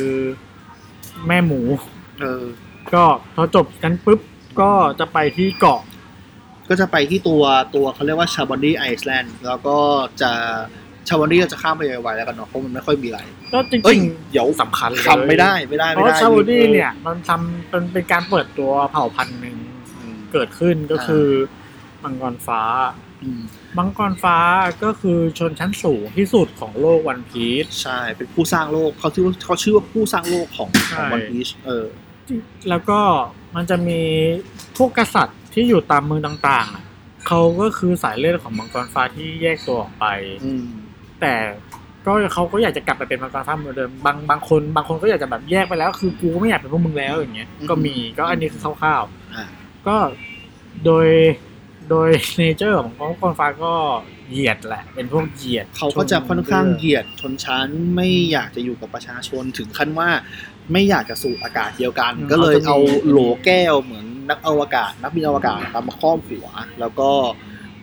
Speaker 2: แม่หมู
Speaker 3: เออ
Speaker 2: ก็พอจบกันปุ๊บก็จะไปที่เกาะ
Speaker 3: ก็จะไปที่ตัวตัวเขาเรียกว่าชาบอนดี้ไอซ์แลนด์แล้วก็จะชาบอนดี้เราจะข้ามไปไวๆแล้วกันเนาะเพราะมันไม่ค่อยมีอะไร
Speaker 2: ก็จ
Speaker 3: เอ้
Speaker 2: ริ
Speaker 3: ย
Speaker 2: ง
Speaker 3: เดี๋ยว
Speaker 2: ๆสำคัญเลย
Speaker 3: คำไม่ได้ไม่ได้
Speaker 2: เพ
Speaker 3: ไม่
Speaker 2: ราะ
Speaker 3: ได้
Speaker 2: ซาอุดีเนี่ยมันทำเป็นเป็นการเปิดตัวเผ่าพันธุ์หนึ่ง
Speaker 3: อืม
Speaker 2: เกิดขึ้นก็คือมังกรฟ้า
Speaker 3: อืม
Speaker 2: มังกรฟ้าก็คือชนชั้นสูงที่สุดของโลกวันพีช
Speaker 3: ใช่เป็นผู้สร้างโลกเขาชื่อว่าเขาชื่อว่าผู้สร้างโลกของ
Speaker 2: ใช่
Speaker 3: ของวันพีชเออ
Speaker 2: แล้วก็มันจะมีพวกกษัตริย์ที่อยู่ตามเมืองต่างๆอะเขาก็คือสายเลือดของมังกรฟ้าที่แยกตัวออกไป
Speaker 3: อืม
Speaker 2: แต่ก็เขาก็อยากจะกลับไปเป็นมังกรฟ้าเหมือนเดิมบางบางคนบางคนก็อยากจะแบบแยกไปแล้ว คือกูก็ไม่อยากเป็นพวกมึงแล้วอย่างเงี้ยก็มีก็อันนี้คือคร่าว
Speaker 3: อ่า
Speaker 2: ๆก็โดยโดยเนเจอร์ของมังกรฟ้าก็เหยียดแหละ เป็นพวกเหยียด
Speaker 3: เขาก็จะค่อนข้าง
Speaker 2: ชน
Speaker 3: เหยียดชนชั้นไม่อยากจะอยู่กับประชาชนถึงขั้นว่าไม่อยากจะสูดอากาศเดียวกัน
Speaker 2: อืม
Speaker 3: ก็เลย
Speaker 2: เขา
Speaker 3: เอา
Speaker 2: จะมี
Speaker 3: โหลแก้วเหมือนนักอวกาศ นักบินอวกาศตามมาครอบหัว แล้วก็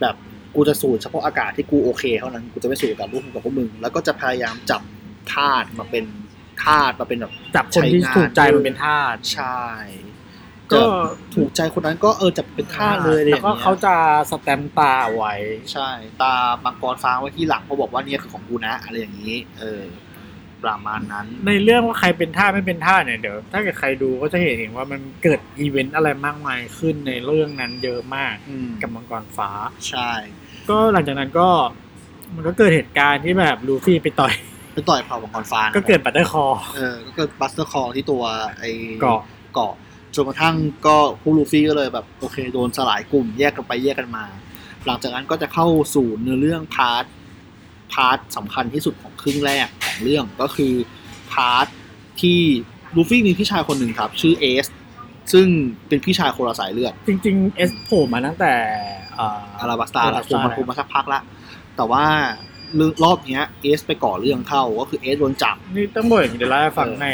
Speaker 3: แบบกูจะสูดเฉพาะอากาศที่กูโอเคเท่านั้นกูจะไม่สูดกับลูกกับพวกมึงแล้วก็จะพยายามจับทาสมาเป็นทาสมาเป็นแบบ
Speaker 2: จับคนที่ถูกใจมันเป็นทาส
Speaker 3: ใช่
Speaker 2: ก็
Speaker 3: ก็ถูกใจคนนั้นก็เออจะเป็นท่าสเลยอะไรอ
Speaker 2: แล้
Speaker 3: ย่าว ง
Speaker 2: ก็
Speaker 3: เงี้ย
Speaker 2: เขาจะสแตมป์ตาไว้
Speaker 3: ใช่ ตามังกรฟ้าไว้ที่หลังเขาะบอกว่าเนี่ยคือของกูนะ อะไรอย่างนี้ เออ ประมาณนั้น
Speaker 2: ในเรื่องว่าใครเป็นท่าสไม่เป็นท่าสเนี่ยเดี๋ยว ถ้าเกิดใครดูก็จะเห็นเองว่ามันเกิดอีเวนต์อะไรมากมายขึ้นในเรื่องนั้นเยอะมาก
Speaker 3: อืม
Speaker 2: กับมังกรฟ้า
Speaker 3: ใช่
Speaker 2: ก็หลังจากนั้นก็มันก็เกิดเหตุการณ์ที่แบบลูฟี่ไปต่อย
Speaker 3: ไปต่อยเผ่ามังกรฟ้านะ
Speaker 2: ก็เกิดบัตเตอร์คอร์
Speaker 3: เออ ก็เกิดบัสเตอร์คอร์ที่ตัวไอ้
Speaker 2: เกาะ
Speaker 3: เกาะจนกระทั่งก็ผู้ลูฟี่ก็เลยแบบโอเคโดนสลายกลุ่มแยกกันไปแยกกันมา หลังจากนั้นก็จะเข้าสู่เนื้อเรื่องพาร์ทพาร์ทสำคัญที่สุดของครึ่งแรกของเรื่องก็คือพาร์ทที่ลูฟี่มีพี่ชายคนหนึ่งครับ ชื่อเอส ซึ่งเป็นพี่ชายคนละสายเลือด
Speaker 2: จริงๆเอสโผล่มาตั้งแต่เ
Speaker 3: อาราบัสตาแล้วคุมมาคุมมาสักพักละแต่ว่าเรื่องรอบเนี้ยเอสไปก่อเรื่องเข้าก็คือเอสโดนจับ
Speaker 2: นี่ต้องบอกอย่างนี้เดี๋ยวเล่าให้ฟังใน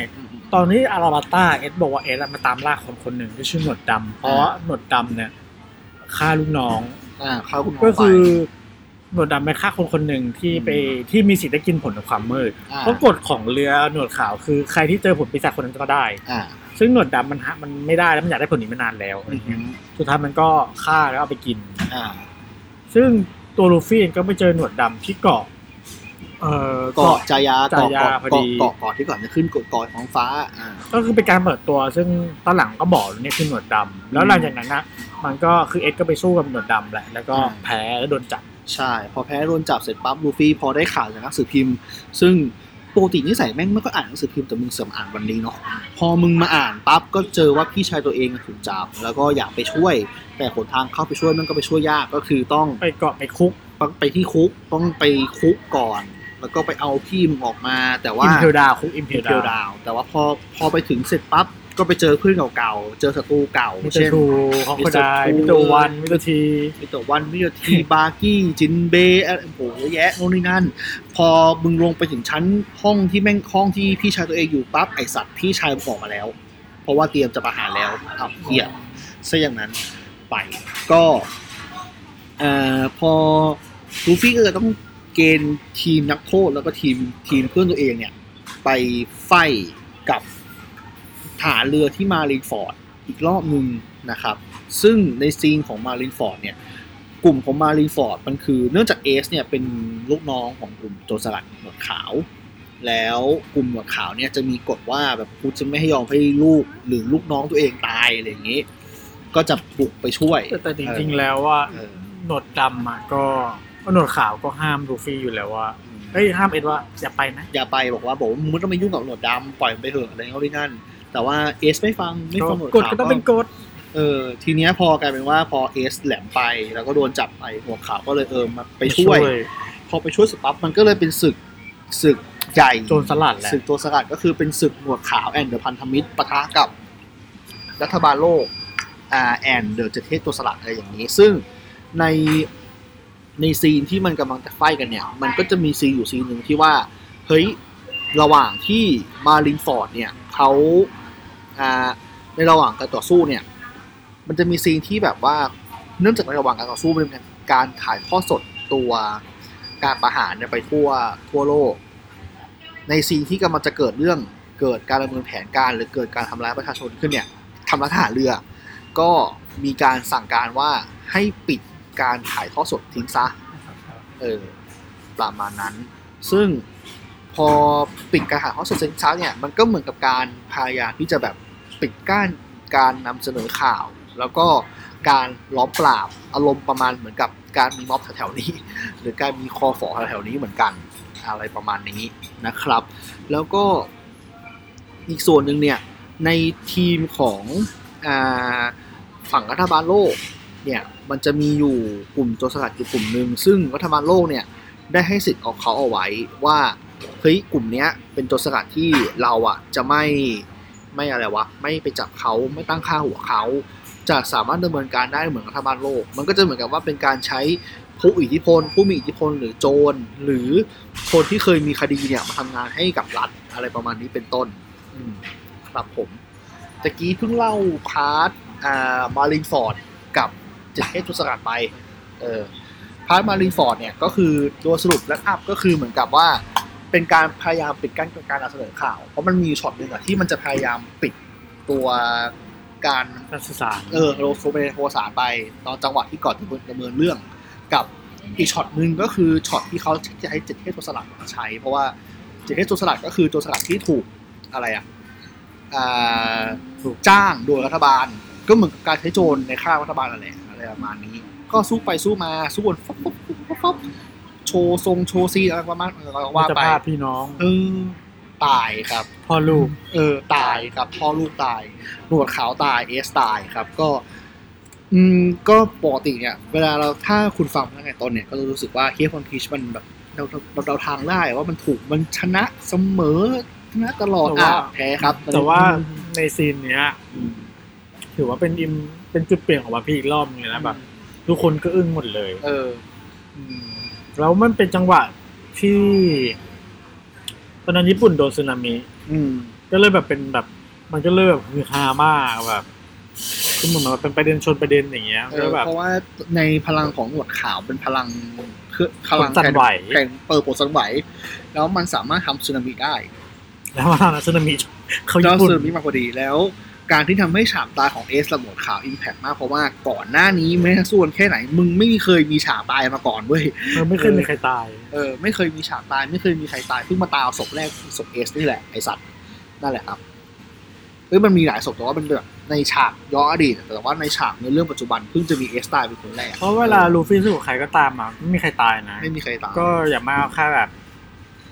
Speaker 2: ตอนที่อาราบัตตาเอสบอกว่าเอสอะมาตามล่าคนคนหนึ่งที่ชื่อหนวดดำเพราะว่าหนวดดำเนี่ยฆ่าลูกน้อง
Speaker 3: อ่าเข้าคุณหม
Speaker 2: ก็
Speaker 3: ไป
Speaker 2: คือหนวดดำไปฆ่าคนคนหนึ่งที่ไปที่มีสิทธิ์ได้กินผลของความมืด
Speaker 3: อ่า
Speaker 2: เพราะกฎของเรือหนวดขาวคือใครที่เจอผลปีศาจคนนั้นก็ได้
Speaker 3: อ่า
Speaker 2: ซึ่งหนวดดำมันหามันไม่ได้แล้วมันอยากได้ผลนี้มานานแล้วอะไร
Speaker 3: อือ
Speaker 2: เงี้ย
Speaker 3: หือ
Speaker 2: สุดท้ายมันก็ฆ่าแล้วเอาไปกิน
Speaker 3: อ่า
Speaker 2: ซึ่งตัวลูฟี่เองก็ไปเจอหนวดดำที่เกาะเอ่อ
Speaker 3: เกาะ
Speaker 2: เกาะ
Speaker 3: จายา
Speaker 2: จายาพอ
Speaker 3: เกาะ
Speaker 2: ดี
Speaker 3: เกาะเกาะเกาะที่ก่อนจะขึ้นเกาะเกาะท้องฟ้าอ่า
Speaker 2: ก็คือเป็นการเปิดตัว ซึ่งตอนหลังก็บอกว่าเนี่ยคือหนวดดำแล้วหลังจากนั้นนะมันก็คือเอ็ดก็ไปสู้กับหนวดดำแหละแล้วก็
Speaker 3: อ่า
Speaker 2: แพ้แล้วโดนจับ
Speaker 3: ใช่ พอแพ้โดนจับเสร็จปั๊บลูฟี่พอได้ข่าวจากหนังสือพิมพ์ ซึ่งปกตินิสัยแม่งไม่ก็อ่านหนังสือพิมพ์แต่มึงเสริมอ่านวันนี้เนาะพอมึงมาอ่านปั๊บก็เจอว่าพี่ชายตัวเองถูกจับแล้วก็อยากไปช่วย แต่หนทางเข้าไปช่วยมันก็ไปช่วยยากก็คือต้อง
Speaker 2: ไปเกาะไปคุก
Speaker 3: ไปที่คุกต้องไปคุกก่อน แล้วก็ไปเอาพี่มึงออกมา แต่ว่า
Speaker 2: อิมเพลดาวคุกอิมเพล
Speaker 3: เพียว
Speaker 2: ดาว
Speaker 3: ดาว แต่ว่าพอพอไปถึงเสร็จปั๊บก็ไปเจอเพื่อนเก่าๆเจอศัตรูเก่า
Speaker 2: มิสเตอ
Speaker 3: เช่
Speaker 2: ร์
Speaker 3: น
Speaker 2: ทูฮอกโคไดมิสเตอร์วันมิสเตอร์ที
Speaker 3: มีแต่วันวิโย ทีบาร์กี้จินเบย์อะไรโอ้โหเยอะแยะโน่นนี่นั่น พอมึงลงไปถึงชั้นห้องที่แม่งห้องที่พี่ชายตัวเองอยู่ปั๊บไอสัตว์พี่ชายมึงออกมาแล้ว เพราะว่าเตรียมจะประหารแล้วอ้าวเหี้ยซะอย่างนั้นไปก็เอ่อพอลูฟี่ก็เลยต้องเกณฑ์ทีมนักโทษแล้วก็ทีมทีมเพื่อนตัวเองเนี่ย ไปไฟท์กับฐานเรือที่มารีนฟอร์ดอีกรอบหนึ่งนะครับ ซึ่งในซีนของมารินฟอร์ดเนี่ย กลุ่มของมารินฟอร์ดมันคือเนื่องจากเอสเนี่ยเป็นลูกน้องของกลุ่มโจรสลัดหนวดขาว แล้วกลุ่มหนวดขาวเนี่ยจะมีกฎว่าแบบกูจะไม่ให้ยอมให้ลูกหรือลูกน้องตัวเองตายอะไรอย่างนี้ ก็จะปลุกไปช่วย
Speaker 2: แต่แต่จริงๆแล้วว่า
Speaker 3: เออ
Speaker 2: หนวดดำอะก็หนวดขาวก็ห้ามลูฟี่อยู่แล้วว่า
Speaker 3: เออ
Speaker 2: เฮ้ยห้ามเอ็ดว่าอย่าไปนะ
Speaker 3: อย่าไปบอกว่าบอกว่ามึงไม่ต้องไปยุ่งกับหนวดดำปล่อยมันไปเถอะอะไรเงี้ยนี่นั่น แต่ว่าเอสไม่ฟังไม่ฟังหนวด
Speaker 2: กฎ
Speaker 3: ขาว
Speaker 2: ก็ต้องเป็นกฎ
Speaker 3: เออทีเนี้ยพอกลายเป็นว่าพอเอสแหลมไปแล้วก็โดนจับไปหัวขาวก็เลยเออมาไปช่วย พอไปช่วยเสร็จปั๊บมันก็เลยเป็นศึกศึกใหญ่
Speaker 2: โจรสลัดแหละ
Speaker 3: ศึกตัวสกัดก็คือเป็นศึกหนวดขาวแอนเดอพันธมิตรปะทะกับรัฐบาลโลกอ่าแอนเดอเจเทสตัวสลัดอะไรอย่างนี้ ซึ่งในในซีนที่มันกำลังจะไฟกันเนี่ย มันก็จะมีซีนอยู่ซีนหนึ่งที่ว่า เฮ้ย ระหว่างที่มารินฟอร์ดเนี่ยเขาอ่าในระหว่างการต่อสู้เนี่ย มันจะมีซีนที่แบบว่าเนื่องจากในระหว่างการต่อสู้เป็นการถ่ายทอดสดตัวการประหารเนี่ยไปทั่วทั่วโลก ในซีนที่กำลังจะเกิดเรื่องเกิดการดำเนินแผนการหรือเกิดการทำร้ายประชาชนขึ้นเนี่ยทำรัฐทหารเรือ ก็มีการสั่งการว่าให้ปิดการถ่ายทอดสดทิ้งซะ เออประมาณนั้น ซึ่งพอปิดการหาข้อสดเซ็นช้าเนี่ยมันก็เหมือนกับการพยายามที่จะแบบปิดกั้นการนำเสนอข่าว แล้วก็การล้อมปราบอารมณ์ประมาณเหมือนกับการมีม็อบแถวๆนี้ หรือการมีคอฝอแถวๆนี้เหมือนกันอะไรประมาณนี้นะครับ แล้วก็อีกส่วนหนึ่งเนี่ยในทีมของอาฝั่งรัฐบาลโลก เนี่ยมันจะมีอยู่กลุ่มโจรสลัดอยู่กลุ่มหนึ่งซึ่งรัฐบาลโลกเนี่ยได้ให้สิทธิ์ของเขาเอาไว้ว่าเฮ้ยกลุ่มเนี้ยเป็นโจรสลัดที่เราอ่ะจะไม่ไม่อะไรวะไม่ไปจับเขาไม่ตั้งค่าหัวเขา จะสามารถดำเนินการได้เหมือนรัฐบาลโลก มันก็จะเหมือนกับว่าเป็นการใช้ผู้อิทธิพล ผู้มีอิทธิพลหรือโจรหรือคนที่เคยมีคดีเนี่ยมาทำงานให้กับรัฐอะไรประมาณนี้เป็นต้นอืมครับผมตะกี้เพิ่งเล่าพาร์ทอ่ามารินฟอร์ดกับ จากเทพจุสกัดไป เออพาร์ทมารีฟอร์ดเนี่ยก็คือตัวสรุปและอัพก็คือเหมือนกับว่า เป็นการพยายามปิดกั้นการนำเสนอข่าว เพราะมันมีช็อตหนึ่งอะที่มันจะพยายามปิดตัวการ
Speaker 2: การสื่อสาร
Speaker 3: เออโรโซเบโทรสารไป ตอนจังหวะที่ก่อนจะดำเนินเรื่อง กับอีกช็อตหนึ่งก็คือช็อตที่เขาจะให้เจ็ดเทพโจรสลัดมาใช้ เพราะว่าเจ็ดเทพโจรสลัดก็คือโจรสลัดที่ถูกอะไรอ่ะอ่าถูกจ้างโดยรัฐบาล ก็เหมือนกับการใช้โจรในข้างรัฐบาลนั่นแหละอะไรประมาณนี้ ก็สู้ไปสู้มาสู้บนฟบฟบฟบฟบโชว์ทรงโชว์ซีนอะไรประมาณอะไรก็ว่า
Speaker 2: จะ
Speaker 3: ไป
Speaker 2: พาพพี่น้อง
Speaker 3: เออตายครับ
Speaker 2: พ่อลูก
Speaker 3: เออตายครับพ่อลูกตายหนวดขาวตายเอสตายครับก็ อืมก็ปกติเนี่ย เวลาเราถ้าคุณฟังตั้งแต่ต้นเนี่ย ก็จะรู้สึกว่าเฮียฟอนพีชมันแบบเราเราเราทางได้ว่ามันถูกมันชนะเสมอชนะตลอด
Speaker 2: แต่ว่า
Speaker 3: อ่ะแพ้ครับ
Speaker 2: แต่ว่า
Speaker 3: อืม
Speaker 2: ในซีนเนี้ย
Speaker 3: อืม
Speaker 2: ถือว่าเป็นอิมเป็นจุดเปลี่ยนของวันพี่อีกรอบนึงเลยนะแบบทุกคนก็อึ้งหมดเลย
Speaker 3: เออ
Speaker 2: แล้วมันเป็นจังหวะที่ตอนนั้นญี่ปุ่นโดนสึนามิ
Speaker 3: อืม
Speaker 2: ก็เลยแบบเป็นแบบ มันก็เลยแบบคือฮามากแบบคือเหมือนมันเป็นประเด็นชนประเด็นอย่างเงี้ย
Speaker 3: เอ
Speaker 2: ก็
Speaker 3: อ
Speaker 2: แบบ
Speaker 3: เพราะว่าในพลังของหนวดขาวเป็นพลังคือพลั
Speaker 2: ผ
Speaker 3: ง
Speaker 2: ลสั่นไหว
Speaker 3: แข่งเปิดผลสั่นไหว แล้วมันสามารถทำสึนามิได้
Speaker 2: แล้วมาทำสึนามิเขา
Speaker 3: ก็
Speaker 2: ญี่ปุ่น
Speaker 3: ซึมิมาพอดีแล้ว การที่ทำให้ฉากตายของเอสระหมดข่าวอิมแพกมากเพราะว่าก่อนหน้านี้ไม่ว่าส่วนแค่ไหน มึงไม่เคยมีฉากตายมาก่อนเว้ย
Speaker 2: เออไม่เคยมีใครตาย
Speaker 3: เออไม่เคยมีฉากตายไม่เคยมีใครตายเพิ่งมาตายเอาศพแรกคือศพเอสนี่แหละไอสัตว์นั่นแหละครับเอ้ยมันมีหลายศพแต่ว่ามันแบบในฉากย้อนอดีตแต่ว่าในฉากในเรื่องปัจจุบันเพิ่งจะมีเอสตายเป็นคนแรก
Speaker 2: เพราะเวลาลูฟี่สู้กับใครก็ตามอ่ะไม่มีใครตายนะ
Speaker 3: ไม่มีใครตาย
Speaker 2: ก็อย่ามาเอาแค่แบบ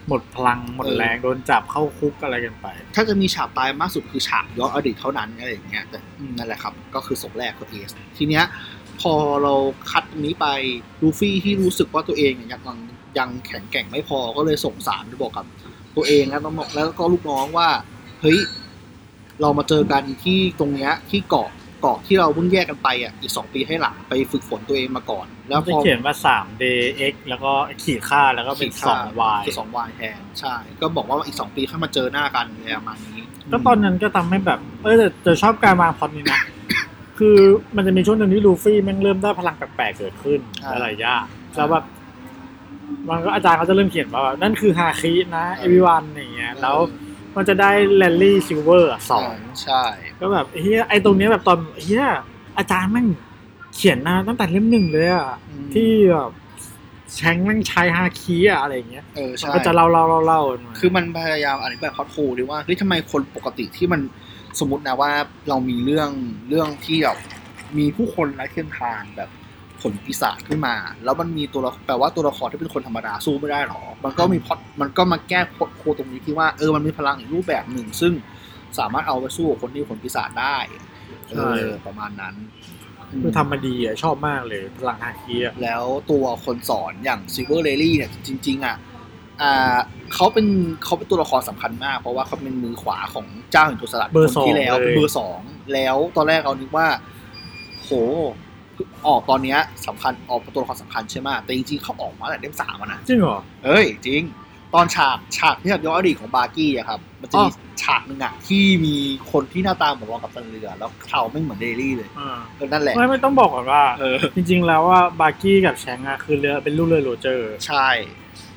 Speaker 2: หมดพลังหมด
Speaker 3: เออ
Speaker 2: แรงโดนจับเข้าคุกอะไรกันไป
Speaker 3: ถ้าจะมีฉากตายมากสุดคือฉากย้อนอดีตเท่านั้นอะไรอย่างเงี้ยแต่อืมนั่นแหละครับ ก็คือศพแรกก็เอสทีเนี้ย พอเราคัดตรงนี้ไปลูฟี่ที่รู้สึกว่าตัวเองเนี่ยยังยังแข็งแกร่งไม่พอก็เลยส่งสารไปบอกกับตัวเองแล้วน้องแล้วก็ลูกน้องว่า เฮ้ย เรามาเจอกันที่ตรงเนี้ยที่เกาะเกาะที่เราเพิ่งแยกกันไปอ่ะอีกสองปีให้หลังไปฝึกฝนตัวเองมาก่อน แล้วพ
Speaker 2: จะ
Speaker 3: อ
Speaker 2: เขียนว่าสามเดเอ็กแล้วก็ขีดค่าแล้วก็เป็นสองวาย
Speaker 3: คือสองวายแทนใช่ ก็บอกว่าอีกสองปีค่อยมาเจอหน้ากันอะไรประมาณนี้
Speaker 2: ก็ตอนนั้นก็ทำให้แบบ เออแต่แต่ชอบการวางพล็อตนี้นะ คือมันจะมีช่วงหนึ่งที่ลูฟี่แม่งเริ่มได้พลังแปลกๆเกิดขึ้น
Speaker 3: อ่า
Speaker 2: หลายๆอย่างแล้วแบบมันก็อาจารย์เขาจะเริ่มเขียนว่าแบบนั่นคือฮาคินะเอวิวันอย่างเงี้ยแล้วมันจะได้แรลลี่ซิลเวอร์สอง
Speaker 3: ใช่
Speaker 2: ก็แบบเฮียไอตรงเนี้ยแบบตอนเฮียอาจารย์แม่งเขียนมาตั้งแต่เล่มหนึ่งเลยอะ
Speaker 3: อืม
Speaker 2: ที่แบบแชงแม่งชายฮาคีอะอะไรอย่างเงี้ย
Speaker 3: เออ
Speaker 2: มัน
Speaker 3: ใช่
Speaker 2: ก็จะเล่าเล่าเล่าเล่ากันมา
Speaker 3: คือมันพยายามอธิบายพล็อดครูดีว่าเฮ้ยทำไมคนปกติที่มันสมมตินะว่าเรามีเรื่องเรื่องที่แบบมีผู้คนไร้เทียมทางแบบผลปีศาจขึ้นมา แล้วมันมีตัวละแปลว่าตัวละครที่เป็นคนธรรมดาสู้ไม่ได้หรอ มันก็มีพล็อดมันก็มาแก้พล็อดครูตรงนี้ที่ว่าเออมันมีพลังอีกรูปแบบหนึ่ง ซึ่งสามารถเอาไปสู้กับคนที่ผลปีศาจได้เออประมาณนั้น
Speaker 2: คือทำมาดีอะชอบมากเลยพลังฮาคีอะ
Speaker 3: แล้วตัวคนสอนอย่างซิลเวอร์เรลลี่เนี่ยจริง ๆ อ่ะอ่าเขาเป็นเขาเป็นตัวละครสำคัญมาก เพราะว่าเขาเป็นมือขวาของเจ้าแห่งตัวสลัด
Speaker 2: เบอร์
Speaker 3: คนที่
Speaker 2: สอง
Speaker 3: แล้ว
Speaker 2: เลย
Speaker 3: เป็นเบอร์สองแล้วตอนแรกเรานึกว่าโหออกตอนเนี้ยสำคัญออกเป็นตัวละครสำคัญใช่ไหมแต่จริงๆเขาออกมาตั้งแต่เล่มสามอะนะ
Speaker 2: จริงเหรอ
Speaker 3: เอ้ยจริง ตอนฉากฉากที่แบบย้อนอดีตของบาร์กี้อะครับ มันจะ
Speaker 2: อ๋
Speaker 3: มี
Speaker 2: อ
Speaker 3: ฉากหนึ่งอะที่มีคนที่หน้าตาเหมือนรองกับตันเรือแล้วเขาไม่เหมือนเดลี่เลย
Speaker 2: อ่า
Speaker 3: เออนั่นแหละ
Speaker 2: ไม่ไม่ต้องบอกก่อนว่า
Speaker 3: เออ
Speaker 2: จริง ๆ แล้วว่าบาร์กี้กับแชงอะคือเรือเป็นลูกเรือโรเจอร์
Speaker 3: ใช่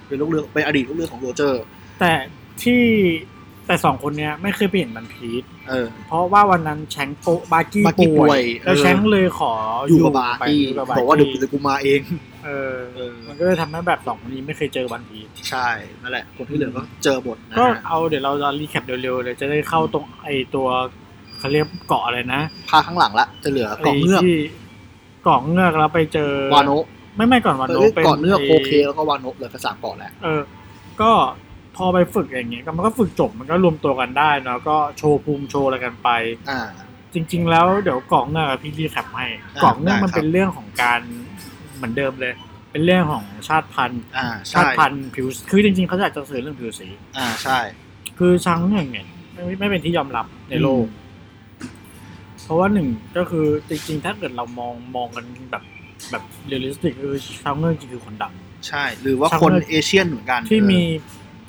Speaker 3: เป็นลูกเรือเป็นอดีตลูกเรือของโรเจอร์
Speaker 2: แต่ที่แต่สองคนเนี้ยไม่เคยเปลี่ยนมันพีช
Speaker 3: เออ
Speaker 2: เพราะว่าวันนั้นแชงโปบาร์กี้
Speaker 3: บาร์กี้ป่วย
Speaker 2: แล้ว
Speaker 3: เออ
Speaker 2: แชงเลยขอ
Speaker 3: อ
Speaker 2: อยู่
Speaker 3: กับบาร์
Speaker 2: ไป
Speaker 3: กี้
Speaker 2: ยู่บ
Speaker 3: บอกว่าเดี๋ยว
Speaker 2: ร์
Speaker 3: กู
Speaker 2: กี้
Speaker 3: จะกูมาเอง
Speaker 2: เออ
Speaker 3: เออ
Speaker 2: มันก็เลยทำให้แบบสองคนนี้ไม่เคยเจอวันพีช
Speaker 3: ใช่ นั่นแหละ คนที่เหลือก็เจอหมดนะ
Speaker 2: ก็
Speaker 3: ฮะ
Speaker 2: เอาเดี๋ยวเราจะรีแคปเร็วๆเลยจะได้เข้าตรงไอตัวเขาเรียกเกาะอะไรนะ
Speaker 3: พาข้างหลังละ จะเหลือเกาะเงือก
Speaker 2: ไที่เกาะเงือกแล้วไปเจอ
Speaker 3: วาโนะ
Speaker 2: ไม่ไม่ก่อนวาน
Speaker 3: เอ้ย
Speaker 2: โนะป็น
Speaker 3: เกาะเงือก
Speaker 2: ไ
Speaker 3: โอเคแล้วก็วาโนะเหลือแค่สามเกาะแหละ
Speaker 2: เออ ก็พอไปฝึกอย่างเงี้ยก็มันก็ฝึกจบมันก็รวมตัวกันได้เนาะก็โชว์ภูมิโชว์อะไรกันไป
Speaker 3: อ่า
Speaker 2: จริง ๆ แล้วเดี๋ยวกล่องเงือกอะพี่รีแคปให้กล่องเงือก
Speaker 3: ได้ครับ
Speaker 2: มันเป็นเรื่องของการเหมือนเดิมเลย เป็นเรื่องของชาติพันธุ์
Speaker 3: อ่า
Speaker 2: ชา
Speaker 3: ใช่
Speaker 2: ติพันธุ์ผิวคือจริง ๆเขาอยากจะสื่อเรื่องผิวสี
Speaker 3: อ่าใช่
Speaker 2: คือช้างเงือกเนี่ยไม่ไม่ไม่เป็นที่ยอมรับในโลก เพราะว่าหนึ่งก็คือจริง ๆ ถ้าเกิดเรามองมองกันแบบแบบเรียลลิสติกคือช้างเงือกจริงๆคือคนดำ
Speaker 3: ใช่ หรือว่าคน
Speaker 2: ชาวเงือก
Speaker 3: เอเชียนเหมือนกัน
Speaker 2: ที่
Speaker 3: เออ
Speaker 2: มี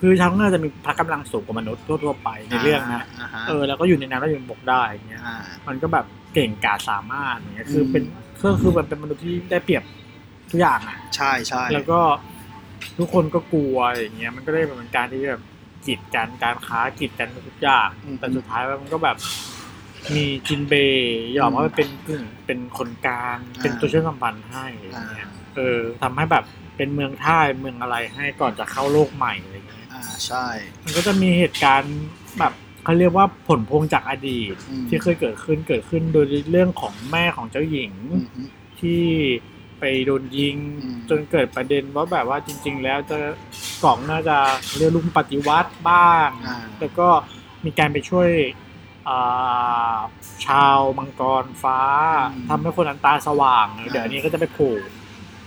Speaker 2: คือช้างเงือกจะมีพละกำลังสูงกว่ามนุษย์ทั่วๆไปในเรื่องนะ
Speaker 3: อ่าฮะ
Speaker 2: เออแล้วก็อยู่ในน้ำแล้วอยู่บนบกได้อย่างเงี้ย
Speaker 3: อ่า
Speaker 2: มันก็แบบเก่งกาจสามารถอย่างเงี้ย
Speaker 3: อืม
Speaker 2: คือเป็นก็คือมันเป็นมนุษย์ที่ได้เปรียบทุกอย่างอ่ะ
Speaker 3: ใช่ใช่
Speaker 2: แล้วก็ทุกคนก็กลัวอย่างเงี้ยมันก็ได้เป็นการที่แบบกีดกันการค้ากีดกันทุกอย่างแต่สุดท้ายมันก็แบบมีจินเบย์ยอมว่าเป็นกึ่งเป็นคนกลางเป็นตัวเชื่อมสัมพันธ์ให้อะไร
Speaker 3: อ่า
Speaker 2: เงี้ยเออทำให้แบบเป็นเมืองท่าเมืองอะไรให้ก่อนจะเข้าโลกใหม่อะไรเงี้ย
Speaker 3: อ่าใช่
Speaker 2: มันก็จะมีเหตุการณ์แบบเขาเรียกว่าผลพวงจากอดีต
Speaker 3: อืม
Speaker 2: ที่เคยเกิดขึ้นเกิดขึ้นโดยเรื่องของแม่ของเจ้าหญิง
Speaker 3: อืมอืม
Speaker 2: ที่ไปโดนยิง
Speaker 3: อืม
Speaker 2: จนเกิดประเด็นว่าแบบว่าจริง ๆ แล้วจะกล่องน่าจะเรียกลุงปฏิวัติบ้าง
Speaker 3: อ่า
Speaker 2: แล้วก็มีการไปช่วยอ่าชาวมังกรฟ้าทำให้คนอันตาสว่าง เดี๋ยวอันนี้ก็จะไปโผล่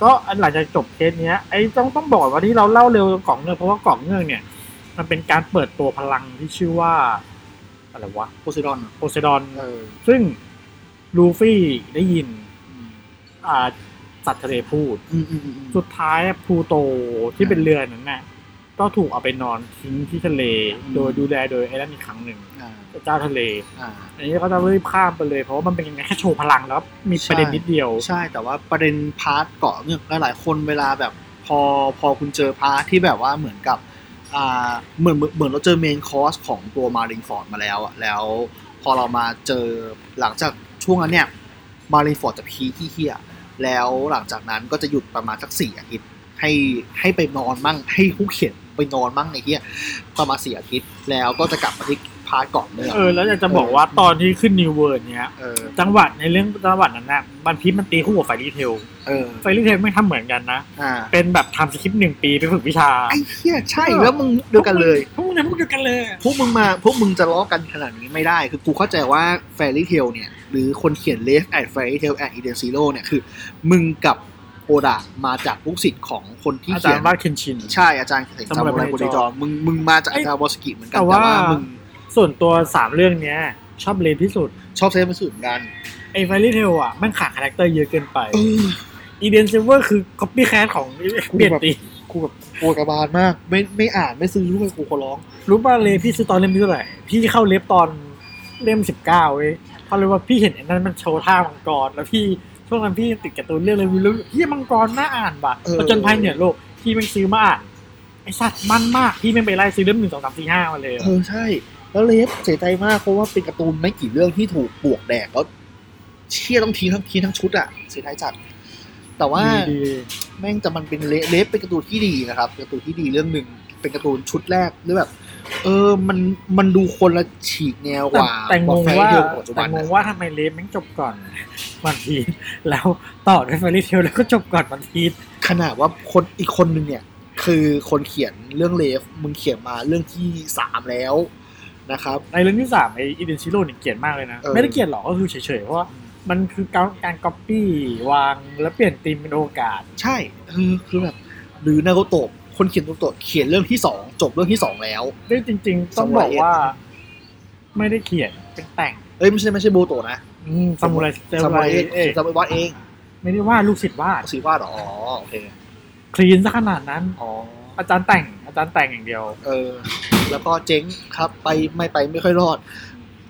Speaker 2: ก็อันหลังจากจบเคสเนี้ยไอ้ต้องต้องบอกก่อนว่าที่เราเล่าเร็วกล่องเงือกเพราะว่ากล่องเงือกเนี่ย มันเป็นการเปิดตัวพลังที่ชื่อว่าอะไรวะ
Speaker 3: โพไซิดอนเหรอ
Speaker 2: โพไซดอน
Speaker 3: เออ
Speaker 2: ซึ่งลูฟี่ได้ยิน
Speaker 3: อืม
Speaker 2: อ่าสัตว์ทะเลพูด
Speaker 3: อืมอืมอืม
Speaker 2: สุดท้ายพลูโตที่เป็นเรือนั้นน่ะก็ถูกเอาไปนอนทิ้งที่ทะเล โดยดูแลโดยไอ้นั่นอีกครั้งหนึ่ง
Speaker 3: อ่า
Speaker 2: เจ้าทะเล
Speaker 3: อ่า
Speaker 2: อันนี้ก็จะรีบข้ามไปเลยเพราะว่ามันเป็นแค่โชว์พลังแล้วมีประเด็นนิดเดียว
Speaker 3: ใช่แต่ว่าประเด็นพาร์ทเกาะเงือกหลายๆคนเวลาแบบพอพอคุณเจอพาร์ทที่แบบว่าเหมือนกับอ่าเหมือนเหมือนเหมือนเราเจอเมนคอร์สของตัวมารินฟอร์ดมาแล้วอะแล้วพอเรามาเจอหลังจากช่วงนั้นเนี่ยมารินฟอร์ดจะพีคที่เฮียแล้วหลังจากนั้นก็จะหยุดประมาณสักสี่อาทิตย์ให้ให้ไปนอนมั่งให้ผู้เขียนไปนอนมั่งไอ้เฮียประมาณสี่อาทิตย์แล้วก็จะกลับมาที่พาร์ทเกาะเงือก
Speaker 2: เออ แล้วอยากจะบอกว่าตอนที่ขึ้นนิวเวิร์ดเนี้ย
Speaker 3: เออ
Speaker 2: จังหวัดในเรื่องจังหวัดนั้นน่ะบันพีชมันตีคู่กับไฟรีเทล
Speaker 3: เออ
Speaker 2: ไฟรีเทลไม่ทำเหมือนกันนะ
Speaker 3: อ่า
Speaker 2: เป็นแบบทำสคริปต์หนึ่งปีไปฝึกวิชา
Speaker 3: ไอ้เฮียใช่แล้วมึงเดียวกันเลย
Speaker 2: พวกมึงเนี่ยพวกเดียวกันเลย
Speaker 3: พวกมึงมาพวกมึงจะล้อกันขนาดนี้ไม่ได้ คือกูเข้าใจว่าแฟรี่เทลเนี่ย หรือคนเขียนเลฟแอดแฟรี่เทลแอดอีเดนซีโร่เนี่ยคือ มึงกับโอดะมาจากลูกศิษย์ของคนที่
Speaker 2: อาจา
Speaker 3: เขี
Speaker 2: ร
Speaker 3: ยน
Speaker 2: ย์วาดเคนชิน
Speaker 3: ใช่อาจารย์เขียน
Speaker 2: สำหรับ
Speaker 3: ซามูไร
Speaker 2: ใน
Speaker 3: โกริจอ
Speaker 2: จอ
Speaker 3: มึงมึงมาจาก
Speaker 2: เอ้ย
Speaker 3: ดาวอสกิเหมือนกัน
Speaker 2: แต่
Speaker 3: แต่
Speaker 2: ว่า
Speaker 3: ว่ามึง
Speaker 2: ส่วนตัวสามเรื่องเนี้ย ชอบเลนที่สุด
Speaker 3: ชอบเซฟเป็นสุดเหมือนกัน
Speaker 2: ไอ้ไฟลี่เทลอ่ะมันขาดคาแรคเตอร์เยอะเกินไป
Speaker 3: เออ
Speaker 2: อีเดนเซเวอร์คือค o อปปี้แคสของ
Speaker 3: กูแบบ
Speaker 2: เปลี่ยนตี
Speaker 3: กูแบบปวดกระบาลมาก ไม่ไม่อ่านไม่ซื้อด้วยกูขอร้อง
Speaker 2: รู้ป่ะเลพี่ซื้อตอนเล่มที่เท่าไหร่พี่เข้าเล็บตอนเล่มสิบเก้าเว้ยเพราะเลยว่าพี่เห็นไอ้นั้นมันโชว์ท่ามังกร แล้วพี่ช่วงนั้นพี่ติดการ์ตูนเรื่องเลยรู้เฮียมังกรน่าอ่านว่ะ
Speaker 3: เออ
Speaker 2: ผจนภัยเหนือโลกพี่ไม่งซื้อมาอ่านไอสัตว์มันมากพี่ไม่งไปไล่ซื้อเล่มหนึ่งสองสามสี่ห้ามาเลยอะ
Speaker 3: เออใช่ แล้วเลฟเสียใจมากเพราะว่าเป็นการ์ตูนไม่กี่เรื่องที่ถูกปลวกแดกแล้วเชี่ยต้องทิ้งทั้งทิ้งทั้งชุดอะเสียใจจัดแต่ว่า
Speaker 2: ดี
Speaker 3: แม่งแต่มันเป็นเลเลฟเป็นการ์ตูนที่ดีนะครับการ์ตูนที่ดีเรื่องหนึ่งเป็นการ์ตูนชุดแรกหรือแบบ เออมันมันดูคนละฉีกแนว
Speaker 2: ๆ
Speaker 3: กว่า
Speaker 2: แต่งง
Speaker 3: แฟ
Speaker 2: ว่า
Speaker 3: เทลปัจจุ
Speaker 2: แต่
Speaker 3: บัน
Speaker 2: ง
Speaker 3: นะ
Speaker 2: งว่าทำไมเล็บแม่งจบก่อน วันพีชแล้วต่อด้วยไฟลี่เทลแล้วก็จบก่อนวันพีช
Speaker 3: ขนาดว่าคนอีกคนหนึ่งเนี่ย คือคนเขียนเรื่องเลฟมึงเขียนมาเรื่องที่สามแล้วนะครับ
Speaker 2: ในเรื่องที่สามไออีเดนชิโร่เนี่ยเกลียดมากเลยนะ
Speaker 3: เออ
Speaker 2: ไม่ได้เกลียดหรอกก็คือเฉยๆ เพราะว่า มันคือการการก๊อปปี้วางแล้วเปลี่ยนธีมเป็นโอกาส
Speaker 3: ใช่คือคือแบบหรือนาโกโตะคนเขียนนาโกโตะเขียนเรื่องที่สองจบเรื่องที่สองแล้ว
Speaker 2: ได้จริง ๆ ต้องบอกว่า ไม่ได้เขียนเป็นแต่ง
Speaker 3: เอ้ยไม่ใช่ไม่ใช่บูโตะนะ
Speaker 2: อืมซามูไรเซล
Speaker 3: ซา
Speaker 2: ไ
Speaker 3: มูไรเอง
Speaker 2: เอ๊ะ
Speaker 3: ซามูไรวาดเอง
Speaker 2: ไม่ได้ว่าลูกศิษย์ว่าด
Speaker 3: สีวาดเหรออ๋อโอเค
Speaker 2: คลีนซะขนาดนั้น
Speaker 3: อ๋อ
Speaker 2: อาจารย์แต่งอาจารย์แต่งอย่างเดียว
Speaker 3: เออ แล้วก็เจ๊งครับไปไม่ไปไม่ค่อยรอด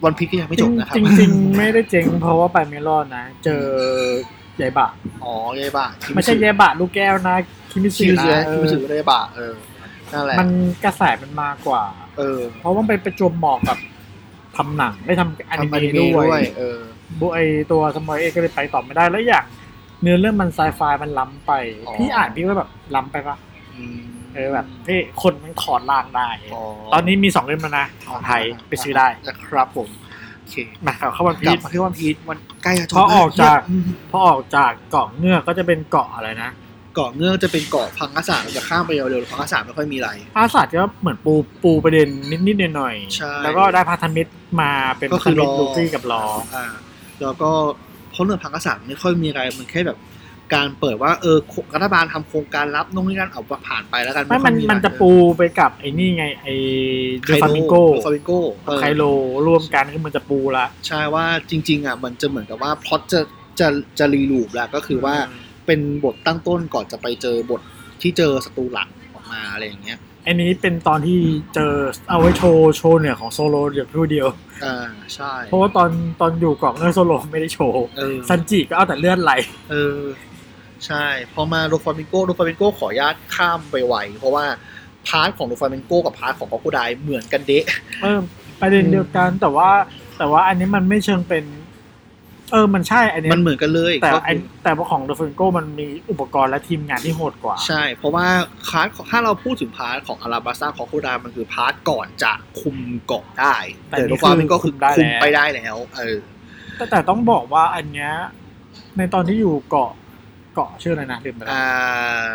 Speaker 3: วันพีก็ยังไม่จบนะครับ
Speaker 2: จริงๆจริงๆไม่ได้เจ๊งเพราะว่าไปไม่รอดนะ เจอยายบะ
Speaker 3: อ๋อเยบะคิ
Speaker 2: ไม่ใช่ยายบะลูกแก้วนะ คิมิ
Speaker 3: คิ
Speaker 2: ชิ
Speaker 3: มิสึ
Speaker 2: นะ
Speaker 3: คิมิสึเยบะเออนั่นแหละ
Speaker 2: มันกระแสมันมากว่า
Speaker 3: เออ
Speaker 2: เพราะว่ามันไปประจวบเหมาะกับทำหนังได้ทำอนิ
Speaker 3: ทำอ
Speaker 2: เมะ
Speaker 3: นิเมะ
Speaker 2: ด้
Speaker 3: ด้
Speaker 2: ว
Speaker 3: วย ย เออ
Speaker 2: บุไอตัวสมอยเอก็เลยไปต่อไม่ได้แล้วอย่างเนื้อเรื่องมันไซไฟมันล้ำไป
Speaker 3: อ๋อ
Speaker 2: พี่อ่านพี่ก็แบบล้ำไปปะ
Speaker 3: อืม
Speaker 2: เออแบบเฮ้ยคนมันขอดลางได้
Speaker 3: อ๋อ
Speaker 2: ตอนนี้มีสองเล่มแล้วนะของไทยไปซื้อได้
Speaker 3: นะครับผมโอเค
Speaker 2: มาเข้าวัน
Speaker 3: กลั
Speaker 2: พี
Speaker 3: บ
Speaker 2: ช
Speaker 3: มาที่วันพีชมันใกล้จะจบ
Speaker 2: พอออกจาก
Speaker 3: อืม
Speaker 2: พอออกจากเกาะเงือกก็จะเป็นเกาะอะไรนะ
Speaker 3: เกาะเงือกจะเป็นเกาะพังกษาเราจะข้ามไปเร็วๆพังกษาไม่ค่อยมีอะไร
Speaker 2: อาสาก็เหมือนปูปูประเด็นนิดๆหน่อย
Speaker 3: ใช่
Speaker 2: ๆแล้วก็ได้พันธมิตรมาเป็น
Speaker 3: ก็
Speaker 2: พันธ
Speaker 3: คือ
Speaker 2: มิตร
Speaker 3: รอ
Speaker 2: ลูฟี่กับรอ
Speaker 3: อ่าแล้วก็เพราะเรื่องพังกษาไม่ค่อยมีอะไรมันแค่แบบการเปิดว่าเออรัฐบาลทำโครงการรับนู่นนี่นั่นเอาผ่านไปแล้วกัน
Speaker 2: ไม่
Speaker 3: ค่
Speaker 2: มั
Speaker 3: อน ยอไร
Speaker 2: มันจะปูไปกับไอ้นี่ไงไอ้เดอะฟามิงโก
Speaker 3: ไคลฟามิงโก้เออ
Speaker 2: ไคโลรวมกันคือมันจะปูละ
Speaker 3: ใช่ว่าจริง ๆอ่ะมันจะเหมือนกับว่าพล็อตจะจะจะรีลูปแล้วก็คือว่าเป็นบทตั้งต้นก่อนจะไปเจอบทที่เจอศัตรูหลักออกมาอะไรอย่างเงี้ย
Speaker 2: อันนี้เป็นตอนที่เจอเอาไว้โชว์โชว์เหนือของโซโลเดียวผู้เดียว
Speaker 3: อ่าใช่
Speaker 2: เพราะว่าตอนตอนอยู่เกาะเงือกโซโลไม่ได้โชว์
Speaker 3: เออ
Speaker 2: ซันจิก็เอาแต่เลือดไหล
Speaker 3: เออ ใช่ พอมาโดฟามิงโกโดฟามิงโกขออนุญาตข้ามไปไวเพราะว่า พาร์ทของโดฟามิงโกกับพาร์ทของคอกโคไดเหมือนกันเดะ
Speaker 2: เออประเด็นเดียวกันแต่ว่า แต่ว่าอันนี้มันไม่เชิงเป็น เออมันใช่อันนี้
Speaker 3: มันเหมือนกันเลย
Speaker 2: แต่
Speaker 3: ก็
Speaker 2: ไอ้
Speaker 3: คือ
Speaker 2: แต่ว่าของเดอะฟิงโกมันมีอุปกรณ์และทีมงานที่โหดกว่า
Speaker 3: ใช่ เพราะว่าพาร์ทของถ้าเราพูดถึงพาร์ทของอาราบาซ่าคอกโคไดมันคือพาร์ทก่อนจะคุมเกาะได้
Speaker 2: แต่
Speaker 3: แต่
Speaker 2: นี่
Speaker 3: โดฟามิงโก
Speaker 2: คือคุ
Speaker 3: คือ
Speaker 2: มได้
Speaker 3: คุม
Speaker 2: แล้ว
Speaker 3: ไปได้แล้ว เออ
Speaker 2: แต่แต่ต้องบอกว่าอันเนี้ยในตอนที่อยู่เกาะเกาะชื่ออะไรนะลืมไปแล้ว
Speaker 3: อ่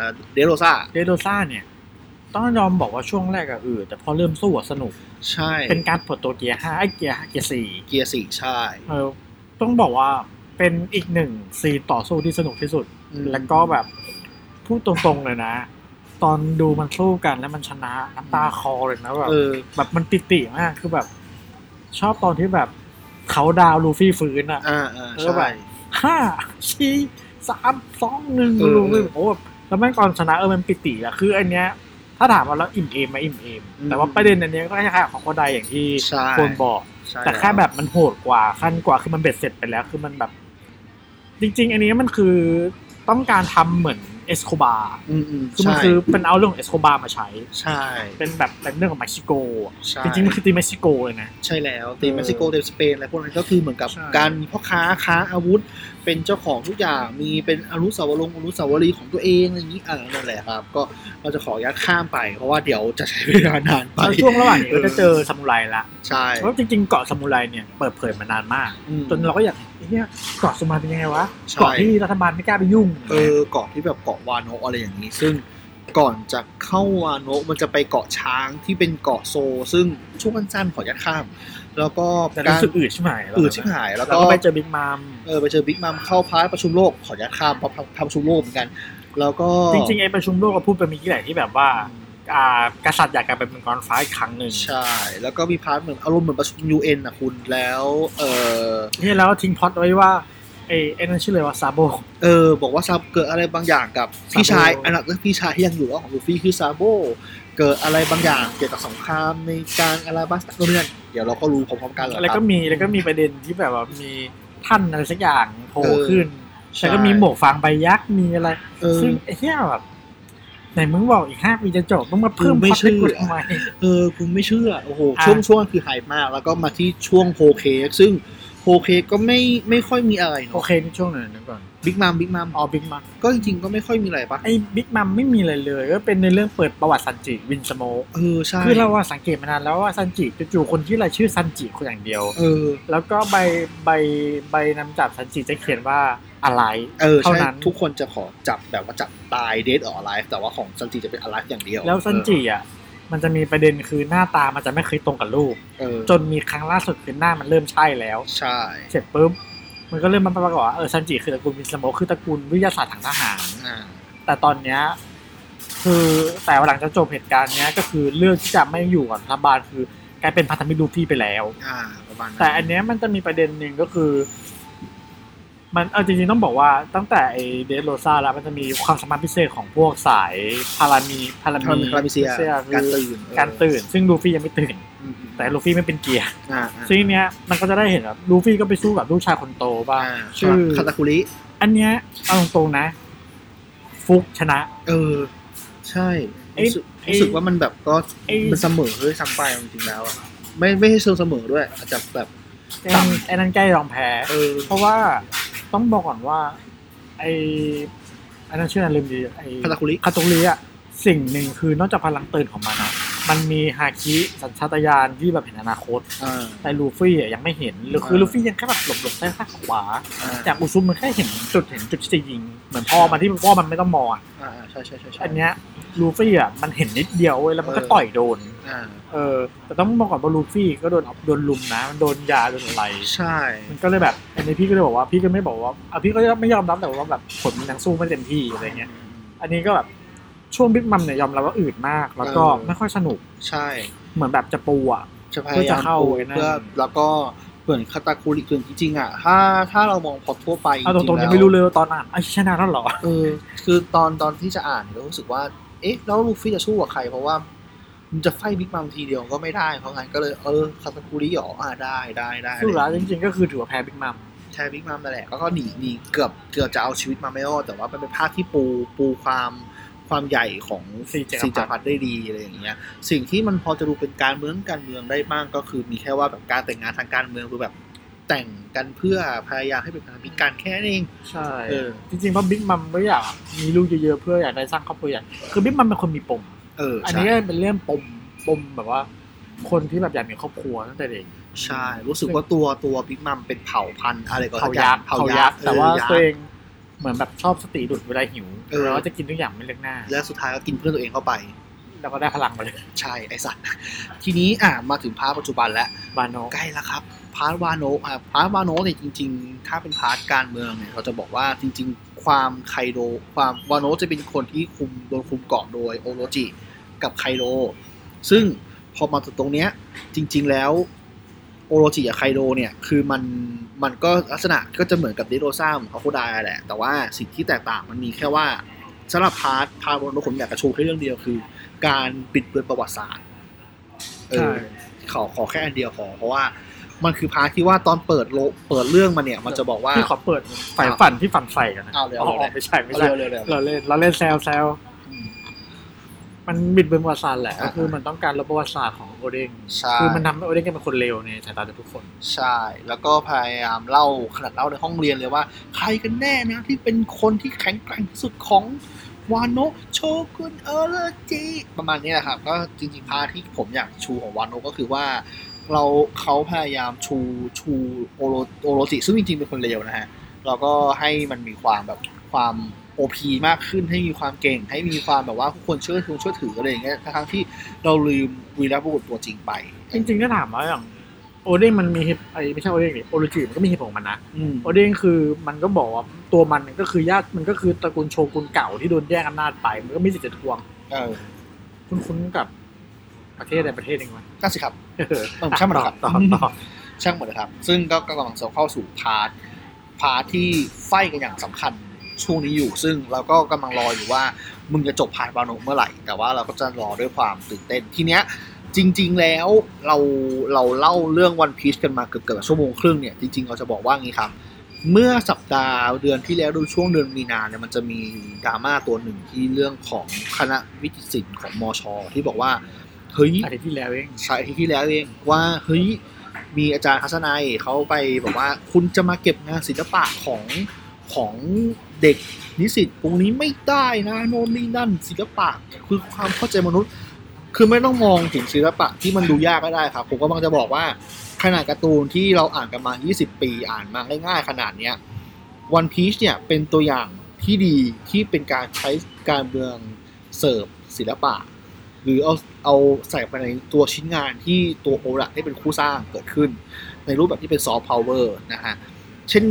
Speaker 3: า เดโรซ่า
Speaker 2: เดโดซ่าเนี่ย ต้องยอมบอกว่าช่วงแรกอะเออแต่พอเริ่มสู้อะสนุก
Speaker 3: ใช่
Speaker 2: เป็นการปลดตัวเกียร์ห้าไอ้เกียร์ห้าเกียร์สี่
Speaker 3: เกียร์สี่ใช่
Speaker 2: เออต้องบอกว่าเป็นอีกหนึ่งซีนต่อสู้ที่สนุกที่สุด
Speaker 3: อืม
Speaker 2: แล้วก็แบบพูดตรงๆเลยนะ ตอนดูมันสู้กันแล้วมันชนะน้ำตาคลอเลยนะแบบ
Speaker 3: เออ
Speaker 2: แบบมันปิติมากคือแบบ ชอบตอนที่แบบเขาดาวน์ลูฟี่ฟื้นอะ
Speaker 3: อ่าอ่า
Speaker 2: เออ
Speaker 3: ใช่
Speaker 2: แบบ ห้าสี่สามสองหนึ่ง
Speaker 3: เออ
Speaker 2: ลูฟี่โอ้แบบแล้วแม่งตอนชนะเออมันปิติอะคืออันเนี้ย ถ้าถามว่าแล้วอิ่มเอมไหมอิ่มเอมแต่ว่าประเด็นอันเนี้ยก็คล้ายๆของคนใดอย่างที่
Speaker 3: ใช่
Speaker 2: คนบอก
Speaker 3: ใช่
Speaker 2: แต่แค่แบบมันโหดกว่าขั้นกว่าคือมันเบ็ดเสร็จไปแล้ว คือมันแบบ จริง ๆ อันนี้มันคือต้องการทำเหมือนเอสโคบา
Speaker 3: อืมอืม
Speaker 2: คือมัน
Speaker 3: ใช่
Speaker 2: คือเป็นเอาเรื่องเอสโคบามาใช้
Speaker 3: ใช่
Speaker 2: เป็นแบบเป็นเรื่องของเม็กซิโกอะ
Speaker 3: ใช่
Speaker 2: จริงๆมันคือตีเม็กซิโกเลยนะ
Speaker 3: ใช่แล้วตี
Speaker 2: เออ
Speaker 3: เม็กซิโกเตีสเปนอะไรพวกนั้นก็คือเหมือนกับ
Speaker 2: ใช่
Speaker 3: การพ่อค้าค้าอาวุธ เป็นเจ้าของทุกอย่างมีเป็นอนุสาวรงค์อนุสาวรีย์ของตัวเองอะไรอย่างนี้อ่านั่นแหละครับ ก็เราจะขออนุญาตข้ามไป เพราะว่าเดี๋ยวจะใช้เวลานานไป
Speaker 2: แล้วช่วงระหว่างนี้ก็จะเจอซามูไรละ
Speaker 3: ใช่
Speaker 2: เพราะจริง ๆ เกาะซามูไรเนี่ยเปิดเผยมานานมาก
Speaker 3: อืม
Speaker 2: จนเราก็อยากเห็นไอ้เนี่ยเกาะสมาเป็นยังไงวะ
Speaker 3: ใช่
Speaker 2: เกาะที่รัฐบาลไม่กล้าไปยุ่ง
Speaker 3: เออเกาะที่แบบเกาะวาโนะอะไรอย่างนี้ ซึ่งก่อนจะเข้าวาโนะมันจะไปเกาะช้างที่เป็นเกาะโซ ซึ่งช่วงสั้นๆขออนุญาตข้าม แล้วก็
Speaker 2: แต่
Speaker 3: การ
Speaker 2: รู้สึกอืดใช่ไหม
Speaker 3: อืดชิบหายแล้
Speaker 2: แล้ว วก็
Speaker 3: ก็
Speaker 2: ไปเจอบิ๊กมัม
Speaker 3: เออไปเจอบิ๊กมัมเข้าพาร์ทประชุมโลกขออนุญาตข้ามเพราะทำประชุมโลกเหมือนกัน แล้วก็
Speaker 2: จริงๆไอ้ประชุมโลกก็พูดไปเมีกี่แหละที่แบบว่าอ่ากษัตริย์อยากกลับไปเป็นกรฟ้าอีกครั้งหนึ่ง
Speaker 3: ใช่ แล้วก็มีพาร์ทเหมือนอารมณ์เหมือนประชุม UN นะคุณแล้วเออ
Speaker 2: ที่แล้วทิ้งพล็อดไว้ว่าไอ้ไอ้นั่นชื่ออะไรวะซาโบ
Speaker 3: เออบอกว่าซาเกิดอะไรบางอย่างกับพี่ชาย
Speaker 2: ซาโบ
Speaker 3: อันดับพี่ชายที่ยังอยู่ของลูฟี่คือซาโบเกิดอะไรบางอย่างเกี่ยวกับสงครามในการอาราบัสโน่นนนั่นเดี๋ยวเราก็รู้พร้อมๆกันแหละ
Speaker 2: แล้ว
Speaker 3: ครั
Speaker 2: ก็
Speaker 3: บ
Speaker 2: มีแล้วก็มีประเด็นที่แบบว่ามีท่านอะไรสักอย่างโผล่
Speaker 3: เออ
Speaker 2: ขึ้นแล้วก็มีหมวกฟางใบยักษ์มีอะไร
Speaker 3: เออ
Speaker 2: ซึ่งไอ้เหี้ยแบบไหนมึงบอกอีกห้าปีจะจบต้องมาเพิ่ม
Speaker 3: กูไม่
Speaker 2: พล็อดให้กู
Speaker 3: เชื่อ
Speaker 2: ทำไม
Speaker 3: เออคุณไม่เชื่อ โอ้โห
Speaker 2: อ่ะ
Speaker 3: ช่วงช่วงคือไฮมาก แล้วก็มาที่ช่วงโพเคกซึ่งโพเคกก็ไม่ไม่ค่อยมีอะไร
Speaker 2: โอ
Speaker 3: เนาะ
Speaker 2: เคนี่ช่วงหนึ่งนึงก่อน
Speaker 3: บิ๊กมัมบิ๊กมัม
Speaker 2: อ๋อบิ๊กมัม
Speaker 3: ก็จริงๆก็ไม่ค่อยมีอะไรปะ
Speaker 2: ไอ้บิ๊กมัมไม่มีอะไรเลย ก็เป็นในเรื่องเปิดประวัติซันจิวินสโมก
Speaker 3: เออใช่
Speaker 2: คือเราว่าสังเกตมานานแล้วว่าซันจิจู่ๆคนที่ออะไรชื่อซันจิคนอย่างเดียว
Speaker 3: เออ
Speaker 2: แล้วก็ใบใบใบนำจับซันจิจะเขียนว่าอะไร
Speaker 3: เออ
Speaker 2: เท่า
Speaker 3: ใช่
Speaker 2: นั้น
Speaker 3: ทุกคนจะขอจับแบบว่าจับตายเดทออ l ไลฟ์แต่ว่าของซันจิจะเป็นอ l ไลฟ์อย่างเดียว
Speaker 2: แล้วซันจิอ่ะมันจะมีประเด็นคือหน้าตามันจะไม่เคยตรงกับรูป
Speaker 3: เออ
Speaker 2: จนมีครั้งล่าสุดคือหน้ามันเริ่มใช่แล้ว
Speaker 3: ใช่
Speaker 2: เสร็จปุ๊บ มันก็เริ่มมาประกอบว่าเออซันจิคือตระกูลวินสโมคคือตระกูลวิทยาศาสตร์ทางทหาร
Speaker 3: อ่า
Speaker 2: แต่ตอนเนี้ยคือแต่ว่าหลังจากจบเหตุการณ์เนี้ยก็คือเลือกที่จะไม่อยู่กับรัฐบาลคือกลายเป็นพันธมิตรลูฟี่ไปแล้ว
Speaker 3: อ่าประมาณนั้น
Speaker 2: แต่อันเนี้ยมันจะมีประเด็นหนึ่งก็คือ มันเอาจริงๆต้องบอกว่าตั้งแต่ไอเดสโรซาแล้วมันจะมีความสามารถพิเศษของพวกสายพารามีพารา
Speaker 3: คอน
Speaker 2: มี
Speaker 3: คาบิเซีย
Speaker 2: คื
Speaker 3: การ
Speaker 2: อ
Speaker 3: ตื่น
Speaker 2: การตื่น ซึ่งลูฟี่ยังไม่ตื่น
Speaker 3: อืมอืม
Speaker 2: แต่ลูฟี่ไม่เป็นเกียร์
Speaker 3: อ่าอ่า
Speaker 2: ซึ่งเนี้ยมันก็จะได้เห็นแบบลูฟี่ก็ไปสู้กับลูกชายคนโตบ้าง
Speaker 3: อ่า
Speaker 2: ชื่อ
Speaker 3: คาตาคุริ
Speaker 2: อันเนี้ยเอาตรงๆนะ ฟุกชนะ
Speaker 3: เออ ใช่
Speaker 2: ไอ้
Speaker 3: รู้สึก
Speaker 2: ไอ้
Speaker 3: รู้สึกว่ามันแบบก็
Speaker 2: ไอ้
Speaker 3: มันเสมอเลยซ้ำไปจริงๆแล้วอะไม่ไม่ใช่เชิงเสมอด้วยอาจจะแบบ ต่ำ
Speaker 2: ไอ้นั่นใกล้รองแพ้
Speaker 3: เออ
Speaker 2: เพราะว่าต้องบอกก่อนว่า ไออันนั้นชื่ออะไรลืมดีไอ
Speaker 3: คาตาคุริ
Speaker 2: คาตงลีอะสิ่งหนึ่งคือนอกจากพลังตื่นของมันนะมันมีฮาคิสัญชาตญาณที่แบบเห็นอนาคต
Speaker 3: อ่า
Speaker 2: แต่ลูฟี่อะยังไม่เห็นหรือคือ
Speaker 3: เออ
Speaker 2: ลูฟี่ยังแค่แบบหลบหลบๆซ้ายข้างขวา
Speaker 3: อ่า
Speaker 2: จากอุซุมมันแค่เห็นจุดเห็นจุดที่จะยิง เหมือนพ่อมันที่พ่อมันไม่ต้องมองอะ
Speaker 3: อ่าใช่ใช่ใช่ใช่
Speaker 2: อันเนี้ยลูฟี่อะมันเห็นนิดเดียวเว้ยแล้วมันก็ต่อยโดน
Speaker 3: อ่า
Speaker 2: เออ แต่ต้องบอกก่อนว่าลูฟี่ก็โดนโดนลุมนะมันโดนยาโดนอะไร
Speaker 3: ใช่
Speaker 2: มันก็เลยแบบอันนี้พี่ก็เลยบอกว่าพี่ก็ไม่บอกว่าอ่ะพี่ก็ไม่ยอมรับแต่ว่าแบบผลมันยังสู้ไม่เต็มที่อะไรเงี้ย อันนี้ก็แบบช่วงบิ๊กมัมเนี่ยยอมรับว่าอืดมาก แล้วก็ไม่ค่อยสนุก
Speaker 3: ใช่
Speaker 2: เหมือนแบบจะปูอ่ะ
Speaker 3: จะพยายาม
Speaker 2: เพื่อจะเข้าไอ้นั่น
Speaker 3: เพื่อแล้วก็เหมือนคาตาคุริคือจริงๆอ่ะถ้าถ้าเรามองพล็อตทั่วไป
Speaker 2: เอาตรงๆ
Speaker 3: จ
Speaker 2: ยัง
Speaker 3: ๆ
Speaker 2: ไม่รู้เล
Speaker 3: แล้ว
Speaker 2: ยว่าตอนอ่านไอ้ชนะแล้วเหรอ
Speaker 3: เออคือตอนตอนที่จะอ่านเรารู้สึกว่า เอ๊ะแล้วลูฟี่จะสู้กับใคร เพราะว่ามันจะไฟท์บิ๊กมัมทีเดียวก็ไม่ได้เพราะงั้นก็เลยเออคาตาคุริหรออ่าได้ได้ได้
Speaker 2: สุดแล้วจริงๆก็คือถือว่าแพ้บิ๊กมัม
Speaker 3: แช่บิ๊กมัมนั่นแหละก็ก็หนีหนีเกือบเกือบจะเอาชีวิตมาไม่รอดแต่ว่ามันเป็นภาคที่ปูปูความความใหญ่ของ
Speaker 2: สี่เจ็ด
Speaker 3: สีจักรพรรดิได้ดีอะไรอย่างเงี้ย สิ่งที่มันพอจะดูเป็นการเมืองการเมืองได้บ้างก็คือมีแค่ว่าแบบการแต่งงานทางการเมืองคือแบบแต่งกันเพื่อพยายามให้เป็นพันธมิตรกันแค่นั้นเอง
Speaker 2: ใช่
Speaker 3: เออ
Speaker 2: จริงๆว่าบิ๊กมัมก็อยากมีลูกเยอะๆเพื่ออยากได้สร้างครอบครัวใหญ่คือบิ๊กมัมเป็นคนมีปม
Speaker 3: เออ
Speaker 2: อัน
Speaker 3: ใช่
Speaker 2: นี้ก็เป็นเรื่องปมปมแบบว่า คนที่แบบอยากมีครอบครัวตั้งแต่เด็ก
Speaker 3: ใช่ รู้สึกว่าตัวตัวบิ๊กมัมเป็นเผ่าพันธุ์อะไรก็
Speaker 2: เขา
Speaker 3: แล้ว
Speaker 2: ยักษ์
Speaker 3: เผ่า
Speaker 2: เขา
Speaker 3: ยั
Speaker 2: ยั
Speaker 3: ก
Speaker 2: ก
Speaker 3: ษ์
Speaker 2: ษ์
Speaker 3: แต่
Speaker 2: แต่
Speaker 3: ว่า
Speaker 2: ว่า
Speaker 3: ตั
Speaker 2: ตัว ว
Speaker 3: เอ
Speaker 2: เอง งเหมือนแบบชอบสติดุดเวลาหิว
Speaker 3: เออ
Speaker 2: แล้วก็จะกินทุกอย่างไม่เลือกหน้า
Speaker 3: และสุดท้ายก็กินเพื่อนตัวเองเข้าไป
Speaker 2: แล้วก็ได้พลังมาเลย
Speaker 3: ใช่ไอสัตว์ ทีนี้อ่ะมาถึงพาร์ทปัจจุบันแล้ว
Speaker 2: บาโน
Speaker 3: ใกล้แล้วครับ พาร์ทวาโนะอ่ะพาร์ทวาโนะเนี่ยจริง ๆ ถ้าเป็นพาร์ทการเมืองเนี่ยเราจะบอกว่าจริง ๆ ความไคโดความวาโนะจะเป็นคนที่คุมโดนคุมเกาะโดยโอโรจิกับไคโด ซึ่งพอมาถึงตรงเนี้ยจริง ๆ แล้วโอโรจิกับไคโดเนี่ยคือมันมันก็ลักษณะก็จะเหมือนกับเดโรซ่าของอาโคดายแหละ แต่ว่าสิ่งที่แตกต่างมันมีแค่ว่าสำหรับพาร์ทพาร์ทวาโนะผมอยากจะโชว์แค่เรื่องเดียวคือ การปิดเบือนประวัติศาสตร์เอ
Speaker 2: ใช่
Speaker 3: อ ขอขอแค่อันเดียวพอเพราะว่ามันคือพาร์ทที่ว่าตอนเปิดโลเปิดเรื่องมาเนี่ย มันจะบอกว่า
Speaker 2: พี่ขอเปิดฝ่ายฝันที่ฝันใส่กันนะ
Speaker 3: เอาเลย
Speaker 2: อ๋
Speaker 3: เอาเลย
Speaker 2: อไม่ใช่ไม่
Speaker 3: เอา
Speaker 2: ใช่
Speaker 3: เร็วเร็วเร็ว
Speaker 2: เราเล่นเราเล่นแซวแซวมันบิดเบือนประวัติศาสตร์แหละ
Speaker 3: อ่า
Speaker 2: ก็คือมันต้องการลบประวัติศาสตร์ของโอเด้ง
Speaker 3: ใช่
Speaker 2: คือมันทำให้โอเด้งกลายเป็นคนเลวในสายตาทุกคน
Speaker 3: ใช่ แล้วก็พยายามเล่าขนาดเล่าในห้องเรียนเลยว่า ใครกันแน่นะที่เป็นคนที่แข็งแกร่งที่สุดของวานโนะโชกุนเออร์จิประมาณนี้แหละครับ ก็จริงๆพาร์ทที่ผมอยากชูของวานโนะก็คือว่า เราเขาพยายามชูชูโอโรโอโรจิซึ่งจริงๆเป็นคนเลวนะฮะ เราก็ให้มันมีความแบบความโอพีมากขึ้นให้มีความเก่ง ให้มีความแบบว่าผู้คนเชื่อถือเชื่อถืออะไรอย่างเงี้ยทั้งๆที่เราลืมวีรบุรุษตัวจริงไป
Speaker 2: จริงๆถ้าถามว่าอย่างโอเด้งมันมีเหตุไอ้ไม่ใช่โอเด้งดิโอโรจิมันก็มีเหตุผลของมันนะ
Speaker 3: อืม
Speaker 2: โอเด้งคือมันก็บอกว่าตัวมันก็คือญาติมันก็คือตระกูลโชกุนเก่าที่โดนแย่งอำนาจไปมันก็มีสิทธิ์จะทวง
Speaker 3: เออ
Speaker 2: คุ้นๆกับประเทศใดประเทศหนึ่งมั้ย
Speaker 3: นั่นสิครับ
Speaker 2: เออ
Speaker 3: เออใช่มัน
Speaker 2: ต่อ
Speaker 3: ครับ
Speaker 2: ต่อ ต่อ
Speaker 3: ช่างหมดนะครับ ซึ่งก็กำลังจะเข้าสู่พาร์ทพาร์ทที่ไฟกันอย่างสำคัญช่วงนี้อยู่ ซึ่งเราก็กำลังรออยู่ว่ามึงจะจบพาร์ทวาโนเมื่อไหร่ แต่ว่าเราก็จะรอด้วยความตื่นเต้นทีเนี้ยจริง ๆ แล้วเราเราเล่าเรื่องวันพีชกันมาเกือบเกือบชั่วโมงครึ่งเนี่ยจริง ๆ เราจะบอกว่างี้ครับ เมื่อสัปดาห์เดือนที่แล้วดูช่วงเดือนมีนาเนี่ยมันจะมีดราม่าตัวหนึ่งที่เรื่องของคณะวิจิตรศิลป์ของมช ที่บอกว่าเฮ้ย
Speaker 2: อาทิตย์ที่แล้วเอง
Speaker 3: ใช่ที่แล้วเองว่าเฮ้ยมีอาจารย์ทัศนัยเขาไปบอกว่าคุณจะมาเก็บงานศิลปะของของเด็กนิสิตตรงนี้ไม่ได้นะโน่นนี่นั่นศิลปะคือความเข้าใจมนุษย์ คือไม่ต้องมองถึงศิลปะที่มันดูยากก็ได้ครับ ผมก็บังจะบอกว่าขนาดการ์ตูนที่เราอ่านกันมา 20 ปีอ่านมาง่ายๆขนาดเนี้ยวันพีชเนี่ยเป็นตัวอย่างที่ดีที่เป็นการใช้การเมืองเสิร์ฟศิลปะ หรือเอาเอาใส่ไปในตัวชิ้นงานที่ตัวโอระได้เป็นคู่สร้างเกิดขึ้น ในรูปแบบที่เป็นซอฟต์พาวเวอร์นะฮะ เช่น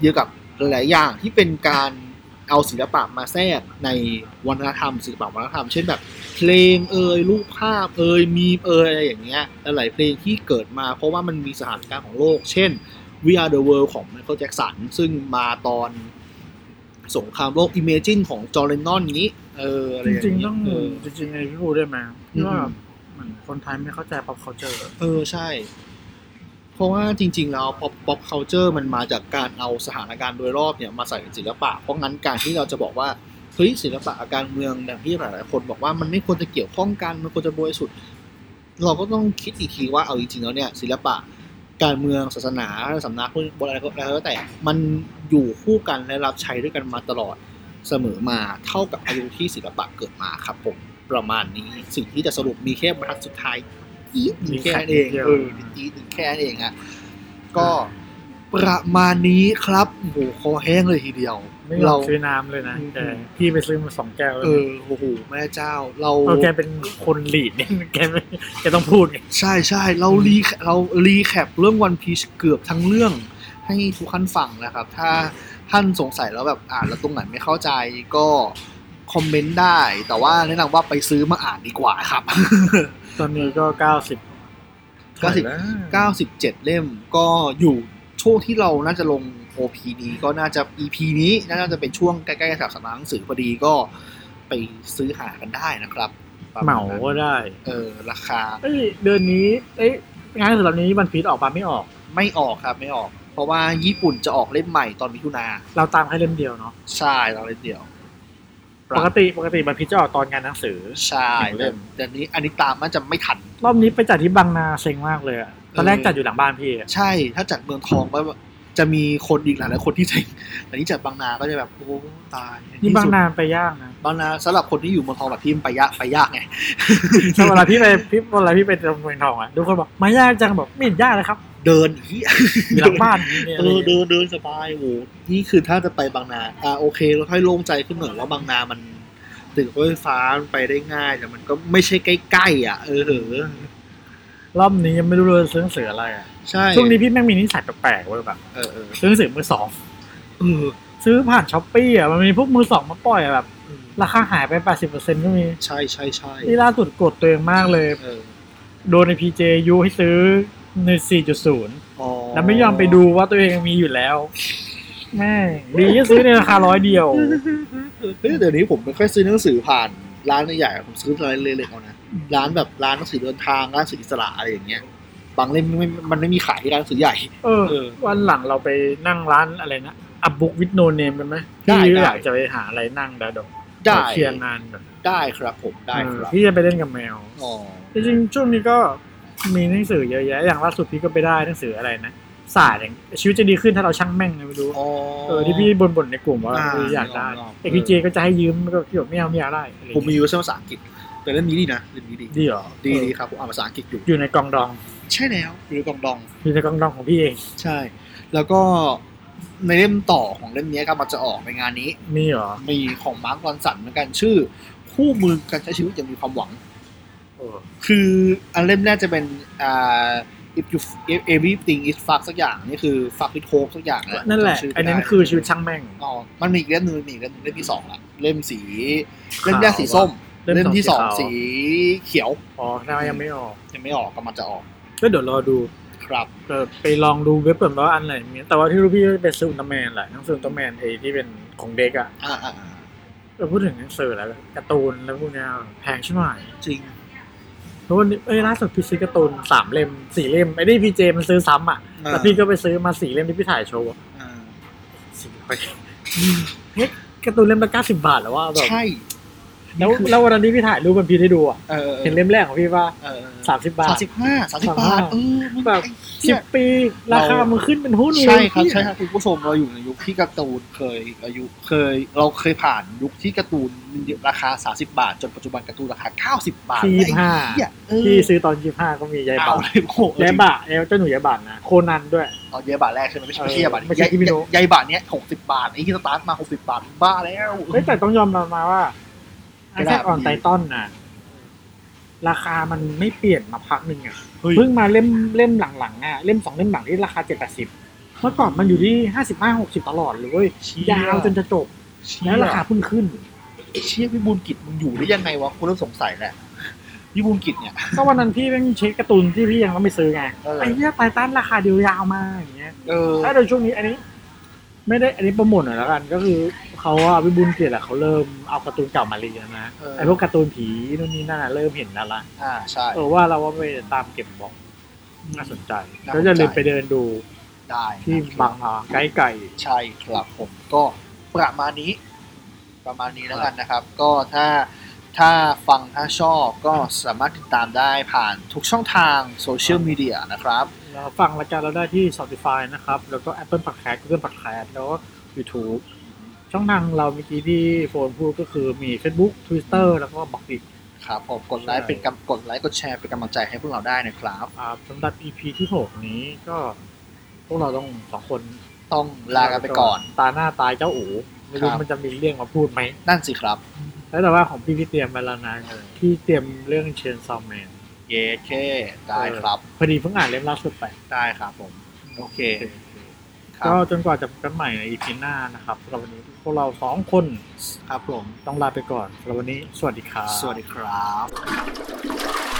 Speaker 3: เดียวกับหลายๆอย่างที่เป็นการเอาศิลปะมาแทรกในวัฒนธรรมศิลปะวัฒนธรรม เช่นแบบเพลงเอ่ยรูปภาพเอ่ยมีมเอ่ยอะไรอย่างเงี้ยหลายๆเพลงที่เกิดมาเพราะว่ามันมีสถานการณ์ของโลก เช่น We Are the World ของ Michael Jackson ซึ่งมาตอนสงครามโลก Imagine ของ John Lennon นี้เอออะไร
Speaker 2: จ
Speaker 3: อย่าง
Speaker 2: ริงๆ
Speaker 3: เงี้ย
Speaker 2: ต้อง
Speaker 3: เออ
Speaker 2: จริงๆไอ้พี่พูดด้วยไหม
Speaker 3: อืม
Speaker 2: ว่าเหมือนคนไทยไม่เข้าใจ pop culture
Speaker 3: เออใช่ เพราะว่าจริง ๆ แล้ว pop pop culture มันมาจากการเอาสถานการณ์โดยรอบเนี่ยมาใส่ศิลปะ เพราะงั้นการที่เราจะบอกว่าเฮ้ยศิลปะอาการเมืองอย่างที่หลายๆคนบอกว่ามันไม่ควรจะเกี่ยวข้องกันมันควรจะบริสุทธิ์เราก็ต้องคิดอีกทีว่าเอาจริงๆแล้วเนี่ย ศิลปะการเมืองศาสนาสำนักพุทธอะไรก็แล้วแต่ มันอยู่คู่กันและรับใช้ด้วยกันมาตลอดเสมอมาเท่ากับอายุที่ศิลปะเกิดมาครับผมประมาณนี้สิ่งที่จะสรุปมีแค่บรรทัดสุดท้าย อีดหนึ่งแค่นั้นเองเอออีดหนึ่งแค่นั้นเองฮะก็ประมาณนี้ครับโอ้โหคอแห้งเลยทีเดียว
Speaker 2: ไม่ยอ
Speaker 3: เรา
Speaker 2: มซื้อน้ำเลยนะ
Speaker 3: อืม
Speaker 2: แกพี่ไปซื้อมาสองแก้วแล้ว
Speaker 3: เออโอ้โหแม่เจ้า เรา
Speaker 2: เอาแกเป็นคนหลีดเนี่ย แกไม่แกต้องพูดไง
Speaker 3: ใช่ใช่เรารีเรารีแคปเรื่องวันพีชเกือบทั้งเรื่อง ให้ทุกท่านฟังนะครับ ถ้าท่านสงสัยแล้วแบบอ่านแล้วตรงไหนไม่เข้าใจก็คอมเมนต์ได้ แต่ว่าแนะนำว่าไปซื้อมาอ่านดีกว่าครับ
Speaker 2: ตอนนี้ก็เก้าสิบ
Speaker 3: เก้าสิบ 97 เล่มก็อยู่ช่วงที่เราน่าจะลง OP นี้ก็น่าจะ EP นี้น่าจะเป็นช่วงใกล้ๆกับสำนักหนังสือพอดีก็ไปซื้อหากันได้นะครับประณ
Speaker 2: เหมา
Speaker 3: นั้น
Speaker 2: ก็ได้
Speaker 3: เออราคา
Speaker 2: เอ้ยเดือนนี้ เอ้ยงานสำหรับนี้วันพีชออกปะไม่ออก
Speaker 3: ไม่ออกครับไม่ออก เพราะว่าญี่ปุ่นจะออกเล่มใหม่ตอนมิถุนา
Speaker 2: เราตามแค่เล่มเดียวเนาะ
Speaker 3: ใช่เราเล่มเดียว ครับ
Speaker 2: ปกติปกติวันพีชจะออกตอนงานหนังสือ
Speaker 3: ใช่
Speaker 2: หนึ่งเล่ม
Speaker 3: แต่นี้อันนี้ตามน่าจะไม่ทัน
Speaker 2: รอบนี้ไปจัดที่บางนาเซ็งมากเลยอะตอนแรก
Speaker 3: เออ
Speaker 2: จัดอยู่หลังบ้านพี่อะ
Speaker 3: ใช่ ถ้าจัดเมืองทองก็จะมีคนอีกหลายๆคนที่เซ็งแต่นี่จัดบางนาก็จะแบบโอ้ตาย
Speaker 2: นี่บางนาไปยากนะ
Speaker 3: บางนาสำหรับคนที่อยู่เมืองทองแบบพี่มันไปยากไปยากไง
Speaker 2: แต่เวลาพี่ไปพี่เวลาพี่ไปตรงเมืองทองอะทุกคนบอกมายากจังบอกไม่เห็นยากเลยครับ
Speaker 3: เดินอีกที่
Speaker 2: อยู่หลังบ้านนี่ย
Speaker 3: เออเดินเดินสบายโอ้โหนี่คือถ้าจะไปบางนา อ่าโอเคเราค่อยโล่งใจขึ้นหน่อยว่าบางนามันตึกรถไฟฟ้ามันไปได้ง่าย แต่มันก็ไม่ใช่ใกล้ๆอ่ะ เออเหอะ
Speaker 2: รอบนี้ยังไม่รู้เลยซื้อหนังสืออะไรอะ
Speaker 3: ใช่
Speaker 2: ช่วงนี้พี่แม่งมีนิสัยแปลกๆเว้ยแบบ
Speaker 3: เออเออ
Speaker 2: ซื้อหนังสือมือสอง
Speaker 3: เออ
Speaker 2: ซื้อผ่านช้อปปี้อ่ะมันมีพวกมือสองมาปล่อยอะแบบ ราคาหายไป 80%ก็มี
Speaker 3: ใช่ใช่ใช่
Speaker 2: ที่ล่าสุดกดตัวเองมากเลย
Speaker 3: เออ
Speaker 2: โดนใน PJU ให้ซื้อใน 4.0
Speaker 3: อ๋อ
Speaker 2: แล้วไม่ยอมไปดูว่าตัวเองมีอยู่แล้วแม่งดีก็ซื้อในราคาร้อยเดียว
Speaker 3: เฮ้ยเดี๋ยวนี้ผมไม่ค่อยซื้อหนังสือผ่านร้านใหญ่ๆผมซื้อร้านเล็กๆเอานะร้านแบบร้านหนังสือเดินทางร้านหนังสืออิสระอะไรอย่างเงี้ยบางเล่มไม่มันไม่มีขายที่ร้านหนังสือใหญ่
Speaker 2: เออ
Speaker 3: เออ
Speaker 2: วันหลังเราไปนั่งร้านอะไรนะอับบุ๊กวิดโนเนมกันไหม
Speaker 3: ได้
Speaker 2: พี่
Speaker 3: ได้
Speaker 2: อยากจะไปหาอะไรนั่งดาดก
Speaker 3: ได้
Speaker 2: เคลียร์งานก่อน
Speaker 3: ได้ครับผมได้
Speaker 2: เอ
Speaker 3: ค
Speaker 2: อ
Speaker 3: รับ
Speaker 2: พี่จะไปเล่นกับแมว
Speaker 3: อ๋อ
Speaker 2: จริงๆช่วงนี้ก็มีหนังสือเยอะแยะ อย่างล่าสุดพี่ก็ไปได้หนังสืออะไรนะศาสตร์อย่างชีวิตจะดีขึ้นถ้าเราช่างแม่งนะไม่รู้ เออที่พี่บ่นๆในกลุ่มว่า
Speaker 3: อ่า
Speaker 2: เอออยากได้
Speaker 3: ลองๆ
Speaker 2: ไอพีเจก็จะให้ยืมก็พี่บอกไม่เอาไม่อยากได้อะไรอย่าง
Speaker 3: ผมมี
Speaker 2: เงี้ย
Speaker 3: เวอร์ชันภาษาอังกฤษแต่เล่มนี้ดีนะเล่มนี้ดี
Speaker 2: ดีเหรอ
Speaker 3: ดี
Speaker 2: เออ
Speaker 3: ดีครับผมอ่านภาษาอังกฤษอยู่
Speaker 2: อยู่ในกองดอง
Speaker 3: ใช่แล้วหรือกองดอง
Speaker 2: อยู่ในกองดองของพี่เอง
Speaker 3: ใช่ แล้วก็ในเล่มต่อของเล่มนี้ก็มันจะออกในงานนี้
Speaker 2: มีเหรอ
Speaker 3: มีของมาร์กกอนสันเหมือนกันชื่อ คู่มือการใช้ชีวิตอย่างมีความหวัง
Speaker 2: เออ
Speaker 3: คืออันเล่มแรกจะเป็นอ่า if you if everything is fuck สักอย่างนี่คือ fuck with hope สักอย่าง
Speaker 2: นั่นแหละ
Speaker 3: จำชื่
Speaker 2: อันนั้น
Speaker 3: ไม่ได้
Speaker 2: คือชีวิตช่างแม่ง
Speaker 3: อ๋อมันมีอีกเล่มหนึ่งมีอีกเล่มหนึ่งเล่มที่สองละเล่มสีเล่มแรกสีส้ม
Speaker 2: เล่ม
Speaker 3: เล่มที่สอง
Speaker 2: สี
Speaker 3: สี
Speaker 2: ขาว
Speaker 3: เขียว
Speaker 2: อ๋อน่ายังไม่ออก
Speaker 3: ยังไม่ออกกำลังจะออก
Speaker 2: ก็เดี๋ยวรอดู
Speaker 3: ครับ
Speaker 2: เออไปลองดูเว็บเปิดว่าอันไหนมีแต่ว่าที่รู้พี่เป็นซูอุลตร้าแมนแหละหนังสืออุลตร้าแมนไอที่เป็นของเด็กอ่ะ
Speaker 3: อ่าอ่า
Speaker 2: เออพูดถึงหนังสือแล้วการ์ตูนแล้วพวกเนี้ยแพงใช่ไหม
Speaker 3: จริง
Speaker 2: เพราะวันนี้เอ้ยล่าสุดพี่ซื้อการ์ตูนสามเล่มสี่เล่มไอ้นี่พีเจมันซื้อซ้ำอ่ะ
Speaker 3: อ่า
Speaker 2: แล้วพี่ก็ไปซื้อมาสี่เล่มที่พี่ถ่ายโชว์อะ
Speaker 3: อ่า
Speaker 2: สี่ร้อย เฮ้ยการ์ตูนเล่มละเก้าสิบบาทแล้วว่าแบบ
Speaker 3: ใช่
Speaker 2: แล้วแล้ววันนั้นที่พี่ถ่ายรูปมันพี่ได้ดูอ่ะ
Speaker 3: เออ
Speaker 2: เห็นเล่มแรกของพี่ว่าสามสิบบาท
Speaker 3: สามสิบห้าสามสิบบาท
Speaker 2: 35
Speaker 3: เออมัน
Speaker 2: แบบ
Speaker 3: ไอ้เหี้
Speaker 2: สิ
Speaker 3: ย
Speaker 2: บปี ราคามันขึ้นเป็นหุ้นเลย
Speaker 3: ใช่ครับ
Speaker 2: พี่
Speaker 3: ใช่ครับคุณผู้ชมเราอยู่ในยุคที่การ์ตูนเคยอายุเคยเราเคยผ่านยุคที่การ์ตูนราคาสามสิบาท จนปัจจุบันการ์ตูนราคาเก้าสิบบาท
Speaker 2: พี่ยี่สิบห้า
Speaker 3: ไอ้เหี้ยเออ
Speaker 2: พี่ซื้อตอนยี่สิบห้าก็มียาย
Speaker 3: เอา
Speaker 2: บาท
Speaker 3: เลยโอ้โห
Speaker 2: ยายบาทเอลเจ้าหนูยายบาทนะโคนันด้วย
Speaker 3: ตอนเยบาทแรกใช่ไหมไม่ใช่ไม่ใช่ยบาท
Speaker 2: ไม่ใช่ที่ไม่รู้
Speaker 3: ยายบาทเนี้ยหกสิบบาทไอ้ที่สตาร์ทมาหกสิบบาทบ้าแล้ว
Speaker 2: เฮ้ยแต่ต้องยอมรับมาว่าไอ้แค่ออนไตตอนน่ะ ราคามันไม่เปลี่ยนมาพักหนึ่งอ่ะ
Speaker 3: เฮ้ย
Speaker 2: เพิ่งมาเล่มเล่มหลังๆอ่ะเล่มสองเล่มหลังที่ราคาเจ็ดแปดสิบ เมื่อก่อนมันอยู่ที่ห้าสิบห้าหกสิบตลอดเลยเว้ย
Speaker 3: เชี่ย
Speaker 2: ยาวจนจะจบ แล้วราคาเพิ่งขึ้น
Speaker 3: ไอ้เชี่ยพี่บุญกิจมึงอยู่ได้ยังไงวะกูเริ่มสงสัยแหละพี่บุญกิจเนี่ย
Speaker 2: ก็วันนั้นพี่แม่งเช็คการ์ตูนที่พี่ยังไม่ซื้อไง
Speaker 3: เออ
Speaker 2: ไอ้เนี้ยไททันราคาเดียวยาวมาอย่างเงี้ย
Speaker 3: เออ
Speaker 2: ถ้าโดยช่วงนี้อันนี้ ไม่ได้อันนี้โปรโมทหน่อยแล้วกันก็คือเขาอะวิบูลย์เกียรติอะเขาเริ่มเอาการ์ตูนเก่ามาเรียนนะไอ้พวกการ์ตูนผีนู่นนี่นั่นอะเริ่มเห็นแล้วละ
Speaker 3: อ่าใช่
Speaker 2: เออว่าเราว่าไปตามเก็บบอกน่าสนใจก็อย่าลืมไปเดินดู
Speaker 3: ได้
Speaker 2: ที่บางนาใกล้ไก่
Speaker 3: ใช่ครับผมก็ประมาณนี้ ประมาณนี้แล้วกันนะครับ ก็ถ้าถ้าฟังถ้าชอบก็สามารถติดตามได้ผ่านทุกช่องทางโซเชียลมีเดียนะครับ
Speaker 2: เราฟังรายการเราได้ที่ Spotify นะครับ แล้วก็ Apple Podcast Google Podcast แล้วก็ YouTube ช่องทางเราเมื่อกี้ที่โฟนพูดก็คือมี Facebook Twitter แล้วก็บล็อกดิ
Speaker 3: ครับผมกดไลค์เป็นกำกดไลค์กดแชร์เป็นกำลังใจให้พวกเราได้นะครับ
Speaker 2: อ่าสำหรับ EP ที่ 6 นี้ก็ พวกเราต้องสองคน
Speaker 3: ต้องลากันไปก่อน
Speaker 2: ตาหน้าตายเจ้าอูไม่รู้
Speaker 3: ครับ
Speaker 2: มันจะมีเรื่องมาพูดไหม
Speaker 3: นั่นสิครับ
Speaker 2: แล้วแต่ว่าของพี่พี่เตรียมมาแล้วนะพี่เตรียมเรื่องเชนซอมแมน
Speaker 3: เย้เค ได้ครับ
Speaker 2: พอดีเพิ่งอ่านเล่มล่าสุดไป
Speaker 3: ได้ครับผม โอเคค
Speaker 2: ก็
Speaker 3: รับ
Speaker 2: จนกว่าจะพบกันใหม่ใน EP หน้านะครับสำหรับวันนี้พวกเราสองคน
Speaker 3: ครับผม
Speaker 2: ต้องลาไปก่อนสำหรับวันนี้สวัสดีครับ
Speaker 3: สวัสดีครับ